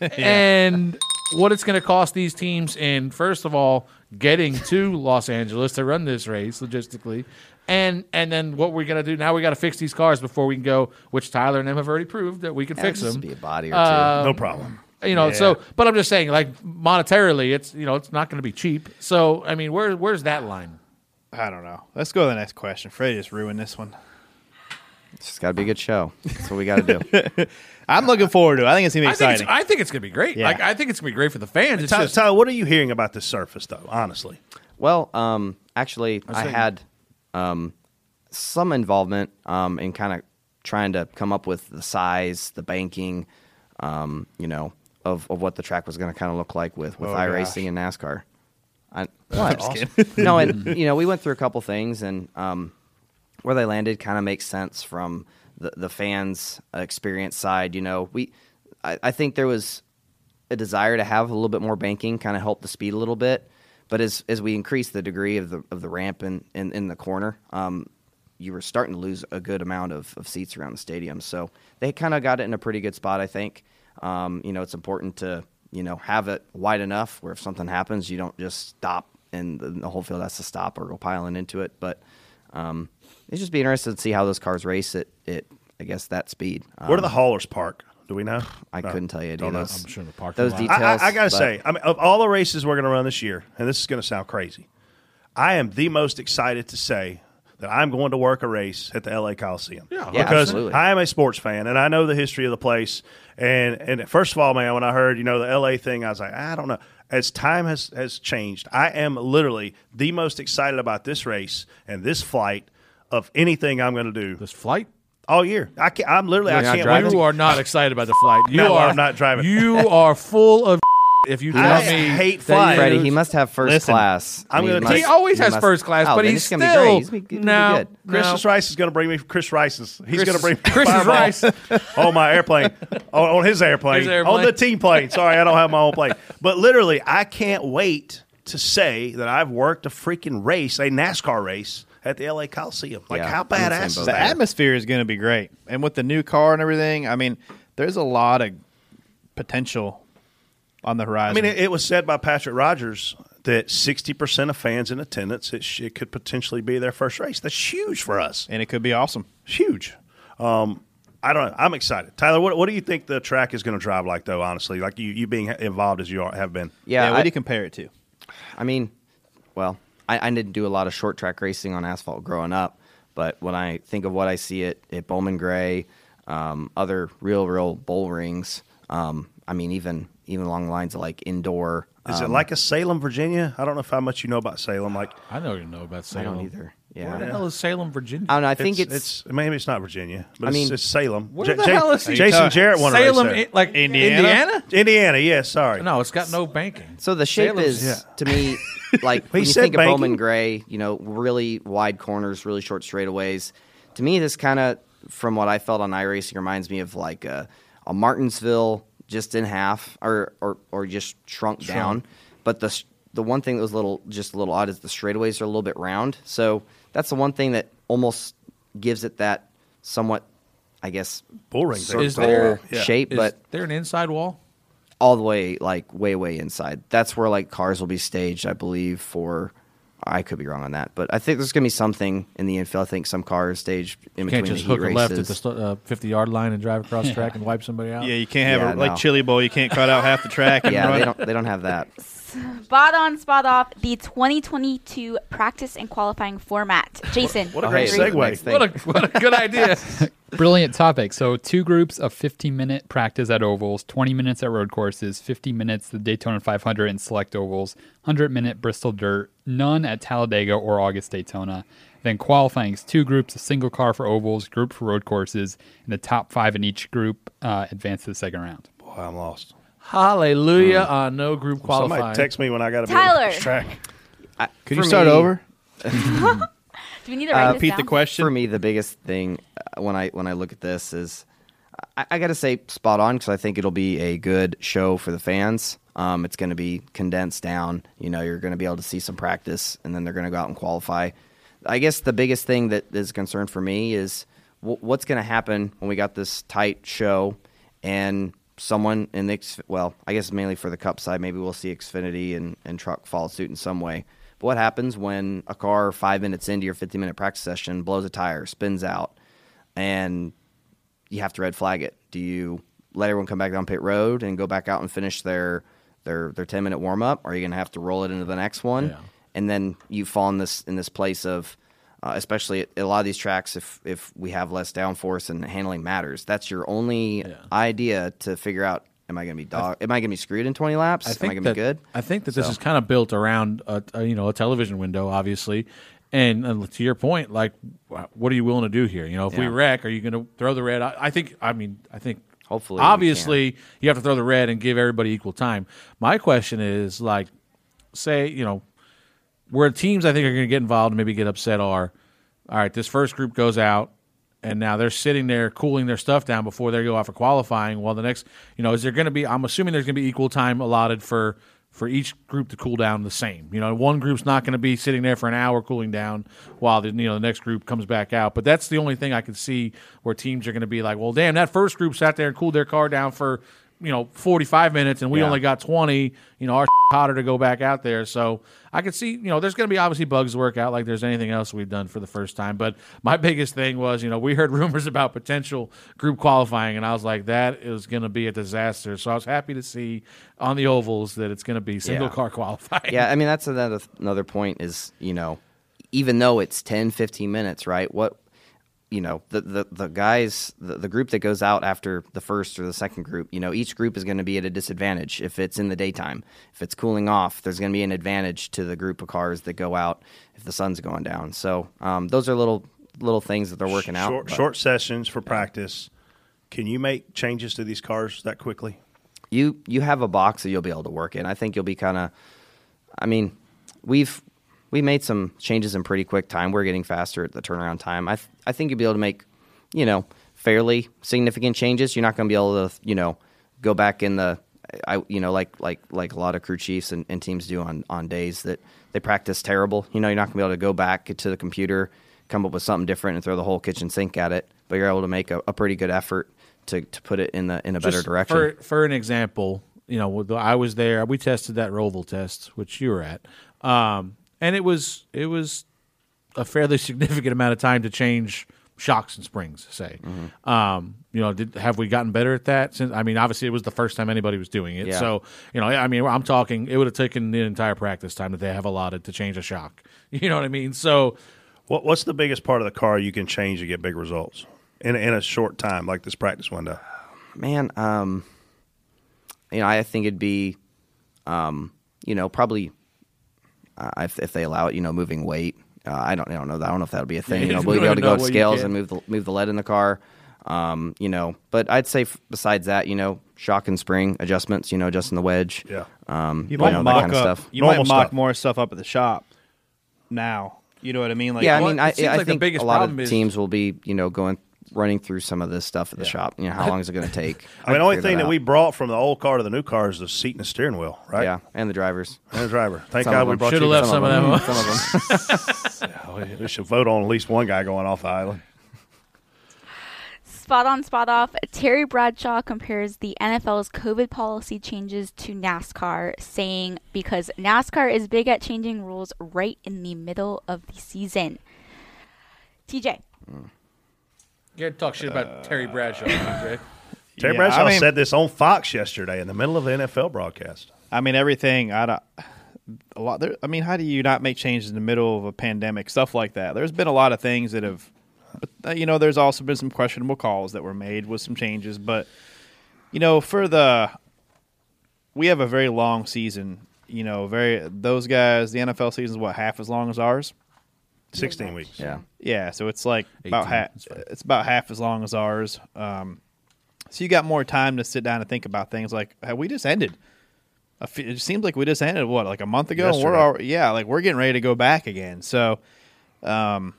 F: [laughs]
E: and what it's going to cost these teams in first of all getting to Los Angeles to run this race logistically, and and then what we're going to do now we got to fix these cars before we can go, which Tyler and them have already proved that we can
F: Yeah,
E: fix
F: just
E: them. Um,
F: be a body or two.
B: No problem.
E: You know,
F: Yeah.
E: so but I'm just saying, like monetarily, it's you know it's not going to be cheap. So I mean, where where's that line?
D: I don't know. Let's go to the next question. Freddie just ruined this one.
F: It's [laughs] just got to be a good show. That's what we got to do.
D: [laughs] I'm looking forward to. it. I think it's gonna be
E: I think it's,
D: exciting.
E: I think it's going to be great.
D: Yeah.
E: Like I think it's going to be great for the fans. It's
B: Tyler,
E: just-
B: Tyler, what are you hearing about the surface, though? Honestly,
F: Well, um,
B: I
F: actually,
B: was
F: I,
B: thinking-
F: had um, some involvement um, in kind of trying to come up with the size, the banking, um, you know, of, of what the track was going to kind of look like with with
D: Oh,
F: iRacing and NASCAR.
D: [laughs]
F: I,
D: I'm
F: what?
D: just kidding.
F: [laughs]
D: [laughs]
F: no, and you know, we went through a couple things, and um, where they landed kind of makes sense from the the fans' experience side. You know, we, I, I think there was a desire to have a little bit more banking, kind of help the speed a little bit. But as as we increased the degree of the of the ramp in in, in the corner, um, you were starting to lose a good amount of, of seats around the stadium. So they kind of got it in a pretty good spot, I think. Um, you know, it's important to you know have it wide enough where if something happens, you don't just stop and the, the whole field has to stop or go piling into it. But um, it'd just be interesting to see how those cars race at it. I guess that speed.
B: Where do
F: Um,
B: the haulers park? Do we know?
F: I
B: No.
F: couldn't tell you.
B: Don't
F: Dude,
B: know.
F: those, those
B: I-
F: details.
B: I, I gotta
F: but-
B: say, I mean, of all the races we're gonna run this year, and this is gonna sound crazy, I am the most excited to say that I'm going to work a race at the LA Coliseum.
M: Yeah.
B: because
M: Yeah, absolutely.
B: I am a sports fan and I know the history of the place. And and first of all, man, when I heard you know the LA thing, I was like, I don't know. As time has has changed, I am literally the most excited about this race and this flight of anything I'm going to do. This
E: flight.
B: All year, I can't, I'm literally I can't wait. to-
E: You are not excited about the flight. You
B: No,
E: are
B: I'm [laughs] not driving.
E: You are full
D: [laughs]
E: of. if you tell
B: I
E: me,
B: hate
E: that you-
B: flying.
F: Freddie, he must have first
B: Listen,
F: class.
B: I'm
F: I mean,
B: gonna
F: must-
B: take- He always has
F: must-
B: first class,
F: Oh,
B: but
F: then
B: he's
F: it's gonna be
B: still-
F: great. He's gonna be- he's gonna be
B: No,
F: good.
B: Chris Rice is going to bring me Chris Rice's. He's
E: Chris
B: going to
E: is-
B: bring me
E: Chris is
B: fireball [laughs]
E: Rice.
B: on my airplane, [laughs] on, on his airplane,
E: His airplane.
B: on the team plane. Sorry, I don't have my own plane, but literally, I can't wait to say that I've worked a freaking race, a NASCAR race at the LA Coliseum. Like how badass is
D: The
B: that?
D: atmosphere is going to be great, and with the new car and everything, I mean, there's a lot of potential on the
B: I
D: horizon.
B: mean, it, it was said by Patrick Rogers that 60% of fans in attendance, it, sh- it could potentially be their first race. That's huge for us.
D: And it could be awesome.
B: Huge. Um, I don't know. I'm excited. Tyler, what, what do you think the track is going to drive like, though, honestly? Like you, you being involved as you are, have been.
F: Yeah, I-
D: compare it to?
F: I mean, well, I, I didn't do a lot of short track racing on asphalt growing up, but when I think of what I see at, at Bowman Gray, um, other real, real bowl rings, um, I mean, even even along the lines of like indoor.
B: Is it
F: um,
B: like a Salem, Virginia? I don't know if how much you know about Salem. Like
E: I don't even know about
F: I don't either. Yeah.
E: Where the hell is Salem, Virginia?
F: I don't know. I think
B: it's,
F: it's,
B: maybe it's not Virginia, but
F: I
B: it's,
F: mean-
B: it's Salem.
E: Where
B: Ja-
E: the
B: Ja-
E: hell is he?
B: Jason Jarrett? Won
E: Salem,
B: a race there.
E: i- like Indiana? Indiana?
B: Indiana. Yeah, sorry.
E: No, it's got no banking.
F: So the shape
E: Salem's-
F: is to me
E: [laughs]
F: like
E: He
F: when you
E: said
F: think
E: banking.
F: of Bowman Gray, you know, really wide corners, really short straightaways. To me, this kind of from what I felt on iRacing reminds me of like a, a Martinsville just in half or or, or just shrunk,
E: Shrunk.
F: down. But the s- the one thing that was a little just a little odd is the straightaways are a little bit round. So that's the one thing that almost gives it that somewhat, I guess,
B: bull ring
E: Is there
F: shape,
E: is
F: but
E: there an inside wall?
F: all the way like way way inside that's where like cars will be staged i believe for i could be wrong on that but i think there's going to be something in the infield i think some cars staged in
E: You
F: between
E: can't just
F: the heat
E: hook a left at
F: races.
E: the st- uh, fifty yard line and drive across
F: [laughs]
E: track and wipe somebody out.
D: Yeah, you can't have
F: Yeah,
D: a, like
F: no.
D: chili bowl. You can't cut out half the track. And
F: [laughs] yeah
D: run
F: they
D: it.
F: don't, they don't have that
G: [laughs] Spot on, spot off. The 2022 practice and qualifying format. Jason,
H: what a great
G: agree with
H: segue.
G: me.
H: What a-
E: what a good idea.
H: [laughs] Brilliant topic. So, two groups of 15 minute practice at ovals, 20 minutes at road courses, 50 minutes the Daytona 500 and select ovals, 100 minute Bristol Dirt, none at Talladega or August Daytona. Then qualifying is two groups, a single car for ovals, group for road courses, and the top five in each group uh, advance to the second round.
B: Boy, I'm lost.
E: Hallelujah
F: Hmm.
E: on no group
B: Somebody
E: qualifying.
B: text me when I got to be
G: Tyler.
B: on this track.
F: Could you for start me- [laughs]
G: [laughs]
F: over?
G: Do we need to
E: Uh,
G: write this down?
F: question. For me, Uh, the biggest thing uh, when I when I look at this is, I, I got to say, spot on because I think it'll be a good show for the fans. Um, it's going to be condensed down. You know, you're going to be able to see some practice, and then they're going to go out and qualify. I guess the biggest thing that is a concern for me is wh- what's going to happen when we got this tight show and someone in the X- well, I guess mainly for the Cup side, maybe we'll see Xfinity and and truck follow suit in some way. But what happens when a car five minutes into your 50 minute practice session blows a tire, spins out, and you have to red flag it? Do you let everyone come back down pit road and go back out and finish their their their 10 minute warm up? Are you going to have to roll it into the next one? And then you fall in this in this place of uh, especially at, at a lot of these tracks if if we have less downforce and handling matters. That's your only idea to figure out am I going to be dog am I going to be screwed in 20 laps?
E: I
F: am I
E: think
F: going to
E: that,
F: be good?
E: I think that this
F: So-
E: is kind of built around a, a, you know a television window, obviously. And, and to your point, like, wh- what are you willing to do here? You know, if we
M: Yeah.
E: wreck, are you going to throw the red? I, I think. I mean, I think.
F: Hopefully, we
E: obviously, you have to throw the red and give everybody equal time. My question is, like, say, you know, where teams I think are going to get involved and maybe get upset are, all right, this first group goes out, and now they're sitting there cooling their stuff down before they go out for qualifying. Well, the next, you know, is there going to be? I'm assuming there's going to be equal time allotted for for each group to cool down the same. You know, one group's not going to be sitting there for an hour cooling down while the you know the next group comes back out. But that's the only thing I can see where teams are going to be like, well, damn, that first group sat there and cooled their car down for you know 45 minutes and we
M: Yeah.
E: only got 20 you know our [laughs] hotter to go back out there so i could see you know there's going to be obviously bugs to work out like there's anything else we've done for the first time but my [laughs] biggest thing was you know we heard [laughs] rumors about potential group qualifying and i was like that is going to be a disaster so i was happy to see on the ovals that it's going to be single
F: Yeah.
B: [laughs]
E: car [laughs] qualifying
F: yeah, I mean that's another another point is, you know, even though it's 10 15 minutes, right? What you know, the the, the guys the, the group that goes out after the first or the second group, you know, each group is going to be at a disadvantage if it's in the daytime. If it's cooling off, there's going to be an advantage to the group of cars that go out if the sun's going down. So, um, those are little little things that they're working out.
B: short,
F: but-
B: short sessions for [laughs] practice. Can you make changes to these cars that quickly?
F: you you have a box that you'll be able to work in. I think you'll be kind of. I mean, we've we made some changes in pretty quick time. We're getting faster at the turnaround time. I th- I think you'll be able to make, you know, fairly significant changes. You're not going to be able to, you know, go back in the. I you know like like like a lot of crew chiefs and, and teams do on on days that they practice terrible. You know you're not gonna be able to go back to the computer, come up with something different, and throw the whole kitchen sink at it. But you're able to make a, a pretty good effort to, to put it in the in a better
E: Just
F: direction.
E: For, for an example, you know, with the- I was there. We tested that Roval test, which you were at, um, and it was it was a fairly [laughs] significant amount of time to change shocks and springs. Say,
F: Mm-hmm.
E: um, you know, did, have we gotten better at that? Since I mean, obviously, it was the first time anybody was doing it.
M: Yeah.
E: So you know, I mean, I'm talking. It would have taken the entire practice time that they have allotted to change a shock. You know what I mean? So,
B: what, what's the biggest part of the car you can change to get big results in in a short time, like this practice window?
F: man um you know i think it'd be um you know probably uh, if, if they allow it you know moving weight uh, i don't i don't know that i don't know if that'll be
M: [laughs]
F: a thing you
M: You
F: know
M: don't
F: we'll be able to
M: know
F: go up
M: what you
F: scales
M: can.
F: and move the move the lead in the car um you know but i'd say f- besides that you know shock and spring adjustments you know adjusting the wedge
B: yeah
F: um
D: You might
F: know,
D: mock
F: that
D: up.
F: kind of stuff
D: You might mock more stuff up at the shop now. You know what I mean? Like,
F: yeah, I mean, I, I think a lot of teams will be, you know, going running through some of this stuff at the shop. You know, how long is it going to take?
B: I mean, the only
F: Figure
B: thing that,
F: out.
B: we brought from the old car to the new car is the seat and the steering wheel, right?
F: Yeah, and the drivers.
B: And the driver. Thank
F: Some
B: God
F: of
B: we
F: them.
B: brought
F: Shoulda
B: you
F: left
B: guys.
F: some of them.
B: them.
F: [laughs]
B: [laughs] Yeah, we- we should vote on at least one guy going off the island.
G: Spot on, spot off. Terry Bradshaw compares the NFL's COVID policy changes to NASCAR, saying, because NASCAR is big at changing rules right in the middle of the season. TJ,
E: you talk shit about Terry Bradshaw.
F: Uh,
E: Andre.
B: Terry
D: Yeah,
B: Bradshaw
D: I mean-
B: said this on Fox yesterday in the middle of the NFL broadcast.
D: I mean, everything. I don't. A lot. There, I mean, how do you not make changes in the middle of a pandemic? Stuff like that. There's been a lot of things that have, but uh, you know, there's also been some questionable calls that were made with some changes. But you know, for the we have a very long season. You know, very those guys. The NFL season's what half as long as ours.
B: 16 weeks.
F: Yeah.
D: Yeah, so it's like about
B: 18,
D: half. It's about half as long as ours. Um, so you got more time to sit down and think about things like hey, we just ended. A f- It seems like we just ended what like a month ago. And we're
B: Yesterday.
D: all, yeah, like we're getting ready to go back again. So, um,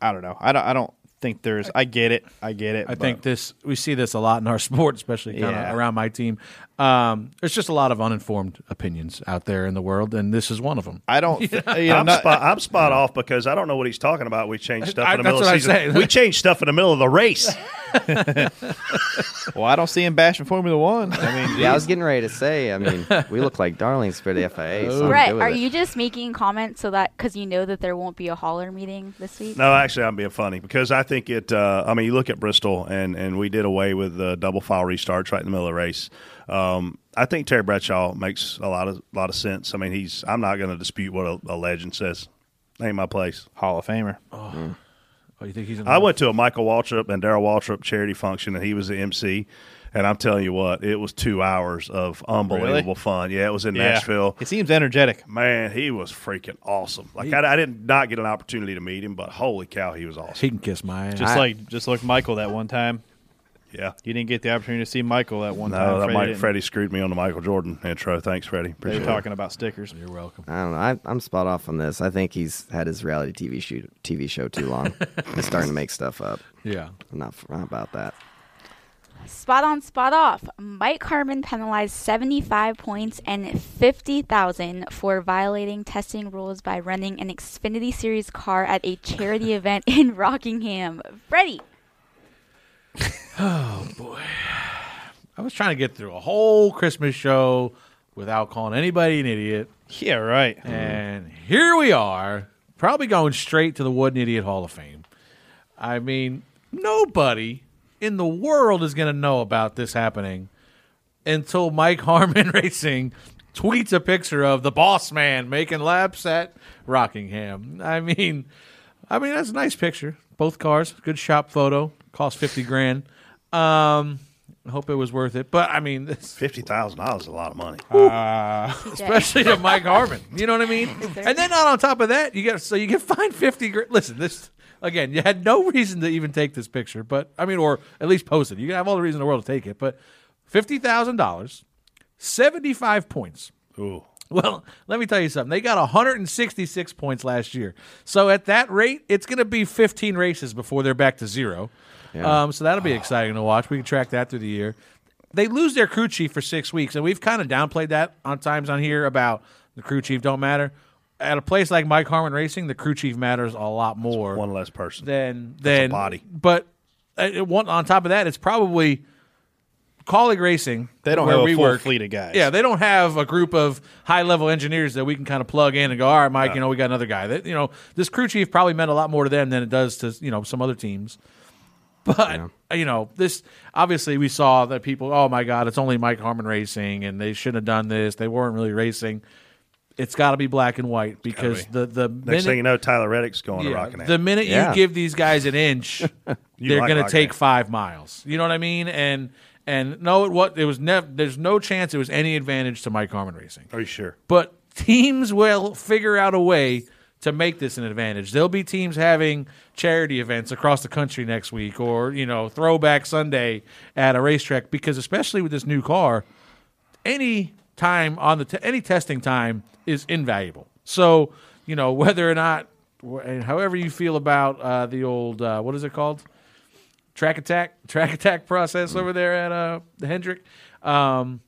D: I don't know. I don't. I don't think there's. I get it. I get it.
E: I
D: but-
E: think this we see this a lot in our [laughs] sport, especially kind of
D: Yeah.
E: around my team. Um, there's just a lot of uninformed opinions out there in the world, and this is one of them.
D: I
F: [laughs]
D: don't.
B: I'm, spot, I'm spot off because I don't know what he's talking about. We changed stuff
E: I-
B: in the
E: that's
B: middle of
E: what
B: the
E: I
B: season.
E: say.
B: We changed stuff in the middle of the
F: [laughs]
B: race.
D: well, I don't see him bashing Formula One. I mean,
F: yeah, I was getting ready to say. I mean, we look like darlings for the FIA. So I'm
G: Brett,
F: Oh, good with
G: are
F: it.
G: you just making comments so that because you know that there won't be a holler meeting this week?
B: No, actually, I'm being funny because I think it. Uh, I mean, you look at Bristol, and and we did away with the double file restarts right in the middle of the race. Um, I think Terry Bradshaw makes a lot of lot of sense. I mean, he's. I'm not going to dispute what a, a legend says. Ain't my place.
D: Hall of Famer.
E: Oh, you think he's? in
B: I
E: the-
B: went to a Michael Waltrip and Daryl Waltrip charity function, and he was the MC. And I'm telling you what, it was two hours of unbelievable
D: Really?
B: fun. Yeah, it was in
D: Yeah.
B: Nashville.
D: He seems energetic.
B: Man, he was freaking awesome. Like I, I did not get an opportunity to meet him, but holy cow, he was awesome.
E: He can kiss my ass.
D: Just like just like Michael that one time.
B: Yeah,
D: you didn't get the opportunity to see Michael that one time.
B: No, that
D: Freddie
B: Mike,
D: didn't.
B: Freddie screwed me on the Michael Jordan intro. Thanks, Freddie.
D: They
B: Appreciate
D: were
B: it.
D: talking about stickers. You're welcome.
F: I don't know. I, I'm spot off on this. I think he's had his reality TV shoot, TV show too long. he's starting to make stuff up.
E: Yeah.
F: I'm not, I'm not about that.
G: Spot on, spot off. Mike Harmon penalized 75 points and 50,000 for violating testing rules by running an Xfinity Series car at
F: [laughs]
G: a charity event in Rockingham. Freddie,
E: [sighs] Oh boy. I was trying to get through a whole Christmas show without calling anybody an idiot.
D: Yeah, right.
E: And here we are, probably going straight to the Wooden Idiot Hall of Fame. I mean, nobody in the world is going to know about this happening until Mike [laughs] Harmon Racing tweets a picture of the boss man making laps at Rockingham. I mean, I mean that's a nice picture. Both cars, good shop photo. Cost fifty grand. Um, I hope it was worth it. But I mean, this Uh,
B: fifty thousand dollars is a lot of money,
E: [laughs] especially to Mike Harmon. You know what I mean? And then not on top of that, you get so you [laughs] get fined fifty grand. Listen, this again, you had no reason to even take this picture, but I mean, or at least post it. You can have all the reason in the world to take it, but fifty thousand dollars, seventy five points.
B: Ooh.
E: Well, let me tell you something. They got 166 points last year. So at that rate, it's going to be 15 races before they're back to zero.
M: Yeah.
E: Um, so that'll be exciting to watch. We can track that through the year. They lose their crew chief for six weeks, and we've kind of downplayed that on times on here about the crew chief don't matter. At a place like Mike Harmon Racing, the crew chief matters a lot more. one
B: less person
E: than
B: That's a
E: than
B: body.
E: But uh, it- one, on top of that, it's probably colleague racing.
D: They don't
E: where
D: have a
E: we
D: full
E: work.
D: fleet of guys.
E: Yeah, they don't have a group of high level engineers that we can kind of plug in and go, all right, Mike,
D: No.
E: you know, we got another guy. That you know, this crew chief probably meant a lot more to them than it does to you know some other teams. But you know, this obviously we saw that people, oh my God, it's only Mike Harmon racing, and they shouldn't have done this. They weren't really racing. It's got to be black and white because
B: be.
E: the the
B: Next
E: minute-
B: thing you know, Tyler Reddick's going to Rockingham.
E: the minute
B: Yeah.
E: you give these guys an inch,
B: [laughs] You
E: they're
B: like
E: going to
B: Rock
E: take
B: Band.
E: five miles. You know what I mean? And and no, it what it was never. There's no chance it was any advantage to Mike Harmon Racing.
B: Are you sure?
E: But teams will figure out a way to make this an advantage. There'll be teams having charity events across the country next week, or you know, Throwback Sunday at a racetrack because especially with this new car, any time on the t- any testing time is invaluable. So you know [laughs] whether or not, wh- and however you feel about uh, the old uh, what is it called, track attack [laughs] track attack process over there at uh, the Hendrick. Um,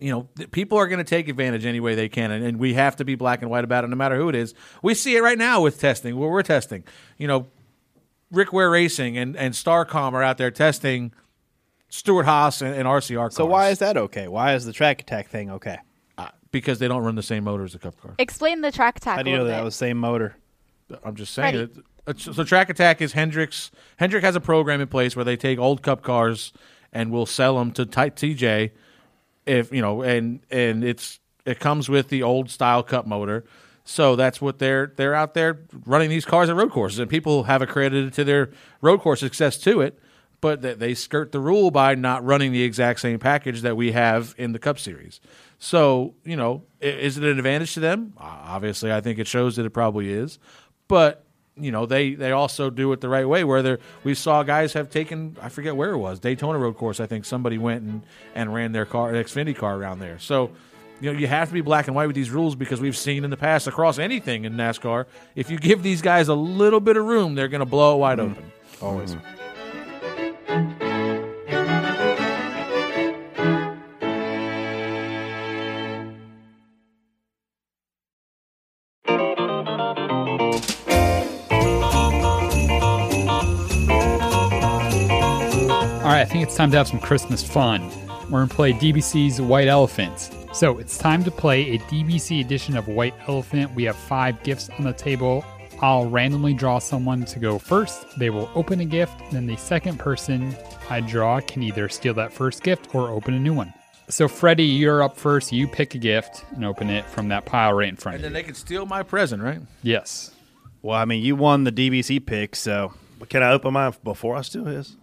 E: you know, th- people are going to take advantage any way they can, and, and we have to be black and white about it, no matter who it is. We see it right now with testing, where we're testing. You know, Rick Ware Racing and, and Starcom are out there testing Stuart Haas and, and RCR cars. So why
D: is that okay? Why is the track attack thing okay?
E: because they don't run the same motor as the Cup car.
G: explain the track attack.
D: How do
G: a
D: you know
G: little
D: that
G: bit.
D: was same motor?
E: I'm just saying it. it's- So track attack is Hendricks. Hendrick has a program in place where they take old Cup cars and will sell them to Ti- TJ. If you know, and and it's it comes with the old style Cup motor. So that's what they're they're out there running these cars at road courses, and people have accredited to their road course success to it. But they, they skirt the rule by not running the exact same package that we have in the Cup Series. So you know, i- is it an advantage to them? O- Obviously, I think it shows that it probably is. But you know, they they also do it the right way. Where they we saw guys have taken I forget where it was Daytona Road Course. I think somebody went and and ran their car, an Xfinity car around there. So you know, you have to be black and white with these rules because we've seen in the past across anything in NASCAR, if you give these guys a little bit of room, they're going to blow it wide open. Always.
B: Mm-hmm.
H: All right, I think it's time to have some Christmas fun. We're going to play DBC's White Elephant. So it's time to play a DBC edition of White Elephant. We have five gifts on the table. I'll randomly draw someone to go first. They will open a gift, then the second person I draw can either steal that first gift or open a new one. So, Freddie, you're up first. You pick a gift and open it from that pile right in front of
E: And
H: you.
E: then they can steal my present, right?
H: Yes.
D: Well, I mean, you won the DBC pick, so.
B: But can I open mine before I steal his?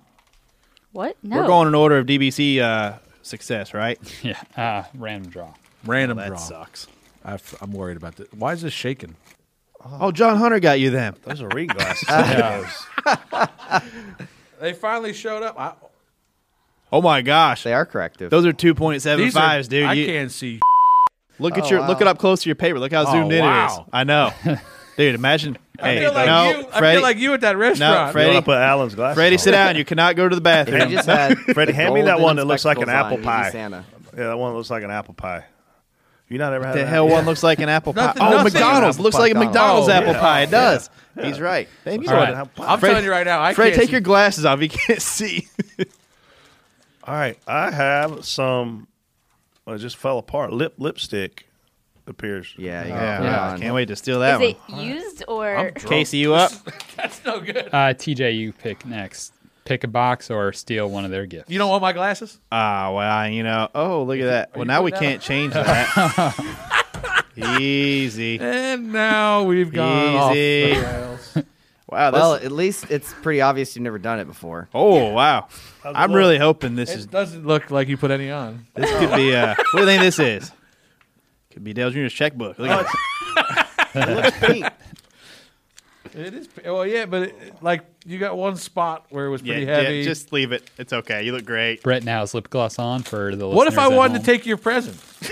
G: What? No.
D: We're going in order of DBC uh, success,
B: [laughs]
D: right?
H: Yeah.
B: Ah,
H: Uh, random draw.
E: Random
D: that
E: draw.
D: sucks.
E: i f- I'm worried about this. Why is this shaking?
D: Oh, John Hunter got you them.
B: Those are reading
D: [laughs]
B: glasses.
E: [laughs] They finally showed up. I,
D: Oh my gosh,
F: they are corrective.
D: Those are two point seven
E: These are-
D: fives, dude.
E: I
D: You-
E: can't see.
D: Look at
E: Oh,
D: your look
E: wow.
D: it up close to your paper. Look how
E: Oh,
D: zoomed in it
E: wow.
D: is. I know, dude. Imagine
E: I feel like you- I feel like you at that restaurant.
D: No,
E: You
D: Freddie,
E: wanna put
B: Alan's glasses
D: Freddie,
B: on.
D: sit down. You cannot go to the bathroom.
B: [laughs] Freddie,
D: [laughs]
B: Freddie, hand me that one that looks like an apple pie.
D: Santa.
B: Yeah, that one that looks like an apple pie. You not ever had
D: The
B: an
D: hell
B: apple-
D: one looks like an apple pie.
B: Nothing-
D: oh,
B: nothing.
D: McDonald's
B: Apple
D: looks
B: pie,
D: like a McDonald's
B: McDonald's.
D: apple
B: Yeah.
D: pie. It
B: Yeah.
D: does.
B: Yeah.
D: He's right. Babe, you
B: All
D: know
B: right.
D: what an apple
B: I'm
D: pie-
B: telling you right now, I
D: Fred,
B: can't
D: take
B: see-
D: your glasses off. You can't see.
B: All right, I have some. Well, it just fell apart. Lip lipstick appears.
F: Yeah,
D: you gotta put it on. Ah, Can't wait to steal that
G: Is it used or
D: Casey, you up?
E: [laughs] That's no good.
H: Uh, TJ, you pick next. Pick a box or steal one of their gifts.
E: You don't want my glasses?
D: Ah, well, you know. Oh, look at that. Well, now we
E: putting
D: can't
E: that
D: change that.
E: [laughs]
D: Easy.
E: And now we've gone
D: Easy.
E: off the
F: [laughs]
E: rails.
D: Wow.
F: Well,
D: this-
F: at least it's pretty obvious you've never done it before.
D: Oh wow! I'm really hoping this
E: It
D: is.
E: doesn't look like you put any on.
D: This could be. Uh, what do you think this is? Could be Dale Jr.'s checkbook. Look at
E: Oh,
D: it.
E: [laughs] it looks pink. It is. Well, yeah, but it, like you got one spot where it was
D: Yeah,
E: pretty
D: yeah,
E: heavy.
D: just leave it. It's okay. You look great.
H: Brett now has lip gloss on for the.
E: what if I
H: listeners at
E: wanted
H: home.
E: to take your present?
D: [laughs]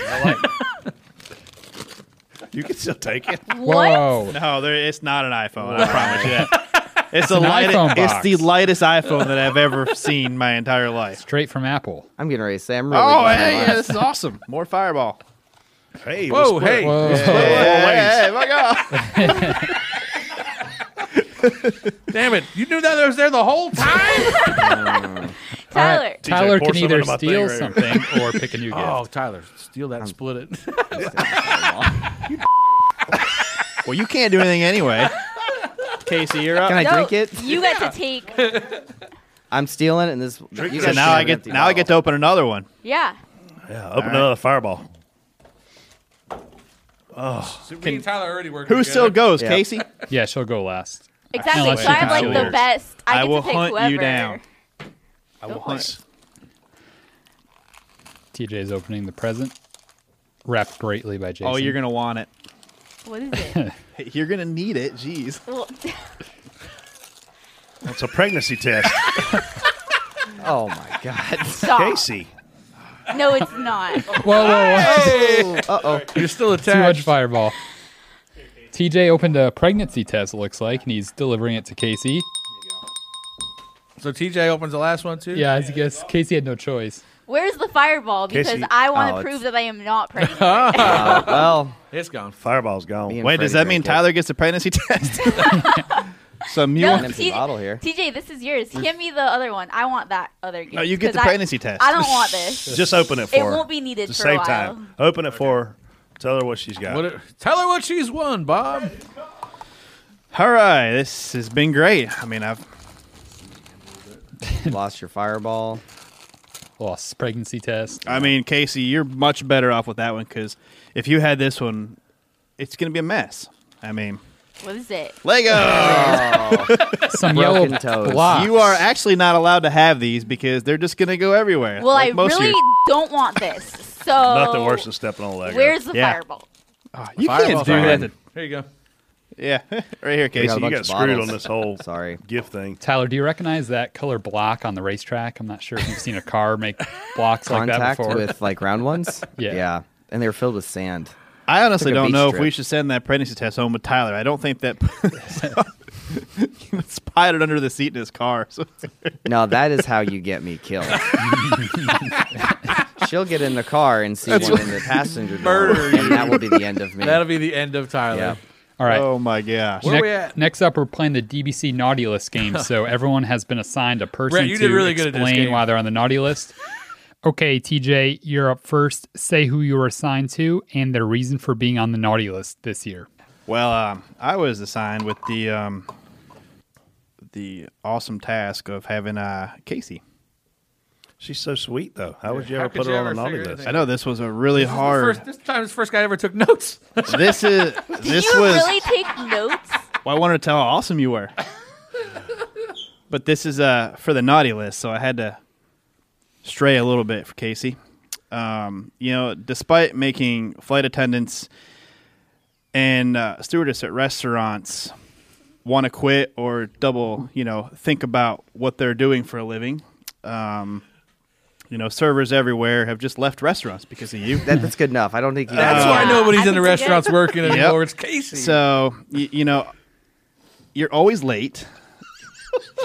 B: you can still take it.
H: Whoa.
D: No, there, it's not an iPhone. I promise you that. It's,
H: It's
D: the
H: an
D: lightest.
H: iPhone
D: It's the
H: box.
D: lightest iPhone that I've ever seen my entire life.
H: Straight from Apple.
F: I'm getting ready to say I'm really.
D: Oh,
F: glad I
D: hey, yeah,
F: laughed.
D: this is awesome. More Fireball.
B: Hey,
F: we'll Whoa, split. hey. Whoa.
D: Yeah,
F: Split it all
D: hey,
F: ways.
D: my God.
E: Damn it! You knew that I was there the whole
H: [laughs]
E: time.
H: Tyler. All right, Tyler can either steal something or pick a new
E: Oh, Tyler, steal that, split
F: [laughs]
E: it.
D: well, you can't do anything anyway. Casey, you're up.
F: Can I
G: No,
F: drink it? [laughs]
G: You got to take.
F: I'm stealing it, and this.
G: Drink
F: you
D: So
F: guys
D: now I
F: should
D: get
F: have an
D: now I get to open another one.
G: Yeah.
B: Yeah, open another fireball.
D: Oh,
E: So me and Tyler already worked.
D: Who still goes, Casey?
H: [laughs] Yeah, she'll go last.
G: Exactly, so I have, like, the best. I get to
D: will
G: pick
D: hunt you down.
G: whoever.
D: I will hunt.
H: TJ's opening the present, wrapped greatly by Jason.
D: Oh, you're gonna want it.
G: What is it?
D: You're gonna need it. Jeez.
G: [laughs] Well,
B: It's a pregnancy test.
F: [laughs] oh my god,
G: Stop.
B: Casey.
G: no, it's not.
H: Whoa, whoa,
F: whoa. Uh oh.
E: You're still
H: Too much fireball. TJ opened a pregnancy test, it looks like, and he's delivering it to Casey.
E: So TJ opens the last one too.
H: Yeah, I guess Casey had no
E: [laughs]
H: choice.
G: Where's the fireball? Because
H: Casey-
G: I want
H: Oh,
G: to
H: it's-
G: prove that I am not pregnant.
F: Uh, well,
E: it's gone.
B: Fireball's gone.
D: Wait, does that mean Tyler gets a pregnancy
G: [laughs]
D: test? Some you
G: No,
D: want
G: T- TJ, this is yours. Hand me the other one. I want that other gift.
B: No, you get
G: 'cause
B: the
G: I-
B: pregnancy test.
G: I don't want
B: [laughs]
G: this.
B: Just open it for
G: It
B: her.
G: won't be needed
B: Just
G: for a
B: save
G: while.
B: time. Open it for her. Tell her what she's got.
E: What it- tell her what she's won, Bob.
D: All right, this has been great. I mean, I've
F: [laughs] lost your fireball.
H: Lost pregnancy test.
D: I mean, Casey, you're much better off with that one because if you had this one, it's gonna be a mess. I mean,
G: What is it?
D: Lego.
H: [laughs] Some yellow Broken toes. blocks.
D: You are actually not allowed to have these because they're just gonna go everywhere.
G: [laughs] Well, I
D: like most of
G: really
D: your-
G: don't want this. So
D: Nothing
B: worse than stepping on a Lego.
G: Where's the
D: Yeah.
G: fireball?
D: You can't
E: Fireball's
D: do that.
E: fine.
D: to-
E: Here you go.
D: yeah, right here,
B: Casey,
D: Casey.
B: you got screwed on this whole
F: sorry
B: gift thing.
H: Tyler, do you recognize that color block on the racetrack? I'm not sure if you've seen a car make blocks like that
F: Contact
H: before.
F: with like round ones.
H: [laughs] Yeah.
F: yeah, and they were filled with sand.
D: I honestly
F: Took a
D: don't
F: beach
D: know if
F: trip.
D: we should send that pregnancy test home with Tyler. I don't think that [laughs] it's spotted under the seat in his car. [laughs] So.
F: Now that is how you get me killed. She'll get in the car and see
E: That's
F: one
E: what-
F: in the passenger door,
E: Murder you.
F: and that will be the end of me.
E: That'll be the end of Tyler.
F: Yeah.
H: All right.
D: Oh my gosh.
E: Where
H: Next,
E: we at?
H: next up, we're playing the DBC naughty list game.
E: [laughs]
H: So everyone has been assigned a person
E: Brett, you
H: to
E: did really good at this
H: explain
E: game.
H: why they're on the naughty list. Okay, TJ, you're up first. Say who you were assigned to and their reason for being on the naughty list this year.
D: Well, um, I was assigned with the um, the awesome task of having uh, Casey.
B: She's so sweet, though. How would you
E: how
B: ever
E: could
B: put
E: you
B: her on a
E: ever
B: naughty
E: figure
B: list?
D: I know this was a really
E: This is the
D: hard.
E: first- this time, is the first guy I ever took notes.
D: [laughs] this is this
G: you
D: was.
G: really take notes?
D: Well, I wanted to tell how awesome you were. but this is uh, for the naughty list, so I had to stray a little bit for Casey. Um, you know, despite making flight attendants and uh, stewardess at restaurants want to quit or double, you know, think about what they're doing for a living. Um, you know, servers everywhere have just left restaurants because of you.
F: That, that's good enough. I don't think you.
D: That's
E: why nobody's in the
D: think
E: restaurants
D: so.
E: working
D: Yep.
E: anymore. It's Casey.
D: So you, you know, you're always late,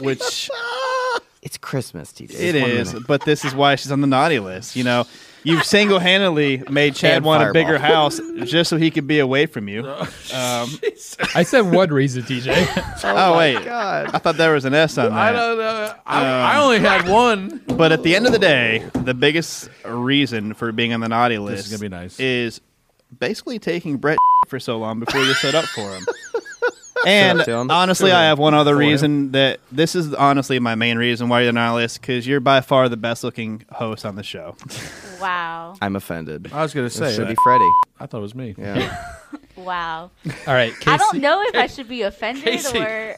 D: which
F: [laughs] it's Christmas, TJ.
D: It
F: It's one
D: is,
F: minute.
D: but this is why she's on the naughty list. You know, you've
F: [laughs]
D: single handedly made Chad
H: And
D: want a
H: Fireball.
D: bigger house just so he could be away from
E: [laughs]
D: you.
E: Oh,
D: Um,
H: I said what reason, TJ?
D: oh, wait, I thought there was an S on that.
E: I don't know. I, I
D: Um,
E: only had one.
D: But at the end of the day, the biggest reason for being on the naughty list
E: This is gonna be nice.
D: is basically taking Brett for so long before you set up for him. And
E: Shut up to him.
D: honestly,
E: Shut
D: I
E: up
D: have one other
E: for him.
D: reason that this is honestly my main reason why you're on our list because you're by far the best looking host on the show.
G: [laughs] Wow.
F: I'm offended.
E: I was gonna
F: It
E: say
F: should be
E: that.
F: Freddie.
E: I thought it was me.
F: Yeah.
G: Wow.
H: All right,
G: I don't know if I should be offended
H: [laughs]
E: Casey.
G: or.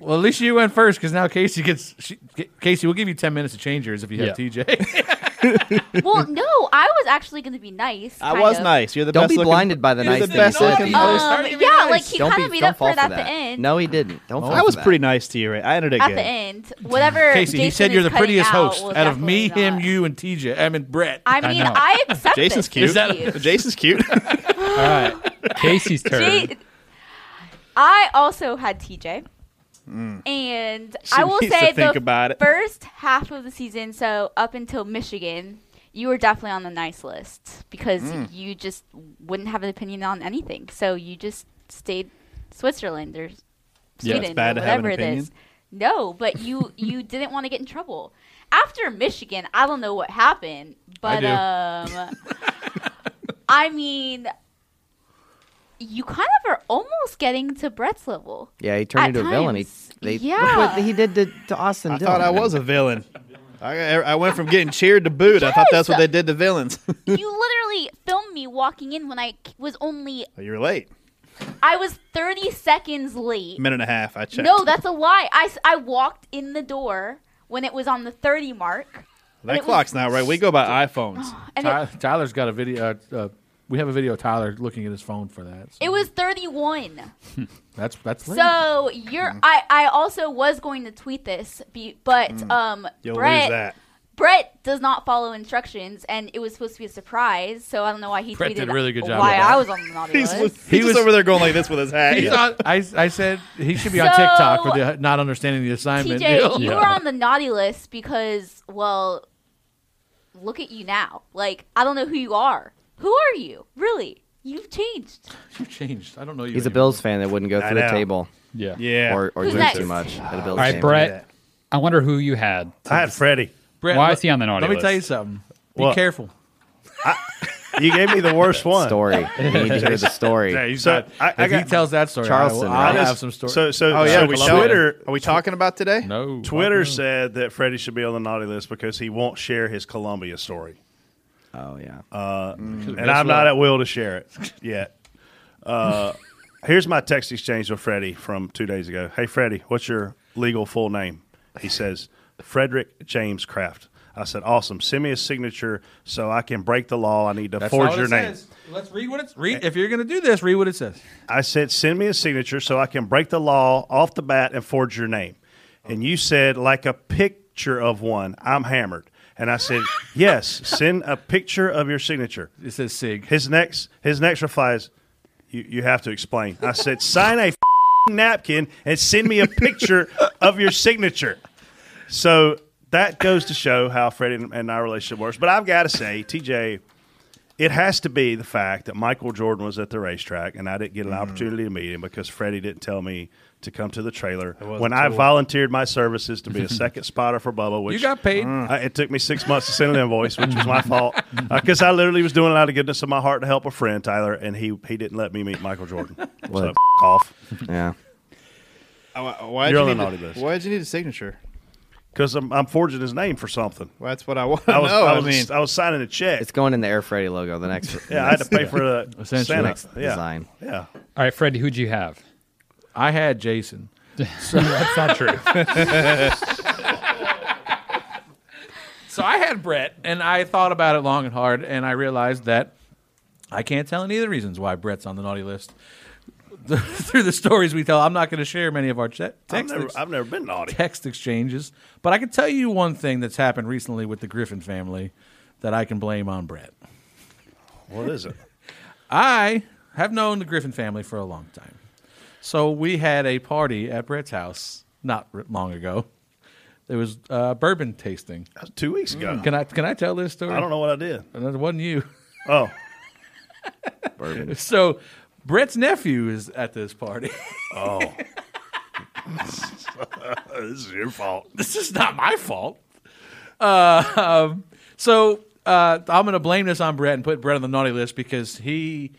E: Well, at least you went first because now Casey gets. She, Ca- Casey, we'll give you ten minutes to change yours if you have
D: Yeah.
E: [laughs] TJ.
G: Well, no, I was actually going to be nice.
D: I
G: kind
D: was
G: of.
D: nice. You're the
F: Don't
D: best
F: be
D: looking-
F: blinded by the
D: you're
F: nice
D: the
F: things
D: best
F: that
D: looking
F: he
D: host.
F: does.
G: Um, yeah, like he
F: Don't
G: kind of
F: be-
G: made
F: don't
G: up
F: fall
G: for
F: for
G: it at
F: that.
G: the end.
F: No, he didn't. Don't. fall
D: I
F: for
D: was
F: that.
D: pretty nice to you, right? I ended it
G: At
D: good.
G: the end, whatever.
E: Casey, he
G: Jason
E: said
G: is
E: you're the
G: cutting
E: prettiest
G: out
E: host
G: will
E: out of
G: definitely
E: me,
G: not-
E: him, you, and TJ. I mean Brett.
G: I mean, I, accept
D: Jason's
G: this.
D: cute.
F: [laughs]
G: Is that-
D: Jason's
E: [laughs]
D: cute.
H: All right, Casey's turn.
G: J- I also had TJ. And
D: She
G: I will
D: needs to
G: say
D: think
G: the
D: about it.
G: first half of the season, so up until Michigan, you were definitely on the nice list because
D: Mm.
G: you just wouldn't have an opinion on anything. So you just stayed Switzerland or
D: Yeah, it's
G: Sweden
D: bad
G: or
D: to have an
G: whatever it is.
D: opinion.
G: No, but you you didn't want to get in trouble. After Michigan, I don't know what happened, but
D: [laughs]
E: do.
G: um I mean you kind of are almost getting to Brett's level.
F: Yeah, he turned
G: At
F: into a villain. He,
G: times,
F: they, [laughs]
G: yeah.
F: Look
D: [laughs]
F: what he did to, to Austin.
D: I
F: Dillon.
D: thought I was a
F: [laughs]
D: villain. I, I went from getting cheered to booed. I thought that's what they did to villains. [laughs]
G: [laughs] you literally filmed me walking in when I c- was only
D: you were late.
G: I was 30 seconds late.
D: Minute and a half. I [laughs] checked.
G: No, that's a lie. I, s- I walked in the door when it was on the 30 mark. and it
D: that
G: was-
D: clock's not right. We go
G: [gasps]
D: by iPhones.
G: And
E: Ty- Tyler's got a video. Uh, uh, we have a video of Tyler looking at his phone for that.
G: It was 31.
E: That's that's late.
G: So you're. I, I also was going to tweet this, be, but
E: Mm.
G: um,
E: You'll lose
G: Brett
E: that.
G: Brett does not follow instructions, and it was supposed to be a surprise. So I don't know why he
E: Brett
G: tweeted
E: did a really good job
G: why
E: with that.
G: I was on the
D: [laughs] [laughs]
G: naughty
D: He's,
G: list.
D: he's just over there going like this with his hat.
E: He's
D: Yeah.
E: on- I, I said he should be on
G: So-
E: TikTok with the, not understanding the assignment.
G: TJ,
E: deal.
G: you were
E: [laughs]
G: on the naughty list because, well, look at you now. Like, I don't know who you are. Who are you? Really? You've changed.
E: You changed. I don't know you.
F: He's a
E: anymore.
F: Bills fan that wouldn't go
E: I
F: through a
E: know.
F: table.
H: Yeah.
D: Yeah.
F: Or, or
G: Who's
F: do
G: next?
F: too much at a Bills
H: All right,
F: game.
H: Brett. I wonder who you had.
B: I had Freddie.
E: Brett,
H: Why
E: let-
H: is he on the naughty
E: Let me
H: list?
E: tell you something. Be
B: What?
E: careful.
B: You gave me the [laughs] worst one.
F: Story. [laughs] We need to hear the story.
E: Yeah, he's
B: So,
E: not-
B: I- I
E: if he
B: got-
E: tells that story,
F: Charleston,
E: I, will,
F: right?
E: I'll have some story.
B: So, so,
D: oh yeah.
B: so
D: we shall-
B: Twitter,
D: Are we talking about today?
E: no,
B: Twitter said that Freddie should be on the naughty list because he won't share his Columbia story,
F: Oh yeah.
B: uh, and
E: Mm. That's
B: I'm not
E: what-
B: at will to share it yet. Uh, [laughs] here's my text exchange with Freddie from two days ago. Hey Freddie, what's your legal full name? He says Frederick James Kraft. I said, awesome. Send me a signature so I can break the law. I need to
E: That's not
B: forge
E: what
B: your
E: it
B: name.
E: says. Let's read what it's read. If you're going to do this, read what it says.
B: I said, send me a signature so I can break the law off the bat and forge your name. And you said, like a picture of one, I'm hammered. And I
E: [laughs]
B: said, yes, send a picture of your signature.
E: It says Sig.
B: His next, his next reply is, you, you have to explain. I said, sign a napkin and send me a picture of your signature. So that goes to show how Freddie and- and our relationship works. But I've got to say, TJ, it has to be the fact that Michael Jordan was at the racetrack and I didn't get an
E: Mm.
B: opportunity to meet him because Freddie didn't tell me to come to the trailer
D: wasn't
B: when I
D: told.
B: volunteered my services
E: [laughs]
B: to be a second spotter for Bubba. Which
E: You got paid.
B: I, it took me six months to send an invoice, which was
E: [laughs]
B: my fault because I literally was doing it out of goodness of my heart to help a friend, Tyler, and he he didn't let me meet Michael
E: [laughs]
B: Jordan.
F: What?
B: So f- off.
F: Yeah.
D: Uh, Why
B: You're
D: you
B: on the
D: need
B: naughty
D: to-
B: list.
D: Why did you need a signature?
B: Because I'm, I'm forging his name for something.
D: Well, that's what I want.
B: [laughs] I
D: [laughs]
B: was,
D: no,
B: I, was
D: I mean,
B: I was signing a check.
F: It's going in the Air Freddy logo. The next. the
B: Yeah, I had to
F: next- [laughs]
B: pay for the
E: [laughs] Essentially.
B: Santa.
F: Next
B: Yeah.
F: design.
B: Yeah.
H: All right, Freddie, who'd you have?
E: I had Jason.
H: [laughs] That's not
B: [laughs]
H: true.
E: So I had Brett, and I thought about it long and hard, and I realized that I can't tell any of the reasons why Brett's on the naughty list. [laughs] Through the stories we tell, I'm not going to share many of our chat
B: I've
E: text
B: never,
E: ex-
B: I've never been naughty.
E: text exchanges, but I can tell you one thing that's happened recently with the Griffin family that I can blame on Brett.
B: What is it?
E: [laughs] I have known the Griffin family for a long time. So we had a party at Brett's house not r- long ago. It was uh, bourbon tasting. That
B: was two weeks ago.
E: Can I can I tell this story?
B: I don't know what I did.
E: It wasn't you. [laughs]
B: Oh.
E: bourbon. So Brett's nephew is at this party. [laughs]
B: Oh. [laughs] this is your fault.
E: This is not my fault. Uh, [laughs] um, so uh, I'm going to blame this on Brett and put Brett on the naughty list because he,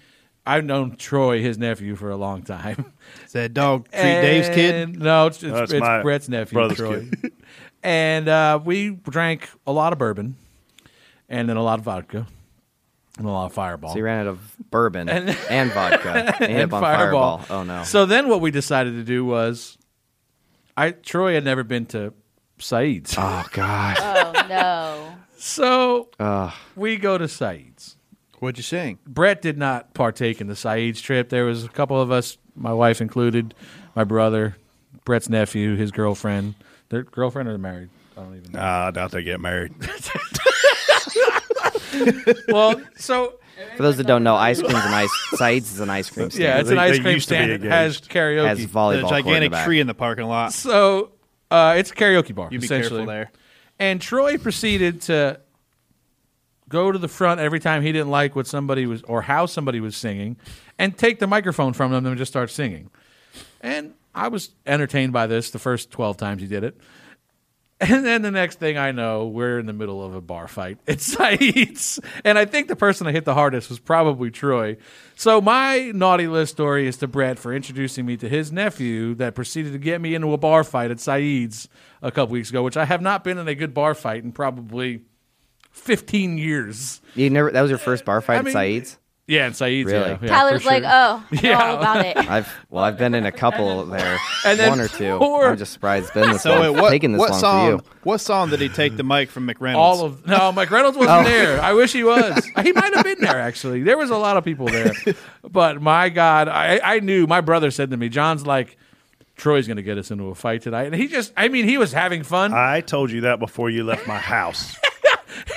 E: I've known Troy, his nephew, for a long
F: [laughs]
E: time.
D: Is that dog treat Dave's kid?
E: And- No, it's, it's,
D: No, it's
E: it's
D: my
E: Brett's nephew,
D: brother's
E: Troy. [laughs]
D: [laughs]
E: and uh, we drank a lot of bourbon and then a lot of vodka and a lot of fireball.
F: So you ran out of bourbon and,
E: And- [laughs]
F: vodka. And, ended up on fireball. Oh no.
E: So then what we decided to do was I Troy had never been to Saeed's.
F: Oh god.
G: Oh no.
E: So
F: Ugh.
E: we go to Saeed's. What'd you sing? Brett did not partake in the Saeed's trip. There was a couple of us, my wife included, my brother, Brett's nephew, his girlfriend. Their girlfriend or [laughs] married? I don't even know.
B: Nah, Uh, I doubt they get
E: [laughs]
B: married.
E: well, so
F: For those that don't know, ice cream's an ice. Sides is an ice cream. Stand.
E: Yeah, it's an ice cream stand. It has karaoke.
F: Has volleyball. court in the back.
E: parking lot. So uh, it's a karaoke bar.
D: You be
E: essentially.
D: careful there.
E: And Troy proceeded to go to the front every time he didn't like what somebody was or how somebody was singing, and take the microphone from them and just start singing. And I was entertained by this the first twelve times he did it. [laughs] And then the next thing I know, we're in the middle of a bar fight [laughs] at Saeed's. And I think the person I hit the hardest was probably Troy. So my naughty list story is to Brett for introducing me to his nephew that proceeded to get me into a bar fight at Saeed's a couple weeks ago, which I have not been in a good bar fight in probably 15 years.
F: You never. That was your first bar fight
E: I
F: at
E: mean-
F: Saeed's.
E: Yeah, at Saeed's.
F: Really?
E: Yeah, yeah,
G: Tyler's
E: for
G: like,
E: sure.
G: oh, I know all about
F: [laughs]
G: it.
F: I've well, I've been in a couple there,
E: [laughs] and then
F: one or two.
E: four.
F: I'm just surprised it's been this
D: So
F: long.
D: it, what,
F: taking this
D: what
F: long
D: song?
F: for you.
D: What song did he take the mic from McReynolds?
E: All of no, Mike Reynolds
B: [laughs]
E: wasn't there. I wish he was. He might have been there actually. There was a lot of
B: [laughs]
E: people there, but my God, I, I knew. My brother said to me, "John's like, Troy's going to get us into a fight tonight," and he just, I mean, he was having fun.
B: I told you that before you left my house.
E: [laughs]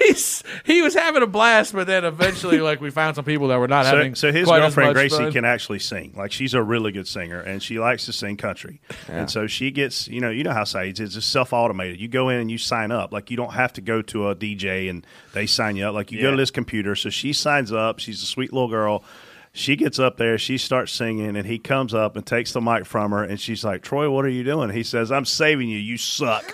E: He's he was having a blast, but then eventually, like, we found some people that were not
B: so,
E: having.
B: so his
E: quite as
B: girlfriend
E: much
B: Gracie
E: fun.
B: can actually sing. Like she's a really good singer, and she likes to sing country. And so she gets, you know, you know how Saeed's is. It's self automated. You go in and you sign up. Like you don't have to go to a DJ and they sign you up. Like you go to this computer. So she signs up. She's a sweet little girl. She gets up there. She starts singing, and he comes up and takes the mic from her. And she's like, "Troy, what are you doing?" He says, "I'm saving you. You suck."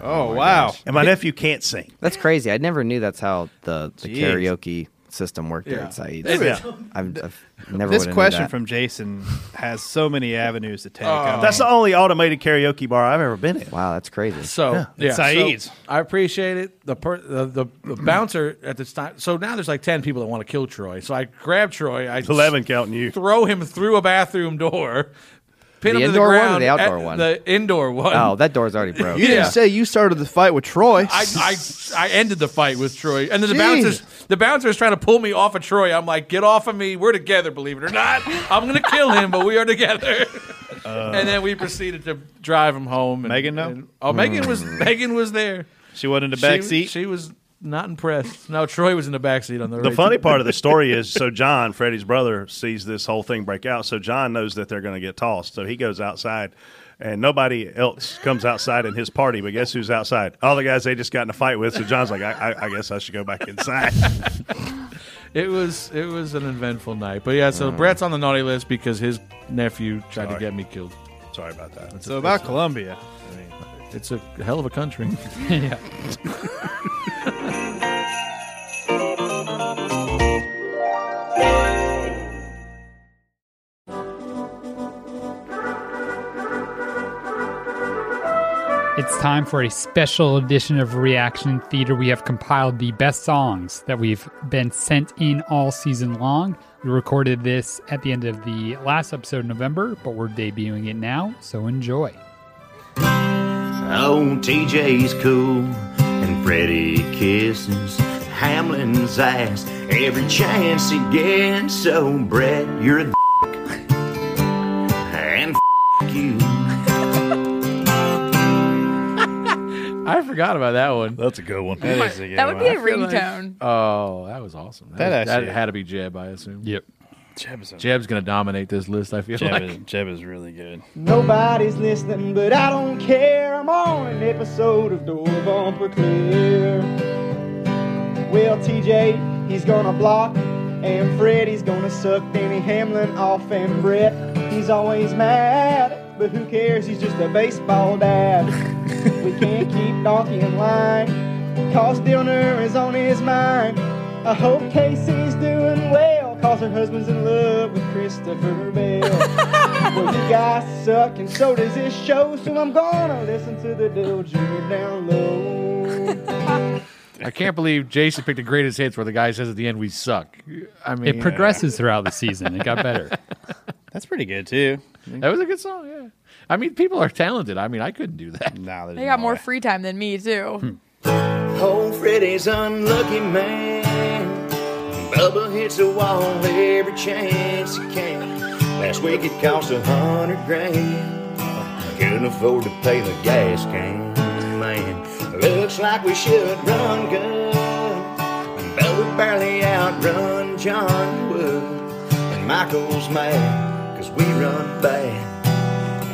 D: Oh,
B: wow. And my nephew can't sing.
F: That's crazy. I never knew that's how the, the
D: Jeez.
F: karaoke system worked there
D: Yeah.
F: at Saeed's.
D: Yeah.
F: I've, I've never.
D: this
F: would've knew
D: question
F: that.
D: from Jason has so many avenues to
E: Oh.
D: take. I mean,
B: That's the only automated karaoke bar I've ever been in.
F: Wow, that's crazy.
E: So yeah,
D: It's Saeed's.
E: so I appreciate it. The, per, the the the bouncer at this time. So now there's like ten people that want to kill Troy. So I grab Troy. I
B: eleven counting you.
E: Throw him through a bathroom door. Pin
F: The
E: him to the
F: indoor one or
E: ground.
F: the outdoor
E: at-
F: one?
E: The indoor one.
F: Oh, that door's
D: [laughs]
F: already broke.
D: You didn't say you started the fight with Troy. [laughs]
E: I, I I ended the fight with Troy, and then the
D: Jeez.
E: bouncers the bouncers trying to pull me off of Troy. I'm like, get off of me. We're together, believe it or not. I'm gonna kill him, but we
B: [laughs]
E: are together.
B: Uh.
D: Uh,
E: and then we proceeded to drive him home. And, Megan, no. oh, Megan was [laughs]
F: Hmm.
E: Megan was there.
D: Hmm. She wasn't in the
E: She
D: back
E: was-
D: seat.
E: She was not impressed. No, Troy was in the back seat on the.
B: The
E: race.
B: funny part of the story is so John, Freddie's brother, sees this whole thing break out. So John knows that they're going to get tossed. So he goes outside, and nobody else comes outside in his party. But guess who's outside? All the guys they just got in a fight with. So John's like, I, I, I guess I should go back inside.
E: [laughs] It was it was an eventful night, but yeah. So Brett's on the naughty list because his nephew tried to
D: Hmm. Sorry.
E: get me killed.
B: Sorry about that.
D: So about Colombia.
E: It's a hell of
D: [laughs]
E: a country.
H: yeah. It's time for a special edition of Reaction Theater. We have compiled the best songs that we've been sent in all season long. We recorded this at the end of the last episode in November, but we're debuting it now, so enjoy.
M: Oh, TJ's cool and Freddie kisses Hamlin's ass every chance he gets. So, Brett, you're a [laughs] and you.
E: I forgot about that one.
B: That's a good one.
E: That,
N: That
E: is
N: would be a ringtone.
E: oh, that was awesome. That,
D: That
E: was- that
D: actually-
E: had to be Jeb, I assume.
H: Yep.
D: Jeb is a-
E: Jeb's going to dominate this list, I feel
D: Jeb,
E: like.
D: is, Jeb is really good.
N: Nobody's listening, but I don't care. I'm on an episode of Door Bumper Clear. Well, TJ, he's gonna block, and Fred, he's gonna suck Danny Hamlin off, and Brett, he's always mad. But who cares? He's just a baseball dad. we can't keep Donkey in line, cause Dillner is on his mind. I hope Casey's doing well, cause her husband's in love with Christopher Bell. Well, you guys suck, and so does this show. So I'm gonna listen to the Dilger down low.
E: I can't believe Jason picked the greatest hits where the guy says at the end, we suck. I mean, uh,
H: it progresses throughout the season. It got better.
D: [laughs] That's pretty good, too.
E: That was a good song, yeah. I mean, people are talented. I mean, I couldn't do that.
D: No,
O: They got more free time than me too.
P: Oh, Freddy's unlucky man. Bubba hits a wall every chance he can. Last week it cost a hundred grand. Couldn't afford to pay the gas can, man. Looks like we should run good. And Bubba barely outrun John Wood. And Michael's mad, cause we run bad.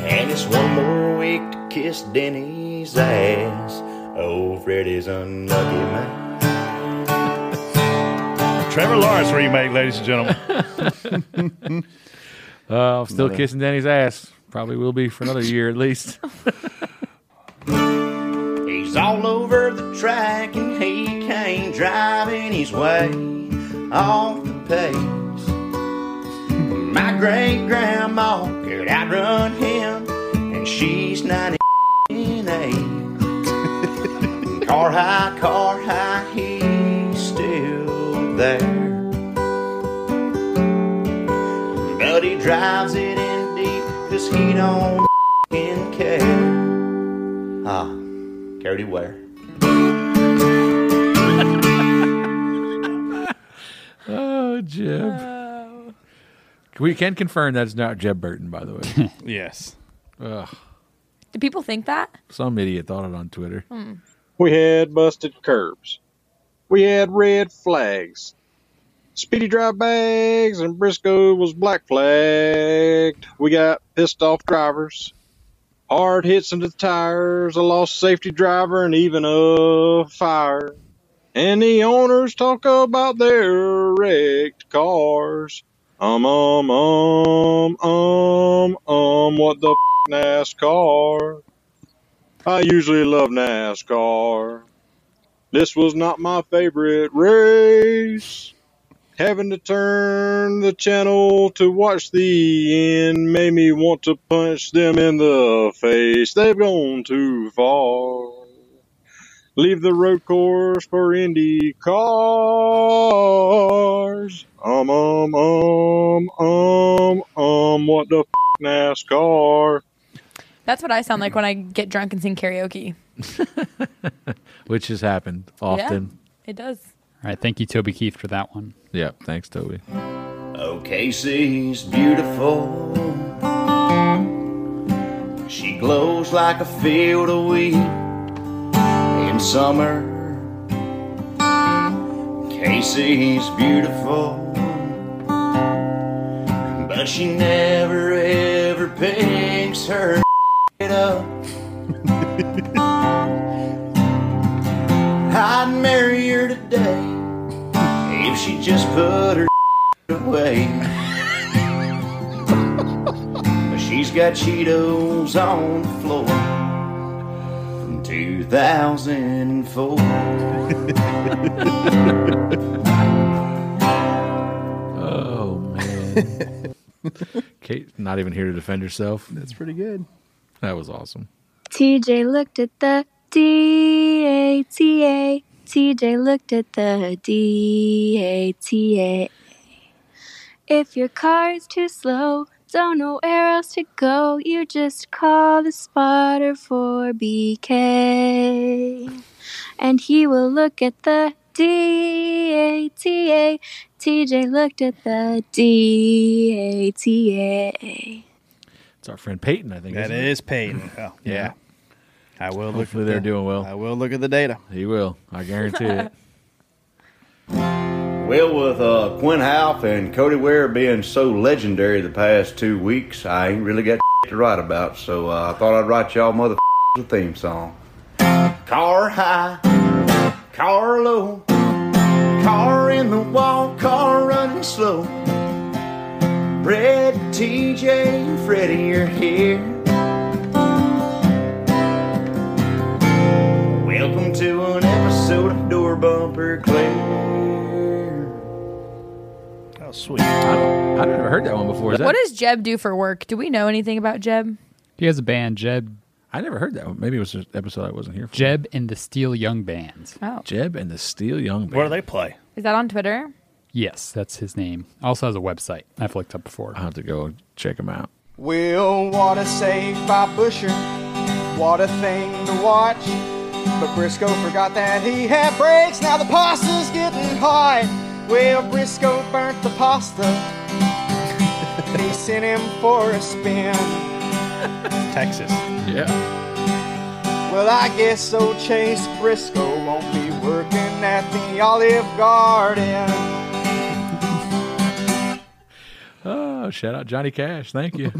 P: And it's one more week to kiss Denny's ass. Old Freddy's unlucky man.
B: Trevor Lawrence remake, ladies and
E: [laughs]
B: gentlemen.
E: Uh, I'm still
B: Another-
E: kissing Danny's ass. Probably will be for another year
B: [laughs]
E: at least.
B: Oh.
P: He's all over the track and he can't drive and he's way off the pace. My great grandma could outrun him and she's 98. car high, car high, he's still there. But he drives it in deep cause he don't f***ing care. Ah, Cody Ware.
E: oh, Jeb.
B: Oh.
E: We can confirm that's not Jeb Burton, by the way.
D: [laughs] yes.
E: Ugh,
O: Do people think that?
E: some idiot thought it on Twitter.
O: Hmm.
Q: We had busted curbs. We had red flags. Speedy drive bags and Briscoe was black flagged. We got pissed off drivers. Hard hits into the tires, a lost safety driver, and even a fire. And the owners talk about their wrecked cars. Um, um, um, um, um, what the f- NASCAR? I usually love NASCAR. This was not my favorite race. Having to turn the channel to watch the end made me want to punch them in the face. They've gone too far. Leave the road course for Indy cars. Um, um, um, um, um, what the f- NASCAR?
O: That's what I sound like when I get drunk and sing karaoke.
E: Which has happened often.
O: Yeah, it does.
H: All right. Thank you, Toby Keith, for that one.
E: Yeah. Thanks, Toby.
P: OKC's beautiful. She glows like a field of wheat in summer. Casey's beautiful, but she never ever picks her it up. I'd marry her today if she just put her away. But She's got Cheetos on the floor from 2004.
E: Oh,
D: [laughs]
E: man. Kate, not even here to defend herself.
D: That's pretty good.
E: That was awesome.
R: TJ looked at the DATA. TJ looked at the DATA. If your car is too slow, don't know where else to go, you just call the spotter for BK. And he will look at the DATA. TJ looked at the DATA.
E: It's our friend Peyton, I think.
D: That
E: isn't it?
D: is Peyton. Oh, yeah.
E: Yeah.
D: I will look
E: Hopefully
D: at
E: they're
D: the-
E: doing well.
D: [laughs] I will look at the data.
E: He will. I guarantee it.
S: Well, with uh, Quinn Half and Cody Ware being so legendary the past two weeks, I ain't really got to write about, so uh, I thought I'd write y'all mother [laughs] a theme song.
P: Car high, car low, car in the wall, car running slow. Brad, TJ, and Freddie are here. Welcome to an episode of Door Bumper Clear.
B: Oh, sweet. I've
E: never heard that one before.
O: What does Jeb do for work? Do we know anything about Jeb?
H: He has a band, Jeb.
E: I never heard that one. Maybe it was an episode I wasn't here for.
H: Jeb and the Steel Young Band.
O: Oh.
E: Jeb and the Steel Young Band.
B: Where do they play?
O: Is that on Twitter?
H: Yes, that's his name. Also has a website I've looked up before. I'll
E: have to go check him out.
T: Well, what a save by Busher. What a thing to watch. But Briscoe forgot that he had brakes. Now the pasta's getting hot. Well, Briscoe burnt the pasta. [laughs] they sent him for a spin.
B: Texas.
E: Yeah.
T: Well, I guess old Chase Briscoe won't be working at the Olive Garden.
E: Oh, shout out Johnny Cash. Thank
D: [laughs]
E: you.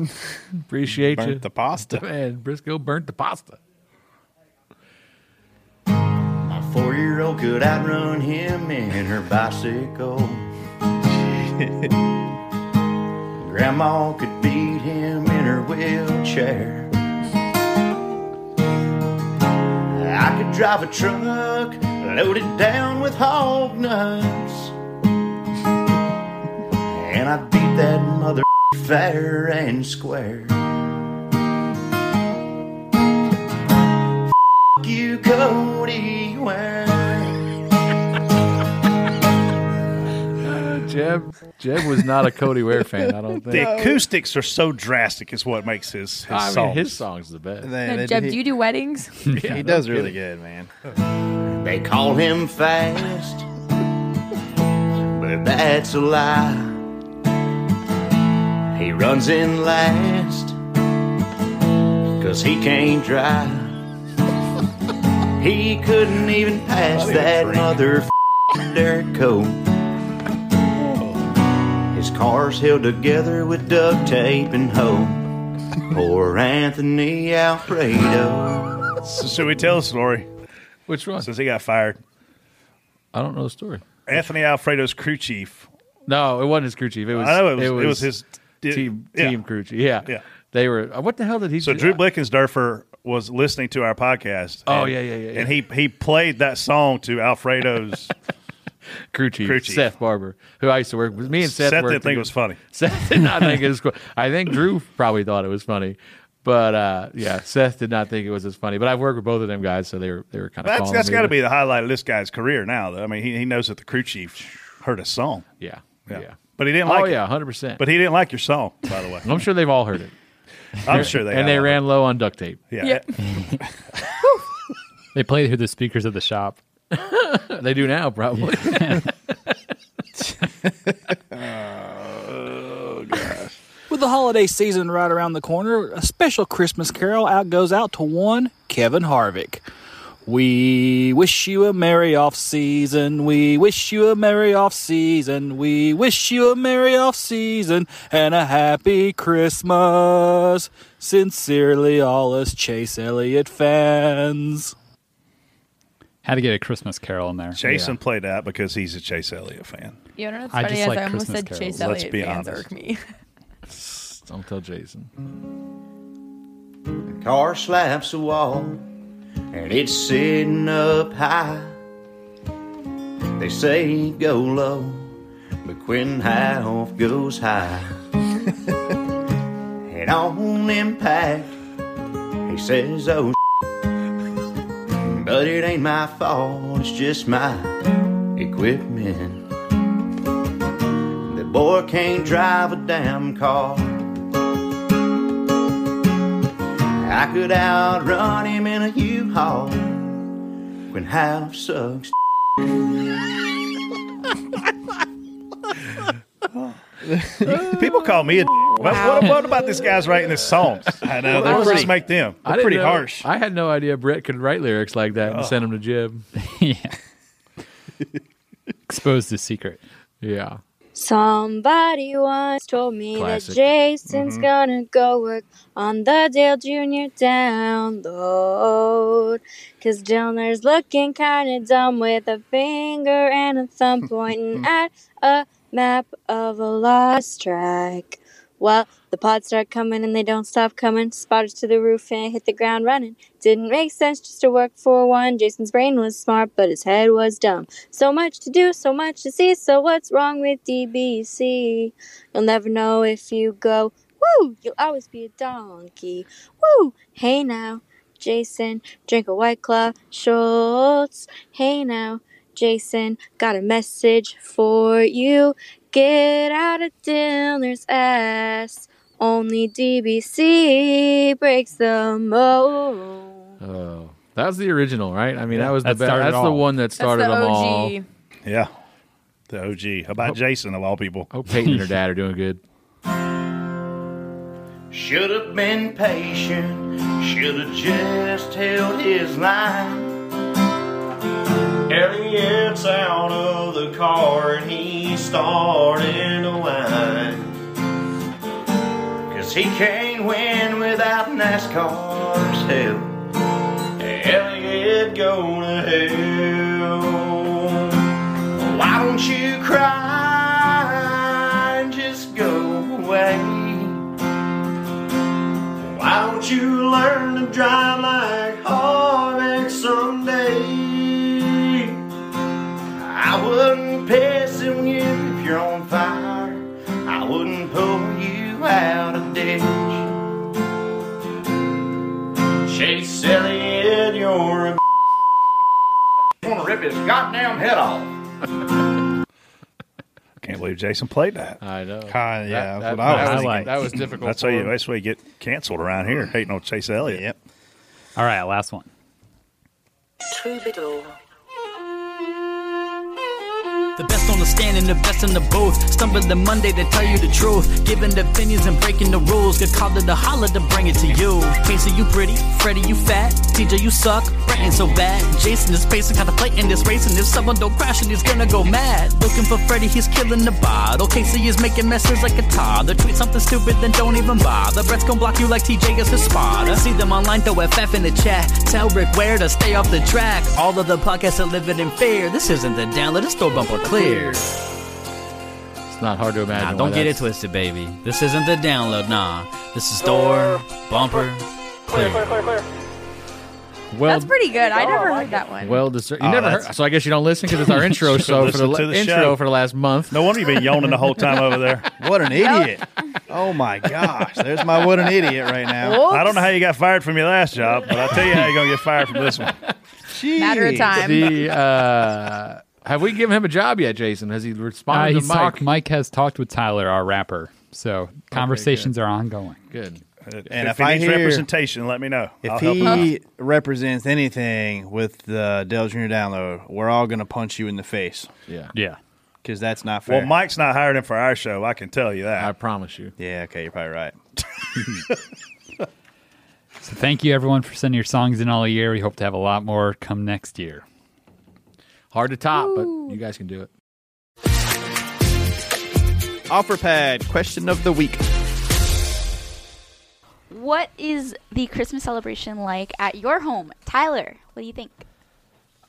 E: Appreciate
D: Burnt
E: you.
D: the pasta.
E: [laughs] Man, Briscoe burnt the pasta.
P: My four year old could outrun him in her bicycle. [laughs] Grandma could beat him in her wheelchair. I could drive a truck loaded down with hog nuts. And I beat that mother fair and square. F you, Cody Ware.
E: Uh, Jeb Jeb was not a Cody Ware fan, I don't think.
B: The acoustics are so drastic, is what makes his, his
E: I mean,
B: songs.
E: his song's the
B: Uh,
E: best.
O: No, Jeb, do you do weddings?
E: [laughs]
D: he does really good, man.
P: They call him fast, but that's a lie. He runs in last, cause he can't drive. He couldn't even pass that mother dirt coat. His car's held together with duct tape and hope. Poor Anthony Alfredo.
B: So, should we tell a story?
E: [laughs] Which one?
B: Since he got fired.
E: I don't know the story.
B: Anthony Alfredo's crew chief.
E: No, it wasn't his crew chief. It was
B: I know it was- it was his-
E: team
B: yeah.
E: team crew chief. Yeah.
B: Yeah.
E: They were uh, what the hell did he
B: So
E: do?
B: Drew Blickensderfer was listening to our podcast.
E: Oh,
B: and-
E: yeah, yeah, yeah,
B: And he he played that song to
E: [laughs]
B: Alfredo's
E: crew chief,
B: crew chief.
E: Seth Barber, who I used to work with. Me and Seth,
B: Seth
E: worked
B: didn't think it
E: together.
B: was funny.
E: [laughs] Seth did not think it was. cool. I think Drew probably thought it was funny, but uh, yeah, Seth did not think it was as funny. But I've worked with both of them guys, so they were they were kind of.
B: That's that's got to be the highlight of this guy's career now. Though. I mean, he, he knows that the crew chief heard a song.
E: Yeah,
B: yeah,
E: yeah.
B: But he didn't
E: Oh,
B: like. it.
E: yeah, 100%.
B: But he didn't like your song, by the way.
E: I'm sure they've all heard it.
B: I'm sure they
E: and they
B: have.
E: ran low on duct tape.
B: Yeah. Yep.
H: [laughs] They play through the speakers at the shop.
E: they do
H: [laughs]
E: now probably. [laughs]
U: With the holiday season right around the corner, a special Christmas carol out goes out to one Kevin Harvick. We wish you a merry off season. We wish you a merry off season. We wish you a merry off season and a happy Christmas. Sincerely, all us Chase Elliott fans.
H: Had to get a Christmas carol in there.
B: Jason played that because he's a Chase Elliott fan.
O: You know what's
H: I
O: funny
H: just
O: is
H: like
O: I almost
H: Christmas
O: said
H: carols.
O: Chase
B: Let's
O: Elliott
B: be
O: fans
B: honest.
O: irk me.
E: [laughs]
O: [laughs]
E: Don't tell Jason.
P: Car slaps a wall and it's sitting up high. They say go low, but Quinn Half goes high. [laughs] and on impact, he says, oh, but it ain't my fault, it's just my equipment. The boy can't drive a damn car. I could outrun him in a U-Haul when half sucks.
B: People call me a. What, what, what about these guys writing these songs? I know.
E: Well, I
B: What
E: was
B: does this
E: like-
B: make them?
E: I
B: They're
E: didn't
B: pretty
E: know-
B: harsh.
E: I had no idea Brett could write lyrics
B: [laughs]
E: like that and
B: Oh.
E: send them to Jib.
H: Exposed the secret.
E: Yeah.
V: Somebody once told me
E: Classic.
V: that Jason's
E: Mhm.
V: gonna go work on the Dale Jr. download. Cause Dillner's looking kinda dumb with a finger and a thumb
E: [laughs]
V: pointing at a map of a lost track. Well, the pods start coming and they don't stop coming. Spotters to the roof and I hit the ground running. Didn't make sense just to work for one. Jason's brain was smart, but his head was dumb. So much to do, so much to see. So what's wrong with DBC? You'll never know if you go. Woo! You'll always be a donkey. Woo! Hey now, Jason, drink a white claw, Schultz. Hey now, Jason, got a message for you. Get out of Dillner's ass. Only DBC breaks the mold.
E: Oh, that was the original, right? I mean, that was the
B: That
E: best.
B: started
E: That's the
B: all.
E: one that
B: That's
E: started
O: the
E: them all.
O: OG.
B: Yeah. The OG. How about Jason, of all people?
E: Oh, Peyton and her dad are doing good.
P: Should have been patient, should have just held his line. Elliot's out of the car and he's starting to whine. Cause he can't win without NASCAR's help. Elliot go to hell. Why don't you cry and just go away? Why don't you learn to drive like Harvick someday? I wouldn't piss on you if you're on fire. I wouldn't pull you out of ditch. Chase Elliott, you're a [laughs] I'm gonna rip his goddamn head off.
B: [laughs] Can't believe Jason played that.
E: I know.
B: yeah, that's what I
E: That- that-
B: was
E: that was-
B: thinking.
E: that was difficult
B: That's
E: for
B: how you.
E: him.
B: That's why you get canceled around here. Hating on Chase Elliott. Yep.
H: All right, last one.
A: Troubadour.
C: The best on the stand and the best in the booth. Stumbling Monday to tell you the truth. Giving opinions and breaking the rules. Get called to the holler to bring it to you. Casey, you pretty. Freddie, you fat. TJ, you suck. Brenton, so bad. Jason is pacing, got to play in this race. And if someone don't crash, then he's gonna go mad. Looking for Freddie, he's killing the bottle. Casey is making messes like a toddler. Tweet something stupid, then don't even bother. Brett's gonna block you like TJ is his spotter. See them online, throw FF in the chat. Tell Rick where to stay off the track. All of the podcasts are living in fear. This isn't the download, it's door bumper clear.
E: It's not hard to imagine.
C: Nah,
E: why
C: don't get it
E: that's-
C: twisted, baby. This isn't the download, nah. This is door bumper clear.
E: Well,
O: That's pretty good. I never heard that one.
E: well deserved. You
B: Oh,
E: never
B: that's-
E: heard, so I guess you don't listen because
B: [laughs]
E: it's our intro.
B: Should've
E: so for the,
B: listened to
E: la-
B: the
E: intro
B: show.
E: for the last month.
B: No wonder you've been yawning the whole time over there.
D: What an idiot. oh my gosh. There's my what an idiot right now.
B: I don't know how you got fired from your last job, but I'll tell you how you're gonna get fired from this one.
O: Matter of time.
E: The, uh, have we given him a job yet, Jason? Has he
H: Uh,
E: responded
H: he's
E: to Mike?
H: talked- Mike has talked with Tyler, our rapper. So conversations are ongoing.
E: Good.
D: And
B: if,
D: if
B: he
D: I
B: needs
D: hear-
B: representation, let me know.
D: If
B: I'll help him out.
D: he represents anything with the Dell Jr. download, we're all going to punch you in the face.
E: Yeah.
H: Yeah.
D: Because that's not fair.
B: well, Mike's not hired him for our show. I can tell you that. I
E: promise you.
D: Yeah. Okay. You're probably right.
H: So thank you everyone for sending your songs in all year. We hope to have a lot more come next year.
E: [laughs] Hard to top, but you guys can do it.
D: Offer pad question of the week.
G: What is the Christmas celebration like at your home? Tyler, what do you think?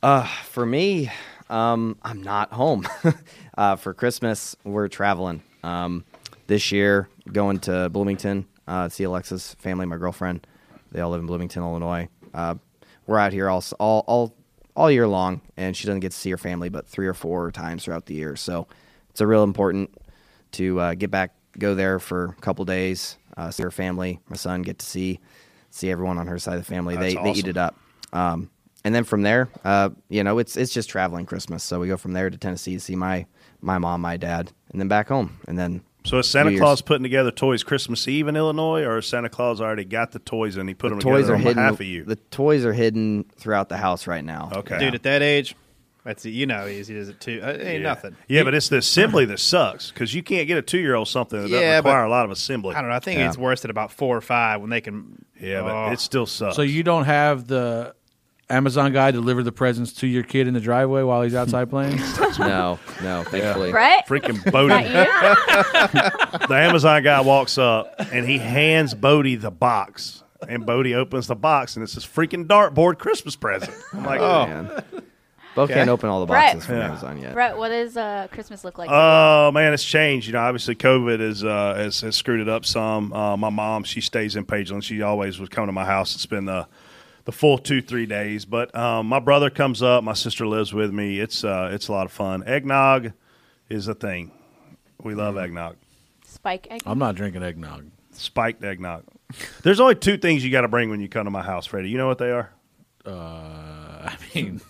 F: Uh, for me, um, I'm not home. [laughs] uh, for Christmas, we're traveling. Um, this year, going to Bloomington, uh, see Alexa's family, my girlfriend. They all live in Bloomington, Illinois. Uh, we're out here all, s- all, all, all year long, and she doesn't get to see her family but three or four times throughout the year. So it's a real important to uh, get back, go there for a couple days, uh, see her family, my son, get to see see everyone on her side of the family.
D: That's
F: they they eat
D: awesome.
F: it up. Um, and then from there, uh, you know, it's it's just traveling Christmas. So we go from there to Tennessee to see my my mom, my dad, and then back home. And then
B: So is Santa
F: New Year's.
B: Claus putting together toys Christmas Eve in Illinois, or has Santa Claus already got the toys and he put them
F: toys
B: together
F: are
B: on
F: hidden.
B: behalf of you?
F: The toys are hidden throughout the house right now.
B: Okay.
D: Dude, at that age, that's you know, easy does it too. Uh, ain't nothing.
B: Yeah, but it's the assembly that sucks because you can't get a two-year-old something that
D: Yeah,
B: doesn't require
D: but-
B: a lot of assembly.
D: I don't know. I think
B: Yeah.
D: it's worse at about four or five when they can. Oh.
B: Yeah, but it still Oh. sucks.
E: So you don't have the Amazon guy deliver the presents to your kid in the driveway while he's outside [laughs] playing?
F: No, no, thankfully.
G: Brett?
B: Freaking Bodie. [laughs] the Amazon guy walks up and he hands Bodie the box. And Bodie opens the box and it's this freaking dartboard Christmas present. I'm like,
F: Oh,
B: oh.
F: man. Bo
B: Okay.
F: can't open all the
G: Brett.
F: boxes from
B: Yeah.
F: Amazon yet.
G: Brett, what does uh, Christmas look like?
B: Oh man, it's changed. You know, obviously COVID has uh, has, has screwed it up some. Uh, my mom, she stays in Pageland. She always would come to my house and spend the the full two three days. But um, my brother comes up. My sister lives with me. It's uh, it's a lot of fun. Eggnog is a thing. We love eggnog.
G: Spike egg?
E: Mm. I'm not drinking eggnog.
B: Spiked eggnog. There's only two things you got to bring when you come to my house, Freddie. You know what they are?
E: Uh, [laughs] I mean,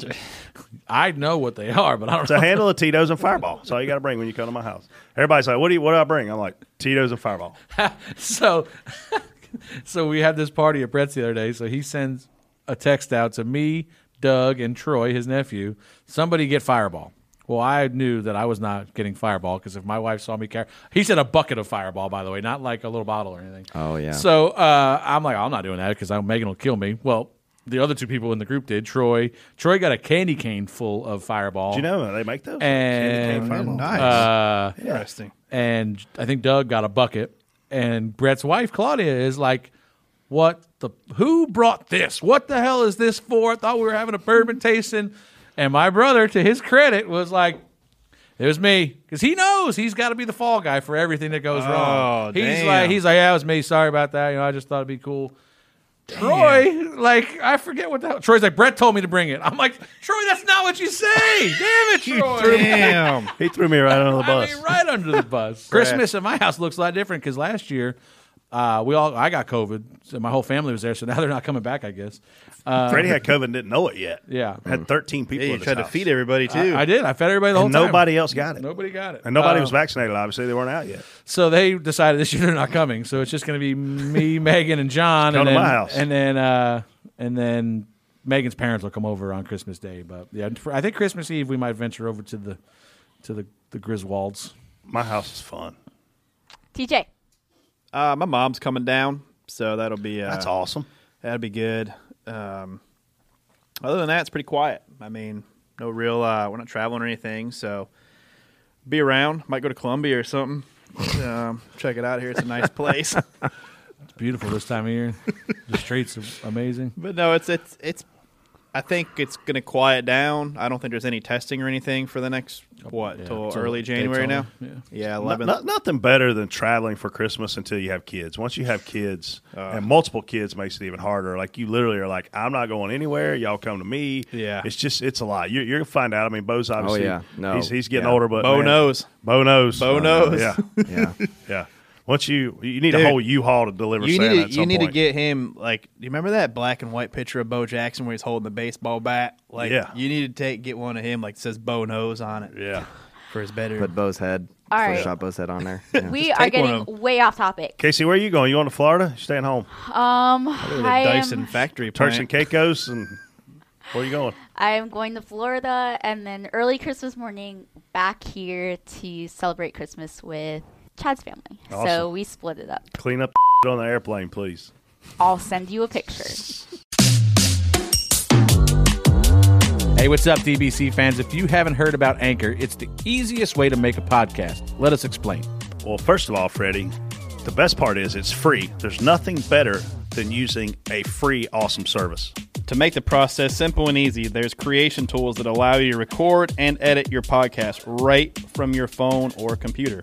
E: I know what they are, but I don't
B: It's
E: know.
B: a handle
E: [laughs]
B: of Tito's and Fireball. That's all you got to bring when you come to my house. Everybody's like, "What do you? What do I bring?" I'm like, "Tito's and Fireball."
E: [laughs] so so we had this party at Brett's the other day. So he sends a text out to me, Doug, and Troy, his nephew. Somebody get Fireball. Well, I knew that I was not getting Fireball because if my wife saw me carry, he said a bucket of Fireball, by the way, not like a little bottle or anything.
F: Oh, yeah.
E: So uh, I'm like, I'm not doing that because Megan will kill me. Well, the other two people in the group did. Troy, Troy got a candy cane full of Fireball.
B: Do you know they make those? Candy cane
E: And Oh,
B: Fireball.
E: nice, Uh,
B: Nice. Interesting.
E: And I think Doug got a bucket. And Brett's wife Claudia is like, "What the? Who brought this? What the hell is this for? I thought we were having a bourbon tasting." And my brother, to his credit, was like, "It was me," because he knows he's got to be the fall guy for everything that goes
D: Oh,
E: wrong. He's
D: damn.
E: like, he's like, "Yeah, it was me. Sorry about that. You know, I just thought it'd be cool." Troy, like I forget what that. Troy's like Brett told me to bring it. I'm like Troy, that's not what you say. Damn it, Troy! [laughs]
B: he threw me right under the
E: I
B: bus.
E: mean, right under
B: [laughs]
E: the bus. Christmas at my house looks a lot different because last year, uh, we all I got COVID, so my whole family was there. So now they're not coming back, I guess. Uh,
B: Freddie had COVID and didn't know it yet.
E: Yeah,
B: had 13 people.
E: Mm-hmm. Yeah,
B: in
E: you
B: his
E: tried to
B: house.
E: feed everybody, too. I- I did. I fed everybody the
B: And
E: whole time.
B: Nobody else got it.
E: Nobody got it.
B: And nobody
E: Uh,
B: was vaccinated. Obviously, they weren't out yet.
E: So they decided this year they're not coming. So it's just going to be [laughs] me, Megan, and John.
B: Come
E: and
B: to
E: then,
B: my house.
E: And then, uh, and then Megan's parents will come over on Christmas Day. But yeah, I think Christmas Eve we might venture over to the to the, the Griswolds.
B: My house is fun.
G: TJ.
D: Uh, my mom's coming down, so that'll be uh,
B: That's awesome.
D: That'll be good. Um, other than that, it's pretty quiet. I mean, no real. Uh, we're not traveling or anything, so be around. Might go to Columbia or something. um, check it out here. It's a nice place.
E: It's beautiful this time of year. the streets are amazing.
D: But no, it's it's it's. I think it's going to quiet down. I don't think there's any testing or anything for the next what till
E: till
D: early January now.
E: Daytona.
D: Yeah,
E: Yeah.
B: No-
D: 11th.
B: no- nothing better than traveling for Christmas until you have kids. Once you have kids
E: Uh.
B: and multiple kids, makes it even harder. Like you literally are like, I'm not going anywhere. Y'all come to me.
D: Yeah.
B: it's just it's a lot. You, you're gonna find out. I mean,
E: Oh,
B: Bo's obviously.
D: Oh, yeah. No.
B: he's, he's getting
D: Yeah.
B: older, but
D: Bo
B: man,
D: knows.
B: Bo knows.
D: Bo knows.
B: Yeah,
D: [laughs] Yeah.
B: yeah. Once you you need
D: Dude,
B: a whole U-Haul to deliver.
D: You
B: Santa
D: need to,
B: at
D: you
B: some
D: need
B: point.
D: to get him like. Do you remember that black and white picture of Bo Jackson where he's holding the baseball bat? Like,
B: Yeah.
D: you need to take get one of him like says Bo nose on it.
B: Yeah,
D: for his bedroom.
F: Put Bo's head.
G: All right.
F: Photoshop Bo's head on there. Yeah.
G: [laughs] We are getting
D: of
G: way off topic.
B: Casey, where are you going? You going to Florida? You staying home?
G: Um, I am,
D: factory
B: Turks
D: plant.
B: and Caicos, and where are you going?
G: I am going to Florida and then early Christmas morning back here to celebrate Christmas with Chad's family. [laughs] So
B: Awesome.
G: we split it up.
B: Clean up [laughs] on the airplane, please.
G: I'll send you a picture.
E: Hey, what's up, DBC fans? If you haven't heard about Anchor, it's the easiest way to make a podcast. Let us explain.
B: Well, first of all, Freddie, the best part is it's free. There's nothing better than using a free awesome service.
D: To make the process simple and easy, there's creation tools that allow you to record and edit your podcast right from your phone or computer.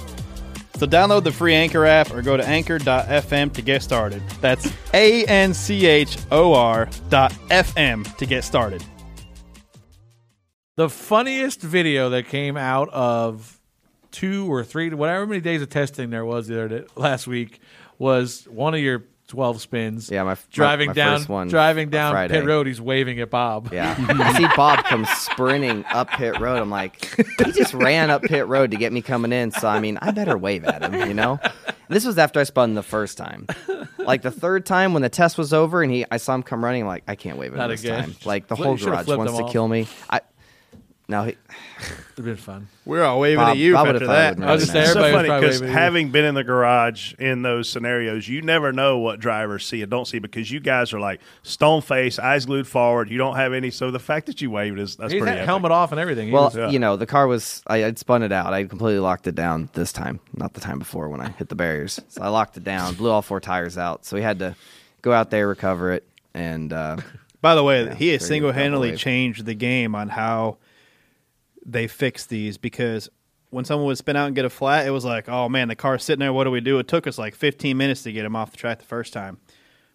D: So download the free Anchor app or go to anchor.fm to get started. That's A N C H O R dot FM to get started.
E: The funniest video that came out of two or three, whatever many days of testing there was the other day, last week, was one of your twelve spins.
F: Yeah, my
E: driving
F: my
E: down
F: first one
E: driving
F: on
E: down
F: Friday.
E: pit road. He's waving at Bob. [laughs]
F: Yeah, [laughs] I see Bob come sprinting up pit road. I'm like, he just ran up pit road to get me coming in. So I mean, I better wave at him, you know. This was after I spun the first time. Like the third time when the test was over, and he, I saw him come running. I'm like, I can't wave at
E: Not
F: him this
E: again.
F: time. Like the
E: Flip-
F: whole
E: you should've
F: garage
E: flipped
F: wants
E: him
F: to
E: off.
F: kill me. I no, he,
E: It'd been fun.
D: We're all waving
F: Bob-
D: at you
F: Bob would've
D: after
F: thought it
D: that.
F: would've known that.
B: It's so funny
E: probably
B: because
E: waving.
B: having been in the garage in those scenarios, you never know what drivers see and don't see because you guys are like stone face, eyes glued forward. You don't have any. So the fact that you waved is that's
E: He's
B: pretty.
E: had
B: epic.
E: helmet off and everything. He
F: well,
E: was- uh,
F: you know, the car was I had spun it out. I had completely locked it down this time, not the time before when I hit the barriers. So I locked it down, blew all four tires out. So we had to go out there recover it.
D: [laughs]
F: And uh,
D: By the way, he
F: there you
D: has
F: go,
D: single handedly
F: double wave.
D: changed the game on how they fix these because when someone would spin out and get a flat, it was like, oh man, the car's sitting there. What do we do? It took us like 15 minutes to get him off the track the first time.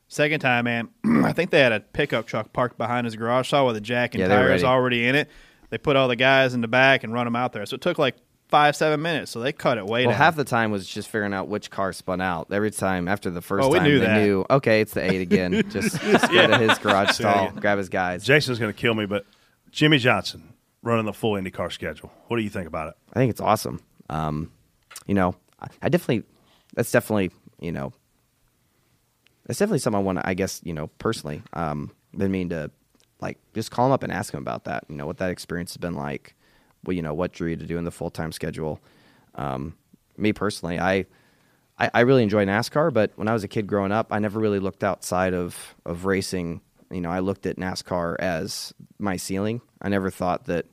D: Second time, man, [clears throat] I think they had a pickup truck parked behind his garage, saw with a jack and
F: Yeah, they were
D: tires
F: ready.
D: already in it. They put all the guys in the back and run them out there. So it took like five, seven minutes. So they cut it way
F: well,
D: down.
F: half the time was just figuring out which car spun out. Every time after the first
D: Oh, we
F: time,
D: knew
F: they
D: that.
F: knew, okay, it's the
D: [laughs]
F: eight again. just just go to his garage stall, grab his guys.
B: Jason's going to kill me, but Jimmy Johnson running the full IndyCar schedule. What do you think about it?
F: I think it's awesome. Um, you know, I, I definitely, that's definitely, you know, that's definitely something I want to, I guess, you know, personally, um, been mean to like just call him up and ask him about that, you know, what that experience has been like, well, you know, what drew you to doing the full time schedule. Um, me personally, I, I, I really enjoy NASCAR, but when I was a kid growing up, I never really looked outside of, of racing. You know, I looked at NASCAR as my ceiling. I never thought that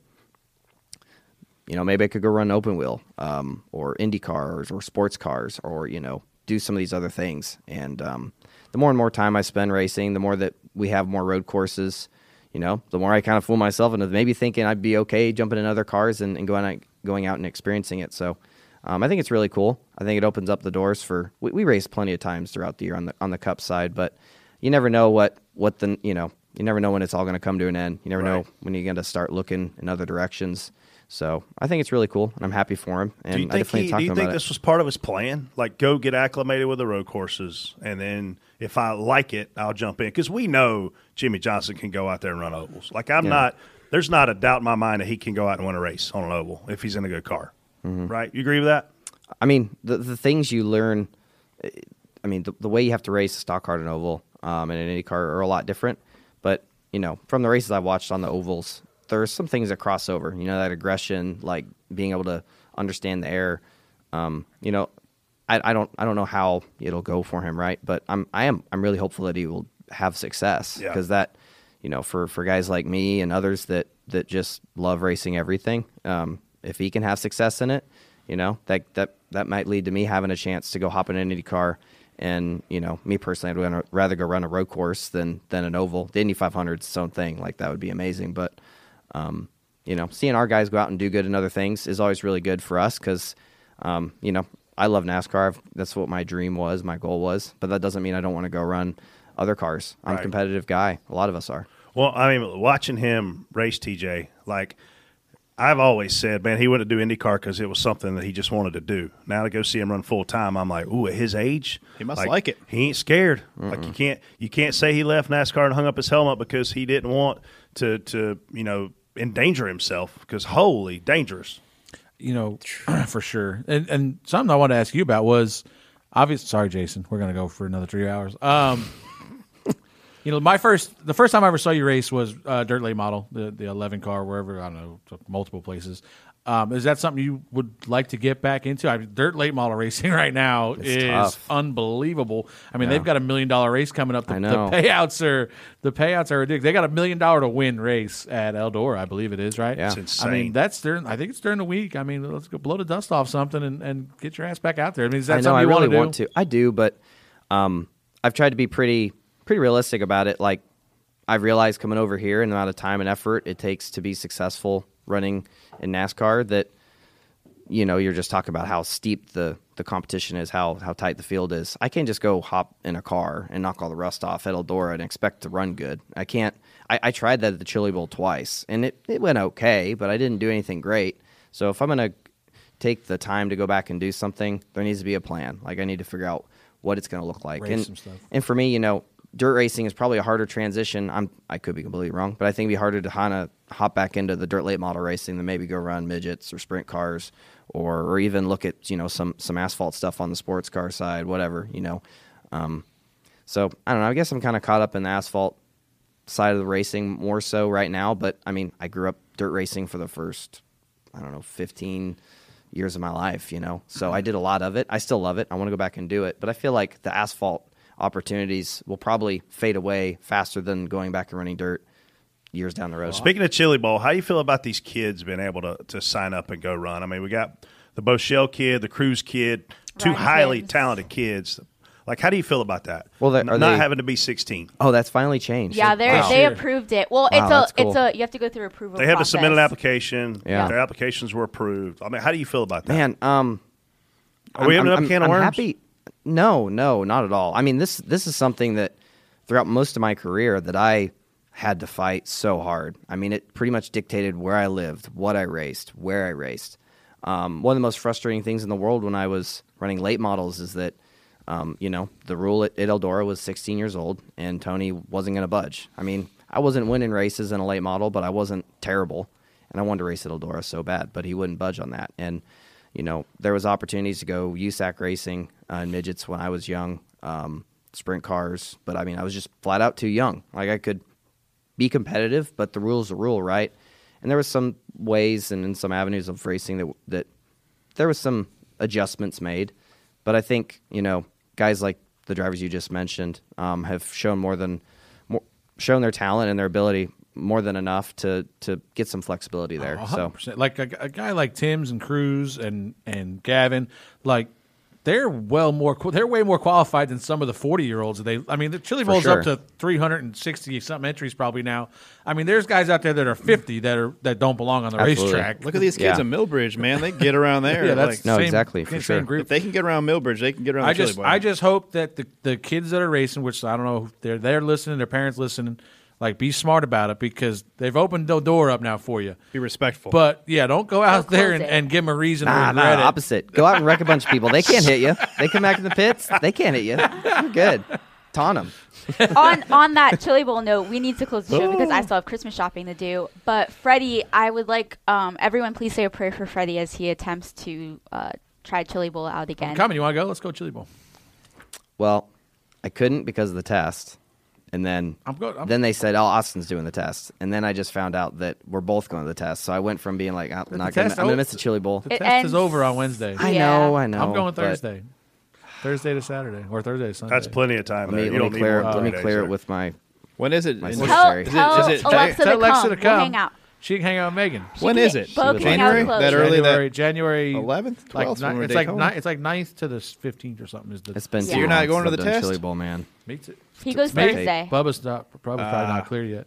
F: you know, maybe I could go run open wheel um, or Indy cars or sports cars or, you know, do some of these other things. And um, the more and more time I spend racing, the more that we have more road courses, you know, the more I kind of fool myself into maybe thinking I'd be okay jumping in other cars and, and going, out, going out and experiencing it. So um, I think it's really cool. I think it opens up the doors for, we, we race plenty of times throughout the year on the, on the cup side, but you never know what, what the, you know, you never know when it's all going to come to an end. You never know when you're going to start looking in other directions. So I think it's really cool, and I'm happy for him. And
B: do you
F: I
B: think,
F: definitely
B: he,
F: talk
B: do you
F: to him
B: think
F: about
B: this was part of his plan? Like, go get acclimated with the road courses, and then if I like it, I'll jump in. Because we know Jimmy Johnson can go out there and run ovals. Like, I'm
F: Yeah.
B: not, there's not a doubt in my mind that he can go out and win a race on an oval if he's in a good car.
F: it. Mhm.
B: Right? You agree with that?
F: I mean, the the things you learn. eh, I mean, the, the way you have to race a stock car and oval um, and an IndyCar are a lot different. But you know, from the races I watched on the ovals, there's some things that cross over. You know, that aggression, like being able to understand the air. Um, you know, I, I don't I don't know how it'll go for him, right? But I'm I am I'm really hopeful that he will have success
B: Yeah.
F: because that you know for for guys like me and others that that just love racing everything. Um, if he can have success in it, you know that that that might lead to me having a chance to go hop in an Indy car. And you know, me personally, I'd wanna- rather go run a road course than than an oval. The Indy 500 is its own thing; like that would be amazing. But um, you know, seeing our guys go out and do good in other things is always really good for us because, um, you know, I love NASCAR. I've, that's what my dream was, my goal was. But that doesn't mean I don't want to go run other cars. I'm
B: Right.
F: a competitive guy. A lot of us are.
B: Well, I mean, watching him race TJ, like I've always said, man, he wouldn't do IndyCar because it was something that he just wanted to do. Now to go see him run full time, I'm like, ooh, at his age,
D: He must like it.
B: He ain't scared. Like you can't you can't say he left NASCAR and hung up his helmet because he didn't want to to you know endanger himself because holy dangerous.
E: you know, [clears throat] for sure. And and something I wanted to ask you about was obvious. Sorry, Jason, we're gonna go for another three hours. Um, [laughs] you know, my first, the first time I ever saw you race was uh, dirt late model, the the eleven car, wherever I don't know, multiple places. Um, is that something you would like to get back into? I mean, dirt late model [laughs] racing right now
F: It's
E: is
F: tough.
E: unbelievable. I mean,
F: Yeah.
E: they've got a million dollar race coming up. The,
F: I know.
E: the payouts are the payouts are ridiculous. They got a million dollar to win race at Eldora, I believe it is, right?
F: Yeah. It's
E: I mean,
F: insane.
E: that's during. I think it's during the week. I mean, let's go blow the dust off something and, and get your ass back out there. I mean, is that
F: I know
E: something
F: I
E: you
F: really
E: want to do?
F: want to. I do, but um, I've tried to be pretty pretty realistic about it. Like I've realized coming over here and the amount of time and effort it takes to be successful running in NASCAR that you know you're just talking about how steep the the competition is, how how tight the field is. I can't just go hop in a car and knock all the rust off at Eldora and expect to run good. I can't. I, I tried that at the Chili Bowl twice, and it it went okay, but I didn't do anything great. So if I'm gonna take the time to go back and do something, there needs to be a plan. Like I need to figure out what it's going to look like.
A: Race
F: and,
A: some stuff.
F: and for me, you know, dirt racing is probably a harder transition. I'm I could be completely wrong, but I think it'd be harder to kind of hop back into the dirt late model racing than maybe go run midgets or sprint cars or or even look at you know some some asphalt stuff on the sports car side, whatever you know. Um, so I don't know. I guess I'm kind of caught up in the asphalt side of the racing more so right now. But I mean, I grew up dirt racing for the first I don't know 15 years of my life, you know. So I did a lot of it. I still love it. I want to go back and do it, but I feel like the asphalt opportunities will probably fade away faster than going back and running dirt years down the road.
B: Speaking of Chili Bowl, how you feel about these kids being able to, to sign up and go run? I mean, we got the Bochelle kid, the Cruz kid, two
F: Ryan
B: highly talented kids. Like, how do you feel about that?
F: Well, they-
B: N-
F: are
B: not
F: they-
B: having to be sixteen.
F: Oh, that's finally changed.
G: Yeah, they are
B: Wow.
G: they
B: Sure.
G: approved it. Well,
F: Wow, that's
G: it's a
F: cool.
G: it's a you have to go through approval.
B: They had to
G: process.
B: submit an application.
F: Yeah.
B: Their applications were approved. I mean, how do you feel about that?
F: Man, um,
B: Are we
F: I'm-
B: opening up
F: I'm-
B: a can of
F: I'm
B: worms?
F: Happy? No, no, not at all. I mean this this is something that throughout most of my career that I had to fight so hard. I mean, it pretty much dictated where I lived, what I raced, where I raced. Um, one of the most frustrating things in the world when I was running late models is that, um, you know, the rule at, at Eldora was 16 years old and Tony wasn't going to budge. I mean, I wasn't winning races in a late model, but I wasn't terrible and I wanted to race at Eldora so bad, but he wouldn't budge on that. And you know, there was opportunities to go USAC racing uh, in midgets when I was young, um, sprint cars, but I mean, I was just flat out too young. Like I could be competitive, but the rule's the rule, right? And there was some ways and in some avenues of racing that that there was some adjustments made, but I think you know guys like the drivers you just mentioned um, have shown more than more, shown their talent and their ability more than enough to to get some flexibility there. So
E: 100%. like Oh, a, a guy like Tim's and Cruz and and Gavin, like they're well more qu- they're way more qualified than some of the forty year olds. They, I mean, the Chili
F: For
E: Bowl's up
F: sure.
E: to three hundred and sixty something entries probably now. I mean, there's guys out there that are fifty that are that don't belong on the racetrack.
D: Look at these kids in Millbridge, man. They get around
E: [laughs]
D: there.
E: Yeah, that's
D: like,
E: the No, same- exactly, for same sure. group.
D: If they can get around Millbridge, they can get around.
E: I
D: the Chili
E: just
D: Bowl.
E: I just hope that the, the kids that are racing, which I don't know, if they're they're listening, their parents listening, like be smart about it because they've opened the door up now for you.
D: Be respectful.
E: But yeah, don't go out there
F: close
E: and,
F: it.
E: and give them a reason. to
F: Nah,
E: regret
F: nah,
E: it.
F: opposite. Go out and wreck a bunch of people. They can't hit you. They come back in the pits. They can't hit you. You're good. Taunt them.
B: [laughs]
G: on on that chili bowl note, we need to close the show because
F: Oh.
G: I still have Christmas shopping to do. But Freddie, I would like um, everyone please say a prayer for Freddie as he attempts to uh, try chili bowl out again.
E: Coming, you want to go? Let's go Chili Bowl.
F: Well, I couldn't because of the test. And then
E: I'm go- I'm-
F: then they said, "Oh, Austin's doing the test." And then I just found out that we're both going to the test. So I went from being like, "I'm
E: the
F: not gonna,
E: test-
F: I'm gonna
E: oh,
F: miss the chili bowl."
E: The test is over on Wednesday.
F: I know, I know.
E: I'm going
F: but-
E: Thursday. Thursday to Saturday or Thursday to Sunday.
B: That's plenty of time.
F: Let me,
B: there.
F: let
B: You
F: me
B: don't need
F: clear.
B: more
F: Let me
B: holidays
F: clear
B: there.
F: it with my.
D: When is it?
F: My
D: Is it-
F: secretary.
D: is it- Tell- is it- tell Alexa
E: Tell
D: to
E: Alexa to
D: come. We'll
E: come.
D: hang out.
E: She can hang out with Megan.
D: She When can- is it? both hang out January? close. That early, that-
E: January, January
D: 11th,
E: like
D: 12th,
E: ni-
D: when we're
E: it's like
D: Daytona?
E: ni- it's like 9th to the fifteenth or something. Is the
F: It's been. Too long since I've done Chili bowl, man.
E: Me too.
G: He goes
E: Me-
G: Thursday.
E: Bubba's not probably probably
D: Ah.
E: not clear yet.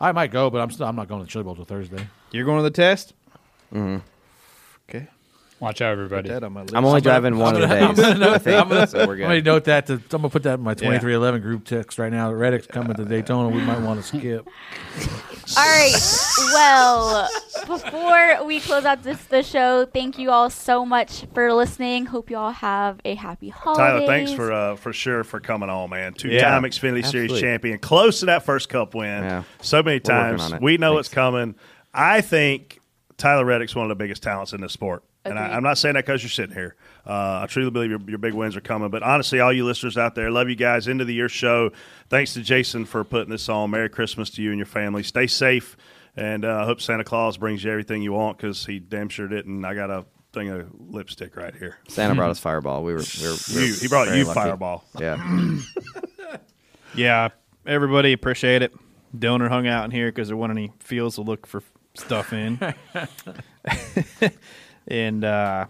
E: I might go, but I'm still I'm not going to the Chili Bowl till Thursday.
D: You're going to the test.
F: Mm-hmm.
D: Okay.
H: Watch out, everybody.
D: that on my list.
F: I'm only driving one of the
E: I'm
F: days.
E: gonna note,
F: I think,
D: [laughs]
E: I'm gonna,
F: so we're good.
E: I'm gonna note that. To, I'm gonna put that in my
F: Yeah.
E: 2311 group text right now. Reddick's coming
D: Uh,
E: to Daytona. We might want to skip.
G: All right. Well, before we close out this the show, thank you all so much for listening. Hope you all have a happy holiday.
B: Tyler, thanks for uh, for sure for coming on, man. Two time
A: Yeah.
B: Xfinity
A: Absolutely.
B: Series champion, close to that first Cup win. So many
A: We're working
B: times,
A: on it.
B: we know it's coming. I think Tyler Reddick's one of the biggest talents in the sport, and I,
A: Agreed.
B: I'm not saying that because you're sitting here. Uh, I truly believe your, your big wins are coming. But honestly, all you listeners out there, love you guys. End of the year show. Thanks to Jason for putting this on. Merry Christmas to you and your family. Stay safe, and uh, I hope Santa Claus brings you everything you want because he damn sure didn't. I got a thing of lipstick right here. [laughs]
F: Santa brought us Fireball. We were. We were, we were
B: You- he brought
F: very
B: you
F: lucky.
B: Fireball. [clears throat]
F: Yeah.
D: Yeah, everybody appreciate it. Donor hung out in here because there weren't any fields to look for stuff
F: [laughs]
D: in. and uh,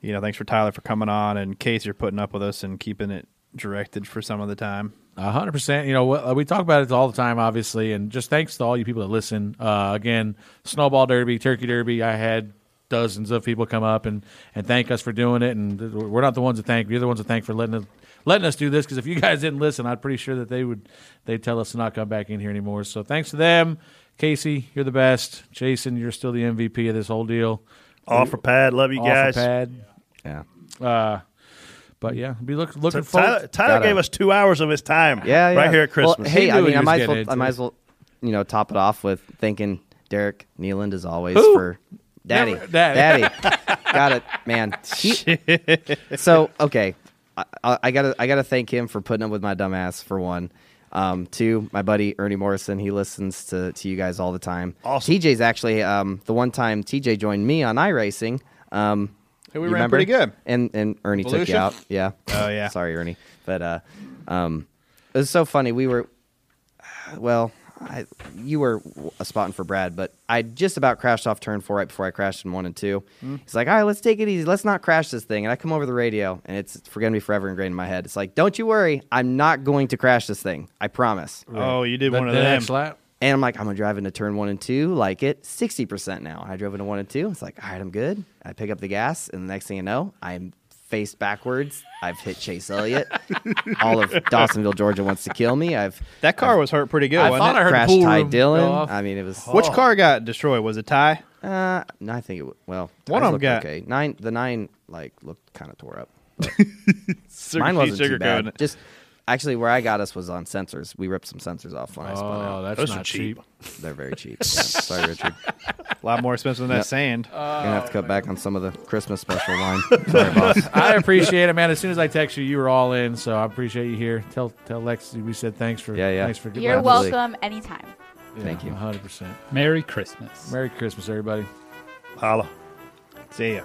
D: you know, thanks for Tyler for coming on and Casey for putting up with us and keeping it directed for some of the time.
F: Uh,
E: A hundred percent. You know, we- we talk about it all the time, obviously, and just thanks to all you people that listen. Uh, again, Snowball Derby, Turkey Derby. I had dozens of people come up and, and thank us for doing it, and th- we're not the ones to thank. You're the ones to thank for letting us letting us do this. Because if you guys didn't listen, I'm pretty sure that they would they would tell us to not come back in here anymore. So thanks to them, Casey, you're the best. Jason, you're still the MVP of this whole deal.
B: Offer pad, love you
E: Offer
B: guys.
E: pad.
F: Yeah.
E: Uh, But yeah, be look, looking
B: So Tyler,
E: forward.
B: Tyler gave us two hours of his time.
F: Yeah, yeah.
B: right here at
F: Well,
B: Christmas.
F: hey, I mean, I might as well, I might as well, you know, top it off with thanking Derek Nealand as always
E: Who?
F: for Daddy,
E: Never- Daddy.
F: Daddy, got it, man. He- so okay, I, I I gotta I gotta thank him for putting up with my dumbass for one. Um, two, my buddy Ernie Morrison, he listens to to you guys all the time. Awesome. TJ's actually um, the one time TJ joined me on iRacing. Um,
D: Hey, we
F: you
D: ran pretty good.
F: and and Ernie took
D: Evolution?
F: you out. [laughs] Yeah.
D: Oh, yeah.
F: Sorry, Ernie. But uh, um, it was so funny. We were, well, I, you were a spotting for Brad, but I just about crashed off turn four right before I crashed in one and two.
D: Hmm.
A: Mm.
F: He's like, all right, let's take it easy. Let's not crash this thing. And I come over the radio, and it's forgive me forever ingrained in my head. It's like, don't you worry, I'm not going to crash this thing. I promise.
D: Oh, you did The- one of the them. next lap?
F: And I'm like, I'm gonna drive into turn one and two, like it, sixty percent now. I drove into one and two. It's like, all right, I'm good. I pick up the gas, and the next thing I know, I'm face backwards. I've hit Chase Elliott. All [laughs] of Dawsonville, Georgia wants to kill me. I've
D: That car was hurt pretty good.
F: I
D: wasn't
F: thought
D: it?
F: I heard Crashed pool Ty room go Dillon. off. I mean, it was-
D: Which
F: Oh.
D: car got destroyed? Was it Ty?
F: Uh, no, I think it. wa- Well,
D: One of
F: ours
D: 'em
F: looked
D: got-
F: okay. Nine. The nine like looked kind of tore up. but
D: Sugar-
F: [laughs] Mine wasn't
D: sugarcoating
F: too bad.
D: it.
F: Just actually, where I got us was on sensors. We ripped some sensors off when I spun out. [laughs] They're very Oh, cheap. Yeah. Sorry, Richard.
D: A lot more expensive than that
F: Yep.
D: sand.
F: You're gonna have to cut back on some of the Christmas special
D: [laughs]
F: line. Sorry, boss.
E: [laughs] I appreciate it, man. As soon as I text you, you were all in, so I appreciate you here. Tell tell Lexi we said thanks for
F: Yeah, yeah.
E: thanks for
G: You're welcome anytime.
F: Thank you.
E: 100. percent
H: Merry Christmas.
E: Merry Christmas, everybody.
B: Holla.
D: See ya.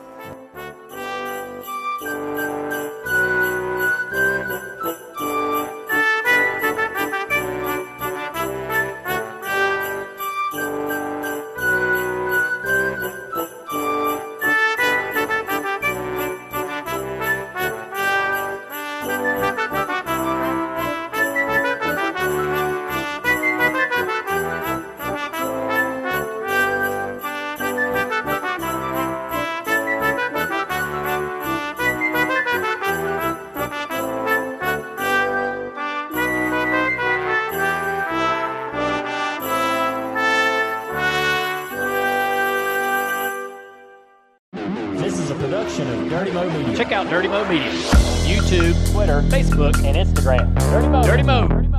I: This is a production of Dirty Mo Media. Check out Dirty Mo Media. YouTube, Twitter, Facebook, and Instagram. Dirty Mo. Dirty Mo.